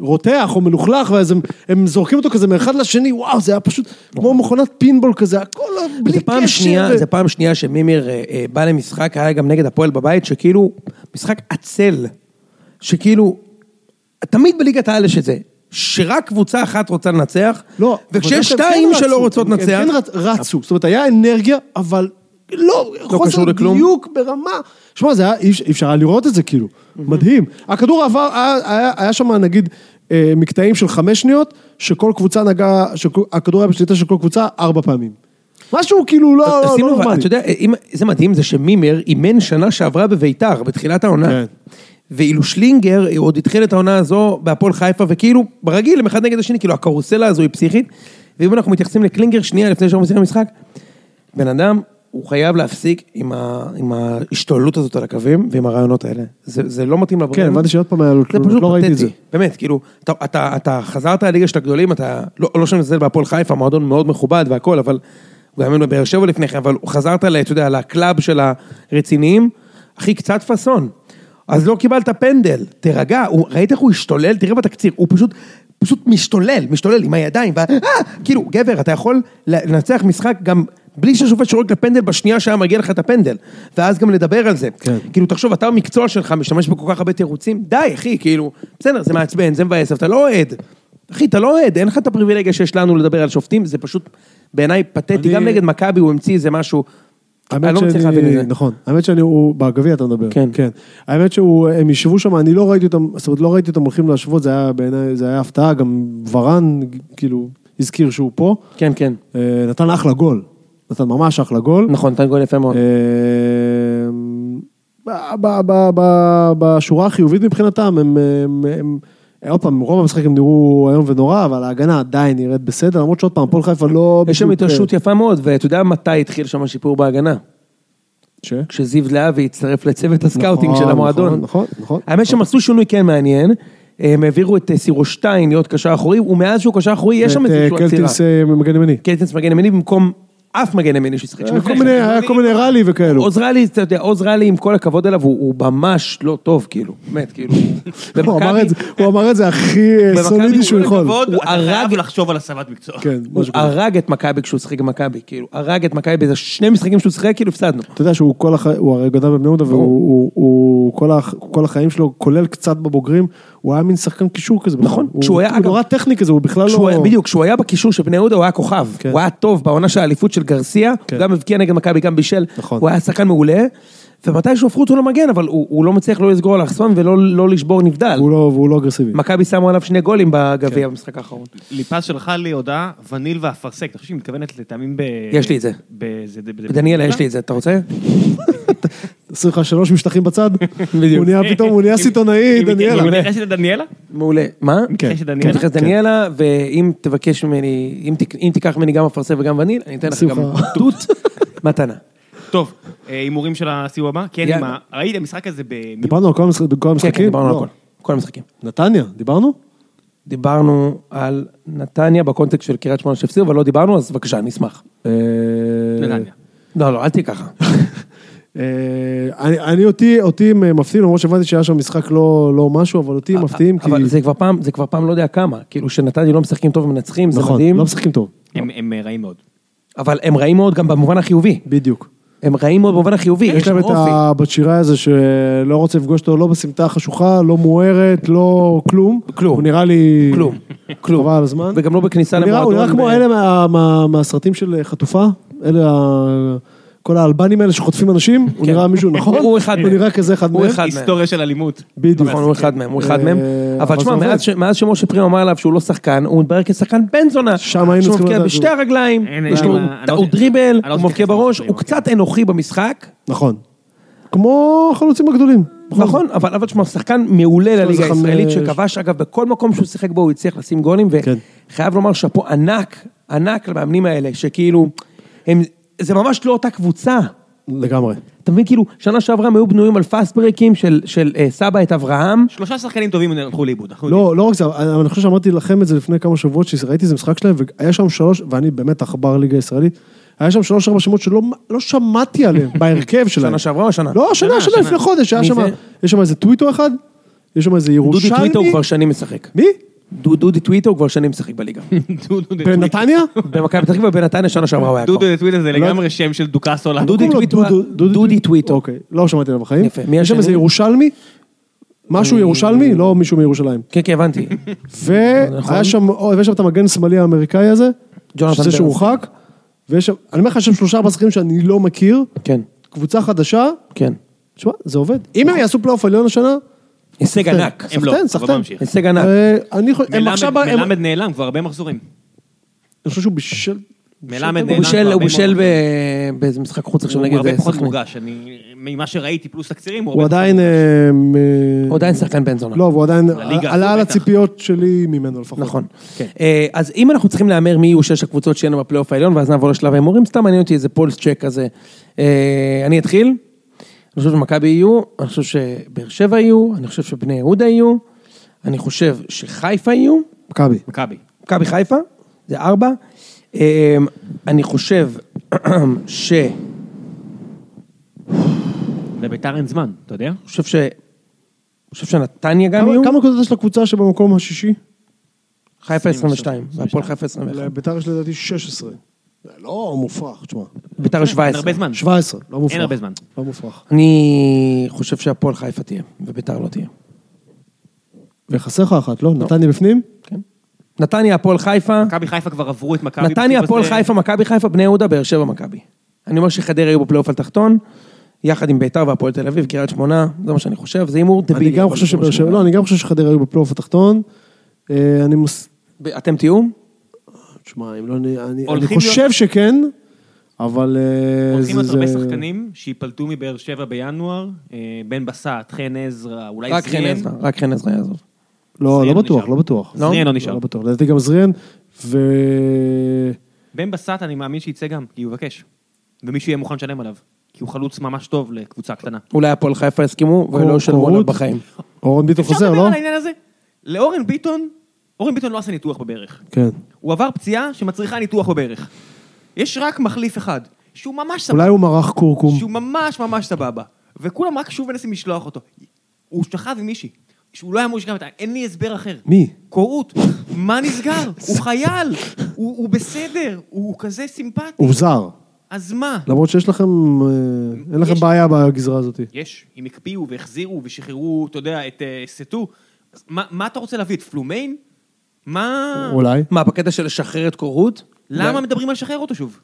Speaker 3: רותח או מלוכלך, ואז הם, הם זורקים אותו כזה מאחד לשני, וואו, זה היה פשוט כמו מכונת פינבול כזה, הכל בלי
Speaker 2: זה
Speaker 3: קשר.
Speaker 2: פעם שנייה,
Speaker 3: ו-
Speaker 2: זה פעם שנייה שמימיר אה, אה, בא למשחק, היה גם נגד הפועל בבית, שכאילו, משחק עצל, שכאילו, תמיד בליגת העל יש את זה, שרק קבוצה אחת רוצה לנצח,
Speaker 3: לא, אבל
Speaker 2: וכשיש
Speaker 3: דווקא הם
Speaker 2: שתיים
Speaker 3: כן
Speaker 2: שלא
Speaker 3: רצו,
Speaker 2: רוצות
Speaker 3: הם
Speaker 2: לנצח,
Speaker 3: כן רצ- רצו, זאת אומרת, היה אנרגיה, אבל לא, חוסר
Speaker 2: קשור לכלום.
Speaker 3: דיוק ברמה. שמע, זה היה, אי אפשר- אי אפשר היה לראות את זה כאילו, מדהים. הכדור עבר, היה- היה- היה שם נגיד אה, מקטעים של חמש שניות, שכל קבוצה נגעה, הכדור היה בשליטה של כל קבוצה ארבע פעמים. משהו כאילו לא לא- לא
Speaker 2: עשינו, אבל,
Speaker 3: נורמלי.
Speaker 2: אתה יודע, אם, זה מדהים זה שמימר אימן שנה שעברה בביתר, בתחילת העונה.
Speaker 3: כן.
Speaker 2: ואילו שלינגר הוא עוד התחיל את העונה הזו בהפועל חיפה, וכאילו, ברגיל, הם אחד נגד השני, כאילו הקרוסלה הזו היא פסיכית. ואם אנחנו מתייחסים לקלינגר שנייה לפני שאנחנו מסיימים למשחק, בן אדם, הוא חייב להפסיק עם, ה, עם ההשתוללות הזאת על הקווים ועם הרעיונות האלה. זה, זה לא מתאים לבריאות.
Speaker 3: כן, הבנתי שעוד פעם היה לו
Speaker 2: זה
Speaker 3: תלונות,
Speaker 2: פשוט
Speaker 3: לא ראיתי את
Speaker 2: פתטי.
Speaker 3: זה.
Speaker 2: באמת, כאילו, אתה, אתה, אתה חזרת לליגה של הגדולים, אתה, לא, לא שאני מזלזל בהפועל חיפה, מועדון מאוד מכובד והכל, אבל, הוא גם היה בבאר שבע לפני כן, אבל חזרת, ל- אתה יודע, לקלאב של הרציניים, אחי, קצת פאסון. אז לא קיבלת פנדל, תירגע, הוא, ראית איך הוא השתולל? תראה בתקציר, הוא פשוט, פשוט משתולל, משתולל עם הידיים, וה, אה, כאילו, גבר, אתה יכול לנצח משחק גם... בלי שהשופט שורק לפנדל בשנייה שהיה מגיע לך את הפנדל, ואז גם לדבר על זה.
Speaker 3: כן.
Speaker 2: כאילו, תחשוב, אתה במקצוע שלך, משתמש בכל כך הרבה תירוצים, די, אחי, כאילו, בסדר, זה מעצבן, זה מבאס, אבל אתה לא אוהד. אחי, אתה לא אוהד, אין לך את הפריבילגיה שיש לנו לדבר על שופטים, זה פשוט, בעיניי, פתטי.
Speaker 3: אני-
Speaker 2: גם נגד מכבי הוא המציא איזה משהו, אני לא מצליח
Speaker 3: שאני-
Speaker 2: להבין את זה.
Speaker 3: נכון, האמת שאני, הוא, בגביע אתה מדבר.
Speaker 2: כן.
Speaker 3: כן. האמת שהם ישבו שם, אני לא ראיתי אותם, זאת אומרת, לא ראיתי אותם הולכים להשוות, זה היה בעיניי, זה היה הפתעה, גם ורן, כאילו, הזכיר שהוא פה.
Speaker 2: כן, כן.
Speaker 3: אה, נתן אחלה גול, נתן ממש אחלה גול.
Speaker 2: נכון, נתן גול יפה מאוד.
Speaker 3: אה, אמ, ב- ב- ב- ב- בשורה החיובית מבחינתם, הם, הם, הם, עוד פעם, רוב המשחק הם נראו איום ונורא, אבל ההגנה עדיין נראית בסדר, למרות שעוד פעם, הפועל חיפה לא...
Speaker 2: יש שם
Speaker 3: בדיוק,
Speaker 2: התרשות יפה מאוד, ואתה יודע מתי התחיל שם השיפור בהגנה?
Speaker 3: ש?
Speaker 2: כשזיו להבי הצטרף לצוות הסקאוטינג
Speaker 3: נכון,
Speaker 2: של המועדון.
Speaker 3: נכון, נכון, נכון.
Speaker 2: האמת שהם עשו שינוי כן מעניין, הם העבירו את אה, סירושטיין להיות קשר אחורי, ומאז שהוא קשר אחורי יש שם
Speaker 3: את, אה,
Speaker 2: איזושהי עצירה.
Speaker 3: קלטינס אה, מגן ימני.
Speaker 2: קלטינס מגן ימיני במקום אף מגן ימיני ששיחק שם.
Speaker 3: היה אה, כל מיני- היה כל מיני ראלי וכאלו.
Speaker 2: עוז רלי, אתה יודע, עוז רלי עם כל הכבוד אליו, הוא הוא ממש לא טוב, כאילו, באמת, כאילו.
Speaker 3: הוא אמר
Speaker 2: במכבי-
Speaker 3: את זה- הוא אמר את זה הכי אה,
Speaker 2: במכבי
Speaker 3: סולידי שהוא
Speaker 2: הוא
Speaker 3: יכול.
Speaker 1: כבוד,
Speaker 2: הוא
Speaker 1: אתה חייב
Speaker 2: הרג-
Speaker 1: לחשוב על הסבת מקצוע.
Speaker 3: כן,
Speaker 2: הוא
Speaker 3: משהו כזה.
Speaker 2: הרג את מכבי כשהוא שיחק במכבי, כאילו, הרג את מכבי באיזה שני משחקים שהוא שיחק, כאילו הפסדנו.
Speaker 3: אתה יודע שהוא כל החיים, הוא הרי גדל בבני יהודה, והוא הוא- הוא- כל הח- כל החיים שלו, כולל קצת בבוגרים, הוא היה מין שחקן קישור כזה. בכלל.
Speaker 2: נכון,
Speaker 3: הוא-
Speaker 2: כשהוא היה,
Speaker 3: הוא
Speaker 2: אגב-
Speaker 3: נורא טכני כזה, הוא בכלל
Speaker 2: כשהוא היה-
Speaker 3: לא...
Speaker 2: בדיוק, כשהוא היה בקישור של בני יהודה הוא היה כוכב,
Speaker 3: כן.
Speaker 2: הוא היה טוב בעונה של האליפות של גרסיה,
Speaker 3: כן.
Speaker 2: הוא גם הבקיע נגד מכבי, גם בישל,
Speaker 3: נכון.
Speaker 2: הוא היה שחקן מעולה, ומתישהו הפכו אותו למגן, אבל הוא הוא לא מצליח לא לסגור אלכסון ולא לא לשבור נבדל.
Speaker 3: הוא לא- והוא לא כן. אגרסיבי.
Speaker 2: מכבי שמו עליו שני גולים בגביע במשחק האחרון.
Speaker 1: ליפז שלחה לי הודעה, וניל ואפרסק, אתה חושב שהיא מתכוונת לטעמים ב...
Speaker 2: יש לי את זה.
Speaker 1: בזה- בזה-
Speaker 2: דניאלה, יש לי את זה, אתה רוצה?
Speaker 3: עשו לך שלוש משטחים בצד, הוא
Speaker 2: בדיוק.
Speaker 3: נהיה אה, פתאום, הוא נהיה
Speaker 1: אם-
Speaker 3: סיטונאי,
Speaker 1: אם-
Speaker 3: דניאלה.
Speaker 1: אם מתייחסת לדניאלה?
Speaker 2: מעולה. מה?
Speaker 3: כן.
Speaker 1: מתייחס לדניאלה?
Speaker 2: מתייחס לדניאלה, ואם תבקש ממני, אם תק- אם תיקח ממני גם אפרסק וגם וניל, אני אתן לך גם
Speaker 3: בשמחה.
Speaker 2: תות מתנה. כן,
Speaker 1: טוב, אה, הימורים של הסיבוב הבא? כן,
Speaker 2: יאללה.
Speaker 1: עם ה- ראית המשחק הזה במיוט?
Speaker 3: דיברנו על כל המשחק- בכל
Speaker 2: כן, כן,
Speaker 3: המשחקים?
Speaker 2: דיברנו על
Speaker 3: לא.
Speaker 2: הכל, כל המשחקים.
Speaker 3: נתניה, דיברנו?
Speaker 2: דיברנו על נתניה בקונטקסט של קריית שמונה שהפסידו, אבל לא דיברנו, אז בבקשה, אני אשמח. אה,
Speaker 1: נתניה.
Speaker 2: לא, לא, אל תהיה ככה.
Speaker 3: אה, אני, אני אותי, אותי אה, מפתיעים, למרות שהבנתי שהיה שם משחק לא, לא משהו, אבל אותי מפתיעים, כי...
Speaker 2: אה, אבל זה כבר פעם, זה כבר פעם לא יודע כמה. כאילו, שנתניה לא משחקים טוב ומנצחים, זה
Speaker 3: נכון,
Speaker 2: מדהים.
Speaker 3: לא משחקים טוב,
Speaker 1: הם- הם אה, רעים מאוד.
Speaker 2: אבל הם רעים מאוד גם במובן החיובי.
Speaker 3: בדיוק.
Speaker 2: הם רעים מאוד במובן החיובי,
Speaker 3: יש
Speaker 2: יש
Speaker 3: להם
Speaker 2: להם
Speaker 3: את
Speaker 2: אופי.
Speaker 3: הבת שירה הזה שלא רוצה לפגוש אותו, לא בסמטה החשוכה, לא מוארת, לא כלום.
Speaker 2: כלום.
Speaker 3: הוא נראה לי...
Speaker 2: כלום, כלום.
Speaker 3: חבל על הזמן.
Speaker 2: וגם לא בכניסה
Speaker 3: הוא נראה- הוא נראה
Speaker 2: למועדון.
Speaker 3: כמו
Speaker 2: ב-
Speaker 3: אלה מה- מה- מהסרטים של חטופה, אלה ה... כל האלבנים האלה שחוטפים אנשים, הוא
Speaker 2: כן.
Speaker 3: נראה מישהו, נכון?
Speaker 2: הוא אחד
Speaker 3: הוא
Speaker 2: מהם.
Speaker 3: נראה כזה אחד
Speaker 2: הוא
Speaker 3: מהם.
Speaker 2: אחד.
Speaker 1: היסטוריה של אלימות.
Speaker 3: בדיוק.
Speaker 2: נכון, הוא אחד מהם, הוא אחד
Speaker 3: אה,
Speaker 2: מהם. אבל
Speaker 3: אבל
Speaker 2: תשמע,
Speaker 3: זה עובד.
Speaker 2: מאז ש- מאז שמשה פרימו אמר עליו שהוא לא שחקן, הוא מתברר כשחקן בן זונה.
Speaker 3: שם היינו
Speaker 2: שהוא
Speaker 3: צריכים
Speaker 2: מבקיע
Speaker 3: לדעת.
Speaker 2: בשתי הרגליים,
Speaker 1: אין,
Speaker 2: יש
Speaker 1: אין,
Speaker 2: לו-
Speaker 1: אני לא- אני לא
Speaker 2: הוא
Speaker 1: מתייחס-
Speaker 2: דריבל,
Speaker 1: אני לא
Speaker 2: הוא מבקיע
Speaker 1: מתייחס למשה
Speaker 2: בראש,
Speaker 1: פרימו,
Speaker 2: הוא
Speaker 1: כן.
Speaker 2: קצת אנוכי במשחק,
Speaker 3: נכון. כמו החלוצים הגדולים.
Speaker 2: נכון, אבל אבל תשמע, שחקן מעולה
Speaker 3: לו
Speaker 2: לליגה
Speaker 3: איזה חמש-
Speaker 2: הישראלית, שכבש אגב בכל מקום שהוא שיחק בו הוא הצליח לשים גולים,
Speaker 3: כן.
Speaker 2: וחייב לומר שאפו ענק, ענק למאמנים האלה, שכאילו, הם- זה ממש לא אותה קבוצה.
Speaker 3: לגמרי.
Speaker 2: אתה מבין, כאילו, שנה שעברה הם היו בנויים על פאסט ברייקים של- של אה, סבא את אברהם,
Speaker 1: שלושה שחקנים טובים הלכו לאיבוד. אנחנו
Speaker 2: אוקיי.
Speaker 1: יודעים.
Speaker 3: לא, לא רק זה, אני אני חושב שאמרתי לכם את זה לפני כמה שבועות, שראיתי איזה משחק שלהם, והיה שם שלוש, ואני באמת עכבר ליגה ישראלית, היה שם שלוש ארבע שמות שלא לא שמעתי עליהם, בהרכב שלהם.
Speaker 2: שנה שעברה או השנה?
Speaker 3: לא, השנה, השנה, לפני חודש, היה
Speaker 2: מי
Speaker 3: שם,
Speaker 2: זה?
Speaker 3: יש שם איזה טוויטו אחד, יש שם איזה
Speaker 2: דודי
Speaker 3: ירושלמי.
Speaker 2: טוויטו הוא כבר שנים משחק.
Speaker 3: מי?
Speaker 2: דו- דודי טוויטו הוא כבר שנים משחק בליגה.
Speaker 1: דודו דה טוויט.
Speaker 3: בנתניה? לא.
Speaker 2: במכבי פתח תקווה בנתניה שנה שעברה הוא היה כבר.
Speaker 1: דודו דה טוויט הזה לגמרי שם של דוקאסו.
Speaker 2: דודו
Speaker 3: קוראים לו
Speaker 2: טוויטו- דודי טוויטו.
Speaker 3: אוקיי, לא שמעתי עליו בחיים.
Speaker 2: יפה, מי
Speaker 3: יש שם
Speaker 2: השני?
Speaker 3: איזה ירושלמי, משהו ירושלמי, לא מישהו מירושלים.
Speaker 2: כן, כן, הבנתי.
Speaker 3: והיה שם, אוי, ויש שם את המגן השמאלי האמריקאי הזה,
Speaker 2: נכון. ג'ונתן
Speaker 3: שזה
Speaker 2: ברנס.
Speaker 3: שהורחק, ויש שם, אני אומר לך, יש שם שלושה ארבע שחקנים שאני לא מכיר,
Speaker 2: כן,
Speaker 3: קבוצה חדשה,
Speaker 2: כן.
Speaker 3: תשמע, זה עובד. אם הם יעשו פלייאוף עליון השנה,
Speaker 2: הישג ענק.
Speaker 1: הם לא,
Speaker 3: סחטיין,
Speaker 1: אבל
Speaker 3: סחטיין.
Speaker 1: ממשיך.
Speaker 2: הישג ענק.
Speaker 3: אה, אני חושב, הם
Speaker 1: מלמד-
Speaker 3: עכשיו, הם-
Speaker 1: מלמד נעלם כבר הרבה מחזורים.
Speaker 3: אני חושב שהוא בשל...
Speaker 1: מלמד
Speaker 2: הוא
Speaker 1: נעלם כבר
Speaker 2: בישל-
Speaker 1: הרבה
Speaker 2: הוא בישל
Speaker 1: מאוד-
Speaker 2: ב- באיזה משחק חוץ עכשיו
Speaker 1: הוא
Speaker 2: נגד
Speaker 1: הרבה
Speaker 2: אה,
Speaker 1: פחות
Speaker 2: סכנין.
Speaker 1: מורגש. אני- ממה שראיתי, פלוס תקצירים,
Speaker 3: הוא
Speaker 1: הרבה
Speaker 3: עדיין... אה, מ-
Speaker 2: הוא עדיין שחקן בן זונה.
Speaker 3: לא, והוא עדיין...
Speaker 1: לליגה הזו
Speaker 3: עלה על
Speaker 1: בטח.
Speaker 3: הציפיות שלי ממנו לפחות.
Speaker 2: נכון.
Speaker 1: כן.
Speaker 2: אה, אז אם אנחנו צריכים להמר מי יהיו שש הקבוצות שיהיו לנו בפלייאוף העליון, ואז נעבור לשלב ההימורים, סתם מעניין אותי איזה פולס צ'ק כזה. אה, אני אתחיל, אני חושב שמכבי יהיו, אני חושב שבאר שבע יהיו, אני חושב שבני יהודה יהיו, אני חושב שחיפה יהיו,
Speaker 3: מכבי.
Speaker 1: מכבי.
Speaker 2: מכבי חיפה, זה ארבע. אה, אני חושב ש...
Speaker 1: לביתר אין זמן, אתה יודע?
Speaker 2: אני חושב ש... אני חושב שנתניה גם
Speaker 3: כמה
Speaker 2: יהיו,
Speaker 3: כמה נקודות יש לקבוצה שבמקום השישי?
Speaker 2: חיפה 22, והפועל חיפה 21,
Speaker 3: לביתר יש לדעתי 16. זה לא מופרך, תשמע. לא,
Speaker 2: ביתר
Speaker 1: אין
Speaker 2: 17.
Speaker 1: הרבה זמן.
Speaker 3: 17, לא מופרך.
Speaker 1: אין הרבה זמן.
Speaker 3: לא מופרך.
Speaker 2: אני חושב שהפועל חיפה תהיה, וביתר לא תהיה.
Speaker 3: וחסר לך אחת, לא? נתניה בפנים?
Speaker 2: כן. נתניה, הפועל חיפה,
Speaker 1: מכבי חיפה כבר עברו את מכבי.
Speaker 2: נתניה,
Speaker 1: בסיבוב
Speaker 2: הפועל
Speaker 1: הזה.
Speaker 2: חיפה, מכבי חיפה, בני יהודה, באר שבע, מכבי. אני אומר שחדרה יהיו בפלייאוף על תחתון, יחד עם ביתר והפועל תל אביב, קריית שמונה, זה מה שאני חושב, זה הימור דבילי.
Speaker 3: אני גם
Speaker 2: אבל
Speaker 3: חושב
Speaker 2: זה מה
Speaker 3: שבאר
Speaker 2: שאני
Speaker 3: שבע, לא,
Speaker 2: אומר.
Speaker 3: אני גם חושב שחדרה היו בפלייאוף התחתון. אה, אני מוס...
Speaker 2: ב- אתם תהיו?
Speaker 3: תשמע, אם לא... אני- אני
Speaker 1: הולכים
Speaker 3: אני
Speaker 1: להיות-
Speaker 3: חושב שכן, אבל... אה,
Speaker 1: הולכים
Speaker 3: זה-
Speaker 1: להיות הרבה
Speaker 3: זה-
Speaker 1: שחקנים שייפלטו מבאר שבע בינואר, אה, בן בסט, חן עזרא, אולי
Speaker 2: רק חן
Speaker 1: זריאן.
Speaker 2: עזרא, רק חן עזרא יעזוב.
Speaker 3: לא,
Speaker 1: זריאן
Speaker 3: לא
Speaker 1: לא
Speaker 3: בטוח,
Speaker 1: נשאר.
Speaker 3: לא בטוח.
Speaker 1: זריאן לא נשאר.
Speaker 3: לא בטוח. לדעתי גם זריאן, ו...
Speaker 1: בן בסט, אני מאמין שיצא גם, כי הוא יבקש. ומישהו יהיה מוכן לשלם עליו. כי הוא חלוץ ממש טוב לקבוצה קטנה.
Speaker 2: אולי הפועל חיפה יסכימו, ולא
Speaker 3: קור-
Speaker 2: ישלמו
Speaker 3: קורות?
Speaker 2: עליו בחיים.
Speaker 3: אורן ביטון
Speaker 1: אפשר
Speaker 3: חוזר,
Speaker 1: לדבר
Speaker 3: לא?
Speaker 1: על העניין הזה? לאורן ביטון, אורן ביטון לא עשה ניתוח בברך.
Speaker 3: כן.
Speaker 1: הוא עבר פציעה שמצריכה ניתוח בברך. יש רק מחליף אחד, שהוא ממש סבבה.
Speaker 3: אולי הוא מרח קורקום.
Speaker 1: שהוא ממש ממש סבבה. וכולם רק שוב מנסים לשלוח אותו. הוא שכב עם מישהי. שהוא לא היה אמור לשכב איתה, אין לי הסבר אחר.
Speaker 3: מי?
Speaker 1: קוראות. מה נסגר? הוא חייל. הוא הוא בסדר. הוא כזה סימפטי.
Speaker 3: הוא לא. זר.
Speaker 1: אז מה?
Speaker 3: למרות שיש לכם... אה, אין לכם
Speaker 1: יש- אה.
Speaker 3: בעיה בגזרה הזאת.
Speaker 1: יש, אם הקפיאו והחזירו ושחררו, אתה יודע, את אה, סטו. אז מה מה אתה רוצה להביא? את פלומיין? מה...
Speaker 3: אולי.
Speaker 2: מה, בקטע של לשחרר את קורות?
Speaker 1: למה מדברים על לשחרר אותו שוב?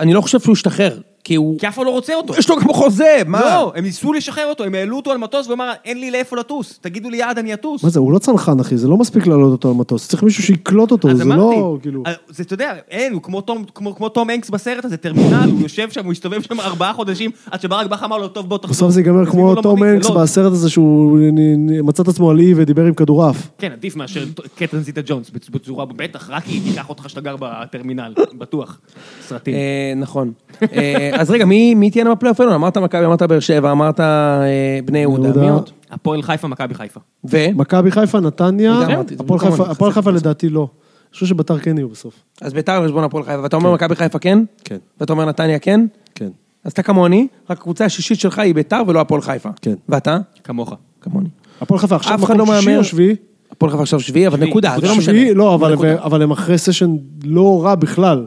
Speaker 2: אני לא חושב שהוא השתחרר, כי הוא...
Speaker 1: כי אף אחד לא רוצה אותו.
Speaker 2: יש לו גם חוזה, מה?
Speaker 1: לא, הם ניסו לשחרר אותו, הם העלו אותו על מטוס והוא אמר, אין לי לאיפה לטוס, תגידו לי יעד, אני אטוס.
Speaker 3: מה זה, הוא לא צנחן, אחי, זה לא מספיק להעלות אותו על מטוס. צריך מישהו שיקלוט אותו,
Speaker 1: אז
Speaker 3: זה
Speaker 1: אמרתי,
Speaker 3: לא, כאילו...
Speaker 1: אה, זה, אתה יודע, אין, הוא כמו תום, כמו, כמו תום הנקס בסרט הזה, טרמינל, הוא יושב שם, הוא הסתובב שם ארבעה חודשים, עד שברק בכר אמר לו, טוב, בוא תחזור. כאילו לא
Speaker 3: בסוף זה
Speaker 1: הזמינו
Speaker 2: לא
Speaker 3: ייגמר כמו
Speaker 1: לו
Speaker 3: תום
Speaker 1: מונית
Speaker 3: הנקס
Speaker 1: ללוד.
Speaker 3: בסרט הזה שהוא נ- נ- מצא את עצמו על אי ודיבר עם כדורעף.
Speaker 1: כן, עדיף מאשר ט- קטרין זיטה ג'ונס, בצ- בצורה, בטח, רק היא תיקח אותך שאתה גר בטרמינל, בטוח. סרטים.
Speaker 2: אה, נכון. אה, אז רגע, מי מי תהיינה בפלייאוף העליון? אמרת מכבי, אמרת באר שבע, אמרת אה, בני יהודה,
Speaker 3: יהודה.
Speaker 2: מי עוד?
Speaker 1: הפועל חיפה, מכבי חיפה.
Speaker 2: ו?
Speaker 3: מכבי חיפה, נתניה,
Speaker 2: אני גם אמרתי את זה,
Speaker 3: כן, הפועל
Speaker 2: בדיוק
Speaker 3: חיפה-
Speaker 2: כמוני,
Speaker 3: הפועל חיפה לדעתי לא. אני חושב שביתר כן יהיו בסוף.
Speaker 2: אז ביתר על חשבון הפועל חיפה, ואתה אומר מכבי חיפה כן?
Speaker 3: כן.
Speaker 2: ואתה אומר נתניה כן?
Speaker 3: כן.
Speaker 2: אז אתה כמוני, רק הקבוצה השישית שלך היא ביתר ולא הפועל חיפה.
Speaker 3: כן.
Speaker 2: ואתה?
Speaker 1: כמוך.
Speaker 2: כמוני.
Speaker 3: הפועל חיפה עכשיו
Speaker 2: אף אחד לא
Speaker 3: מקום שישי
Speaker 2: מהמר.
Speaker 3: או שביעי?
Speaker 2: הפועל חיפה עכשיו שביעי, אבל
Speaker 1: שביעי,
Speaker 2: נקודה, זה לא משנה.
Speaker 3: שביעי, לא, אבל- אבל הם אחרי סשן לא רע בכלל.
Speaker 2: נכון.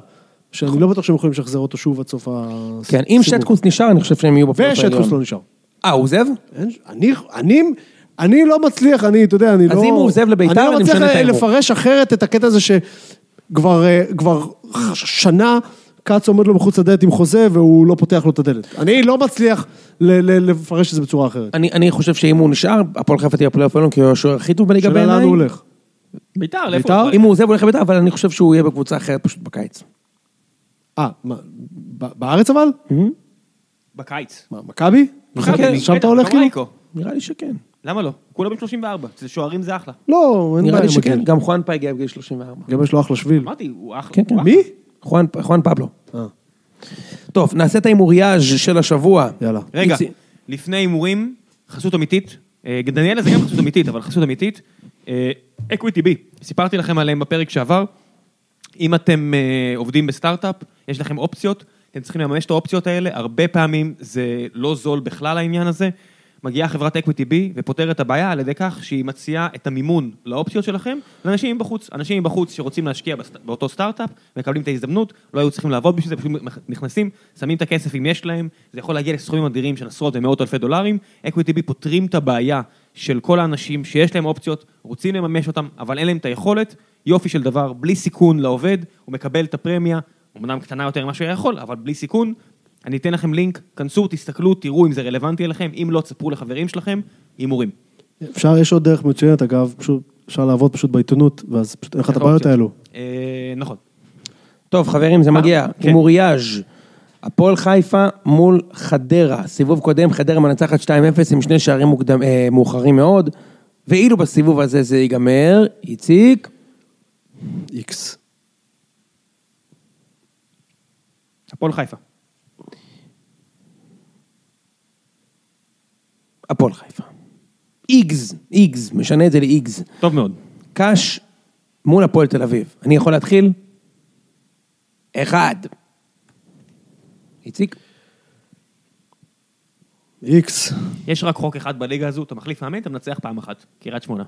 Speaker 3: שאני לא בטוח שהם יכולים לשחזר אותו שוב עד סוף הסיבוב.
Speaker 2: כן, אם שטקוס נשאר, אני חושב שהם יהיו בפלייאוף העליון.
Speaker 3: ושטקוס לא נשאר.
Speaker 2: אה, הוא עוזב?
Speaker 3: אין- אני, אני, אני לא מצליח, אני, אתה יודע, אני
Speaker 2: אז
Speaker 3: לא...
Speaker 2: אם הוא עוזב לביתר,
Speaker 3: אני
Speaker 2: אני
Speaker 3: לא מצליח
Speaker 2: משנה את ההימור.
Speaker 3: לפרש אחרת את הקטע הזה שכבר אה, כבר ח- שנה כץ עומד לו מחוץ לדלת עם חוזה והוא לא פותח לו את הדלת. אני לא מצליח ל- ל- לפרש את זה בצורה אחרת.
Speaker 2: אני, אני חושב שאם הוא נשאר, הפועל חיפה תהיה הפלייאוף העליון, כי הוא השוער הכי טוב בליגה
Speaker 3: השאלה
Speaker 2: בעיניי.
Speaker 3: לאן הוא הולך.
Speaker 1: ביתר, לאיפה
Speaker 3: ביתר?
Speaker 1: הוא
Speaker 2: אם הוא עוזב, הוא הולך לביתר, אבל אני חושב שהוא יהיה בקבוצה אחרת פשוט בקיץ.
Speaker 3: אה, מה, ב- בארץ אבל?
Speaker 1: בקיץ.
Speaker 3: מה, מכבי?
Speaker 2: מכבי,
Speaker 3: שם
Speaker 1: בטח,
Speaker 3: אתה הולך
Speaker 1: גם
Speaker 3: כאילו?
Speaker 1: מייקו.
Speaker 2: נראה לי שכן.
Speaker 1: למה לא? כולם בן 34, זה שוערים זה אחלה.
Speaker 3: לא, אין
Speaker 2: נראה
Speaker 3: בעיה
Speaker 2: לי
Speaker 3: עם
Speaker 2: שכן.
Speaker 3: מגן.
Speaker 2: גם חואן פאי הגיע בגיל 34.
Speaker 3: גם יש לו אחלה שביל.
Speaker 1: אמרתי, הוא אחלה.
Speaker 2: כן, כן.
Speaker 1: הוא אחלה.
Speaker 3: מי?
Speaker 2: חואן, חואן פבלו.
Speaker 3: אה,
Speaker 2: טוב, נעשה את ההימורייאז' של השבוע.
Speaker 3: יאללה.
Speaker 1: רגע,
Speaker 2: איציק.
Speaker 1: לפני הימורים, חסות אמיתית. אה, דניאלה זה גם חסות אמיתית, אבל חסות אמיתית. אקוויטי בי, סיפרתי לכם עליהם בפרק שעבר. אם אתם אה, עובדים בסטארט-אפ, יש לכם אופציות, אתם צריכים לממש את האופציות האלה, הרבה פעמים זה לא זול בכלל העניין הזה. מגיעה חברת אקוויטי בי ופותרת את הבעיה על ידי כך שהיא מציעה את המימון לאופציות שלכם לאנשים מבחוץ. אנשים מבחוץ שרוצים להשקיע בסט- באותו סטארט-אפ, מקבלים את ההזדמנות, לא היו צריכים לעבוד בשביל זה, פשוט נכנסים, שמים את הכסף אם יש להם, זה יכול להגיע לסכומים אדירים של עשרות ומאות אלפי דולרים. אקוויטי בי פותרים את הבעיה של כל האנשים שיש להם אופציות, רוצים לממש אותם, אבל אין להם את היכולת. יופי של דבר, בלי סיכון לעובד, הוא מקבל את הפרמיה, אמנם קטנה יותר ממה שהוא היה יכול, אבל בלי סיכון. אני אתן לכם לינק, כנסו, תסתכלו, תראו אם זה רלוונטי אליכם, אם לא, תספרו לחברים שלכם, הימורים.
Speaker 3: אפשר, יש עוד דרך מצוינת אגב, פשוט אפשר לעבוד פשוט בעיתונות, ואז פשוט אין לך את הבעיות האלו.
Speaker 1: נכון, אה, נכון.
Speaker 2: טוב, חברים, זה מגיע.
Speaker 1: כן.
Speaker 2: הימורייאז'. הפועל חיפה מול חדרה. סיבוב קודם, חדרה מנצחת 2-0 עם שני שערים מוקדם, אה, מאוחרים מאוד. ואילו בסיבוב הזה זה ייגמר, איציק,
Speaker 3: איקס.
Speaker 1: הפועל חיפה.
Speaker 2: הפועל חיפה. איגז, איגז, משנה את זה לאיגז.
Speaker 1: טוב מאוד.
Speaker 2: קאש מול הפועל תל אביב. אני יכול להתחיל? אחד. איציק?
Speaker 3: איקס.
Speaker 1: יש רק חוק אחד בליגה הזו, אתה מחליף מאמן, אתה מנצח פעם אחת. קריית שמונה.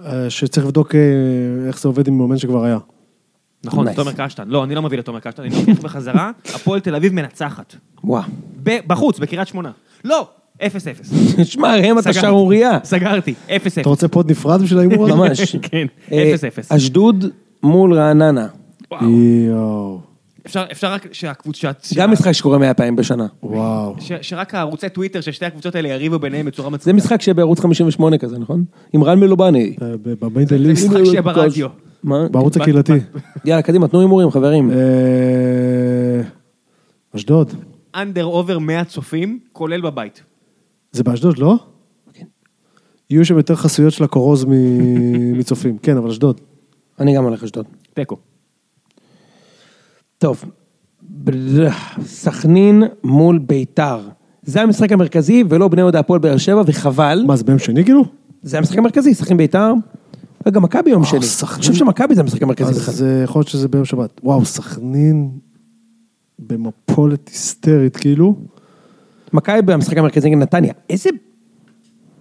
Speaker 3: אה, שצריך לבדוק אה, איך זה עובד עם מאמן שכבר היה.
Speaker 1: נכון, זה
Speaker 2: Nice.
Speaker 1: תומר קשטן. לא, אני לא מביא לתומר קשטן, אני לוקח בחזרה, הפועל תל אביב מנצחת.
Speaker 2: וואו.
Speaker 1: ב- בחוץ, בקריית שמונה. לא! 0-0.
Speaker 2: שמע, ראם אתה
Speaker 1: סגרתי.
Speaker 2: שערורייה.
Speaker 1: סגרתי, 0-0.
Speaker 3: אתה רוצה פוד נפרד בשביל ההימור הזה?
Speaker 2: ממש.
Speaker 1: כן,
Speaker 2: אה,
Speaker 1: 0-0.
Speaker 2: אשדוד מול רעננה.
Speaker 1: וואו.
Speaker 3: יואו,
Speaker 1: אפשר, אפשר רק שהקבוצה...
Speaker 2: גם משחק שקורה 100 פעמים בשנה.
Speaker 3: וואו.
Speaker 1: ש, שרק הערוצי טוויטר של שתי הקבוצות האלה יריבו ביניהם בצורה מצחיקה.
Speaker 2: זה משחק שבערוץ 58 כזה, נכון? עם רן מלובני.
Speaker 3: אה, ב- במיינדליסט,
Speaker 1: משחק שברדיו.
Speaker 2: מה?
Speaker 3: בערוץ הקהילתי.
Speaker 2: יאללה, קדימה, תנו הימורים, חברים.
Speaker 3: אה, אשדוד.
Speaker 1: אנדר אובר 100 צופים, כולל בבית.
Speaker 3: זה באשדוד, לא?
Speaker 2: כן.
Speaker 3: יהיו שם יותר חסויות של הכורוז מ- מצופים. כן, אבל אשדוד.
Speaker 2: אני גם הולך אשדוד.
Speaker 1: תיקו.
Speaker 2: טוב. בר- סכנין מול ביתר. זה המשחק המרכזי, ולא בני יהודה הפועל באר שבע, וחבל.
Speaker 3: מה, זה ביום שני כאילו?
Speaker 2: זה המשחק המרכזי, סכנין ביתר. רגע, מכבי יום שני.
Speaker 3: אה, סכנין.
Speaker 2: אני חושב שמכבי כן, זה המשחק המרכזי בכלל.
Speaker 3: אז אה, יכול להיות שזה ביום שבת. וואו, סכנין במפולת היסטרית כאילו.
Speaker 2: מכבי במשחק המרכזי נגד נתניה. איזה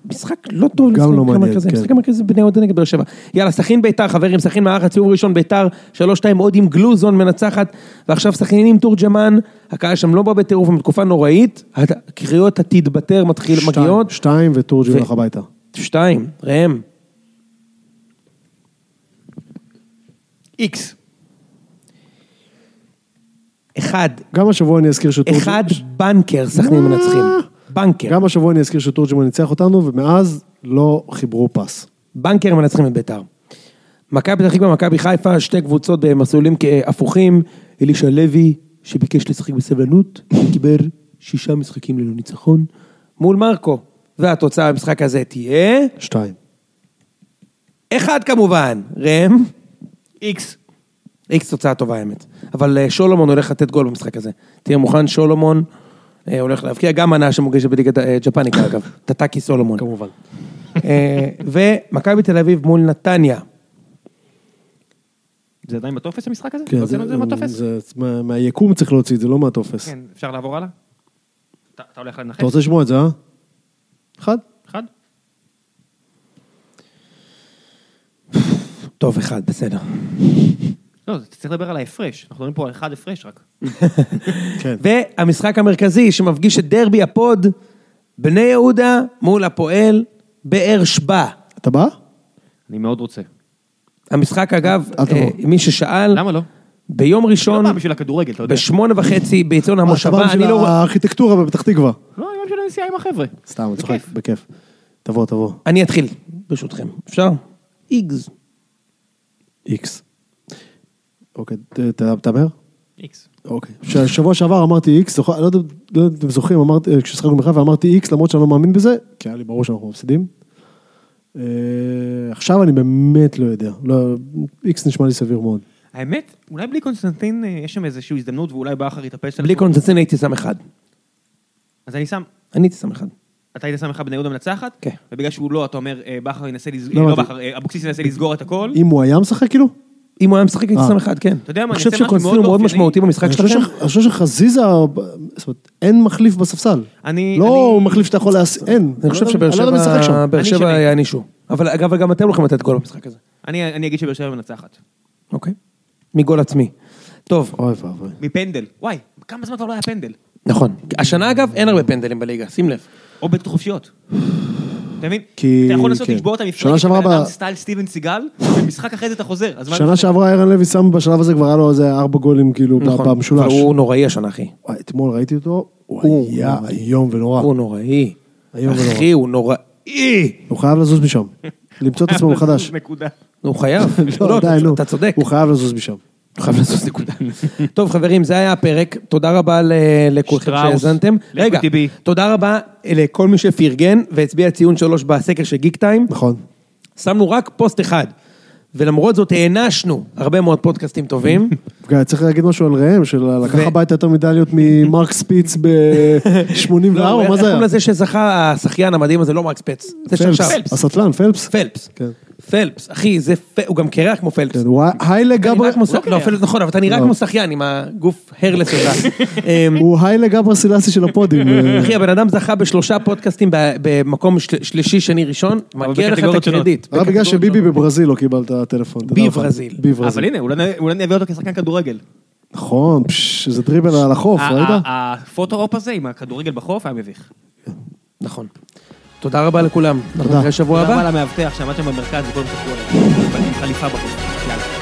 Speaker 2: משחק לא טוב.
Speaker 3: גם
Speaker 2: לשחק
Speaker 3: לא
Speaker 2: במשחק
Speaker 3: מעניין,
Speaker 2: המרכזי.
Speaker 3: כן.
Speaker 2: המשחק המרכזי בני יהודה נגד באר שבע. יאללה, סכין ביתר, חברים, סכין מארחת, סיבוב ראשון ביתר, 3-2 עוד עם גלוזון מנצחת, ועכשיו סכנין עם תורג'מן, הקהל שם לא בא בטירוף, הם בתקופה נוראית, הקריאות התתבטר מתחיל
Speaker 3: שתיים-
Speaker 2: מגיעות.
Speaker 3: שתיים וטורג'י
Speaker 2: ו-
Speaker 3: הולך הביתה.
Speaker 2: שתיים, ראם,
Speaker 1: איקס.
Speaker 2: אחד,
Speaker 3: גם השבוע אני אזכיר שטורג'מן...
Speaker 2: אחד בנקר סכנין מנצחים. בנקר,
Speaker 3: גם השבוע אני אזכיר שטורג'מן ניצח אותנו, ומאז לא חיברו פס.
Speaker 2: בנקר מנצחים את ביתר. מכבי פתח תקווה, מכבי חיפה, שתי קבוצות במסלולים כ- הפוכים. אלישע לוי, שביקש לשחק בסבלנות, קיבל שישה משחקים ללא ניצחון, מול מרקו. והתוצאה במשחק הזה תהיה...
Speaker 3: שתיים.
Speaker 2: אחד כמובן, ראם.
Speaker 1: איקס.
Speaker 2: איקס תוצאה טובה האמת. אבל אה, שולומון הולך לתת גול במשחק הזה. תהיה מוכן, שולומון אה, הולך להבקיע גם מנה שמוגשת בליגת אה, ג'פניקה אגב. טטקי סולומון.
Speaker 3: כמובן.
Speaker 2: אה, ומכבי תל אביב מול נתניה.
Speaker 1: זה עדיין בטופס המשחק הזה?
Speaker 3: כן,
Speaker 1: לא
Speaker 3: זה
Speaker 1: הוצאנו את זה מהטופס?
Speaker 3: זה- זה מה- מהיקום צריך להוציא את זה, לא מהטופס.
Speaker 1: כן, אפשר לעבור הלאה? אתה אתה הולך לנחש?
Speaker 3: אתה רוצה לשמוע את זה, אה? אחד.
Speaker 1: אחד?
Speaker 2: טוב, אחד, בסדר.
Speaker 1: לא, אתה צריך לדבר על ההפרש. אנחנו מדברים פה על אחד הפרש רק.
Speaker 3: כן.
Speaker 2: והמשחק המרכזי שמפגיש את דרבי הפוד, בני יהודה מול הפועל באר שבע.
Speaker 3: אתה בא?
Speaker 1: אני מאוד רוצה.
Speaker 2: המשחק אגב,
Speaker 3: אל תבוא.
Speaker 2: אה, מי ששאל,
Speaker 1: למה לא?
Speaker 2: ביום ראשון,
Speaker 1: לא בא בשביל הכדורגל, אתה יודע.
Speaker 2: בשמונה וחצי, באצטדיון המושבה,
Speaker 3: בשביל
Speaker 2: אני לא...
Speaker 3: הארכיטקטורה בפתח תקווה.
Speaker 1: לא, אני בשביל הנסיעה עם החבר'ה.
Speaker 3: סתם, אני צוחק,
Speaker 1: בכיף.
Speaker 3: בכיף. תבוא, תבוא.
Speaker 2: אני אתחיל, ברשותכם. אפשר? איגז.
Speaker 3: איקס. אוקיי, ת- ת- תאמר?
Speaker 1: איקס.
Speaker 3: אוקיי. שבוע שעבר אמרתי איקס, זוכ- לא יודע לא יודע אם אתם זוכרים, אמרתי- כששחקנו בחיפה אמרתי איקס, למרות שאני לא מאמין בזה, כי היה לי ברור שאנחנו מפסידים. אה, עכשיו אני באמת לא יודע, לא, איקס נשמע לי סביר מאוד.
Speaker 1: האמת, אולי בלי קונסטנטין אה, יש שם איזושהי הזדמנות ואולי בכר יתאפס על
Speaker 2: בלי
Speaker 1: עצמו.
Speaker 2: קונצנצין הייתי שם אחד.
Speaker 1: אז אני שם,
Speaker 2: אני הייתי שם אחד.
Speaker 1: אתה היית שם לך בני יהודה מנצחת?
Speaker 2: כן.
Speaker 1: ובגלל שהוא לא, אתה אומר, אה, בכר ינסה לסגור,
Speaker 3: לא
Speaker 1: לא
Speaker 3: הבנתי.
Speaker 1: בכר, אה, אבוקסיס ינסה לסגור את הכל.
Speaker 3: אם הוא היה משחק כאילו?
Speaker 2: אם הוא היה משחק הייתי
Speaker 3: אה.
Speaker 2: שם אחד, כן.
Speaker 1: אתה יודע מה,
Speaker 2: אני
Speaker 1: אני
Speaker 2: חושב
Speaker 1: אעשה משהו
Speaker 2: שקונצנזין
Speaker 1: מאוד
Speaker 2: הוא מאוד
Speaker 1: אופייני.
Speaker 2: משמעותי במשחק
Speaker 3: אני חושב
Speaker 2: שלכם.
Speaker 3: ש- אני חושב שחזיזה, זאת אומרת, אין מחליף בספסל.
Speaker 1: אני-
Speaker 3: לא
Speaker 1: אני-
Speaker 3: מחליף שאתה יכול להס... אין.
Speaker 2: אני חושב שבאר
Speaker 3: אני לא יודע מי ישחק
Speaker 2: שבע,
Speaker 3: שם.
Speaker 2: באר
Speaker 1: אני
Speaker 2: שבע
Speaker 1: שני.
Speaker 2: יענישו. אבל אגב, גם אתם לא הולכים לתת גול במשחק הזה.
Speaker 1: אני אני אגיד שבאר שבע מנצחת.
Speaker 2: אוקיי. מגול עצמי. טוב,
Speaker 3: אוי ואבוי.
Speaker 1: מפנדל. וואי, כמה זמן כבר לא היה פנדל.
Speaker 2: נכון. השנה אגב, אין הרבה פנדלים בליגה, שים לב.
Speaker 1: או בעיטות חופשיות. אתה מבין?
Speaker 3: כי-
Speaker 1: אתה יכול לנסות
Speaker 3: כן.
Speaker 1: לשבור את
Speaker 3: שנה
Speaker 1: המפרק,
Speaker 3: שעברה
Speaker 1: בן אדם
Speaker 3: ב-
Speaker 1: סטייל סטיבן סיגל, ומשחק אחרי זה אתה חוזר. אז מה
Speaker 3: שנה
Speaker 1: זה-
Speaker 3: שעברה ערן לוי שם בשלב הזה כבר היה לו איזה ארבע גולים כאילו
Speaker 2: נכון. אבל
Speaker 3: במשולש.
Speaker 2: הוא נוראי השנה, אחי.
Speaker 3: וואי, אתמול ראיתי אותו, הוא
Speaker 2: הוא-
Speaker 3: היה איום ונורא.
Speaker 2: הוא נוראי.
Speaker 3: איום ונורא.
Speaker 2: אחי, הוא נוראי.
Speaker 3: הוא חייב לזוז משם. למצוא את עצמו מחדש.
Speaker 1: נקודה.
Speaker 2: הוא חייב.
Speaker 3: לא,
Speaker 2: אתה-
Speaker 3: די, נו.
Speaker 2: אתה צודק.
Speaker 3: הוא חייב לזוז משם.
Speaker 2: הוא חייב לעשות נקודה. טוב חברים, זה היה הפרק, תודה רבה ל- לכולכם
Speaker 1: שטראוס,
Speaker 2: שהאזנתם.
Speaker 1: לכו
Speaker 2: רגע,
Speaker 1: טבעי.
Speaker 2: תודה רבה לכל מי שפרגן והצביע ציון שלוש בסקר של גיק טיים.
Speaker 3: נכון.
Speaker 2: שמנו רק פוסט אחד, ולמרות זאת הענשנו הרבה מאוד פודקאסטים טובים.
Speaker 3: גיא, אוקיי, צריך להגיד משהו על ראם, שלקח
Speaker 2: ו-
Speaker 3: הביתה יותר מדליות ממרק ספיץ ב-84, לא, מה זה
Speaker 2: לא, איך
Speaker 3: היה?
Speaker 2: קוראים לזה שזכה השחיין המדהים הזה, לא מרק ספץ. זה
Speaker 3: פלפס.
Speaker 2: שעכשיו.
Speaker 3: הסטלן, פלפס.
Speaker 2: פלפס.
Speaker 3: כן.
Speaker 2: פלפס, אחי, זה פ- הוא גם קרח כמו פלפס.
Speaker 3: כן, הוא היה- היילה
Speaker 2: אתה נראה
Speaker 3: גברה-
Speaker 2: כמו שח-
Speaker 1: לא
Speaker 2: לא,
Speaker 1: קרח.
Speaker 2: פלפס נכון, אבל אתה נראה
Speaker 3: לא.
Speaker 2: כמו שחיין עם הגוף הרלס הזה. אמ,
Speaker 3: הוא היילה גברה סילסי של הפודים. אה,
Speaker 2: אחי, הבן אדם זכה בשלושה פודקאסטים ב- במקום של- שלישי, שני, ראשון, מגיע לך את
Speaker 1: בקטגוריות שונות.
Speaker 2: הקרדיט.
Speaker 3: רק בגלל
Speaker 2: בקטגוריות
Speaker 3: שביבי
Speaker 2: שונות.
Speaker 3: בברזיל לא קיבל את הטלפון. אתה יודע לך.
Speaker 2: בברזיל.
Speaker 1: אבל
Speaker 3: בברזיל.
Speaker 1: הנה, אולי נ- אולי נביא אותו כשחקן כדורגל.
Speaker 3: נכון, פש, איזה דריבל על החוף,
Speaker 2: אה,
Speaker 1: ה-
Speaker 3: ראית?
Speaker 1: ה- הפוטו-אופ הזה עם הכדורגל בחוף היה מביך.
Speaker 2: נכון. תודה רבה לכולם. אנחנו נראה שבוע
Speaker 1: תודה רבה
Speaker 2: הבא.
Speaker 1: למאבטח שעמד שם במרכז וכל הזמן חכו עליו. עם חליפה בחוץ. יאללה.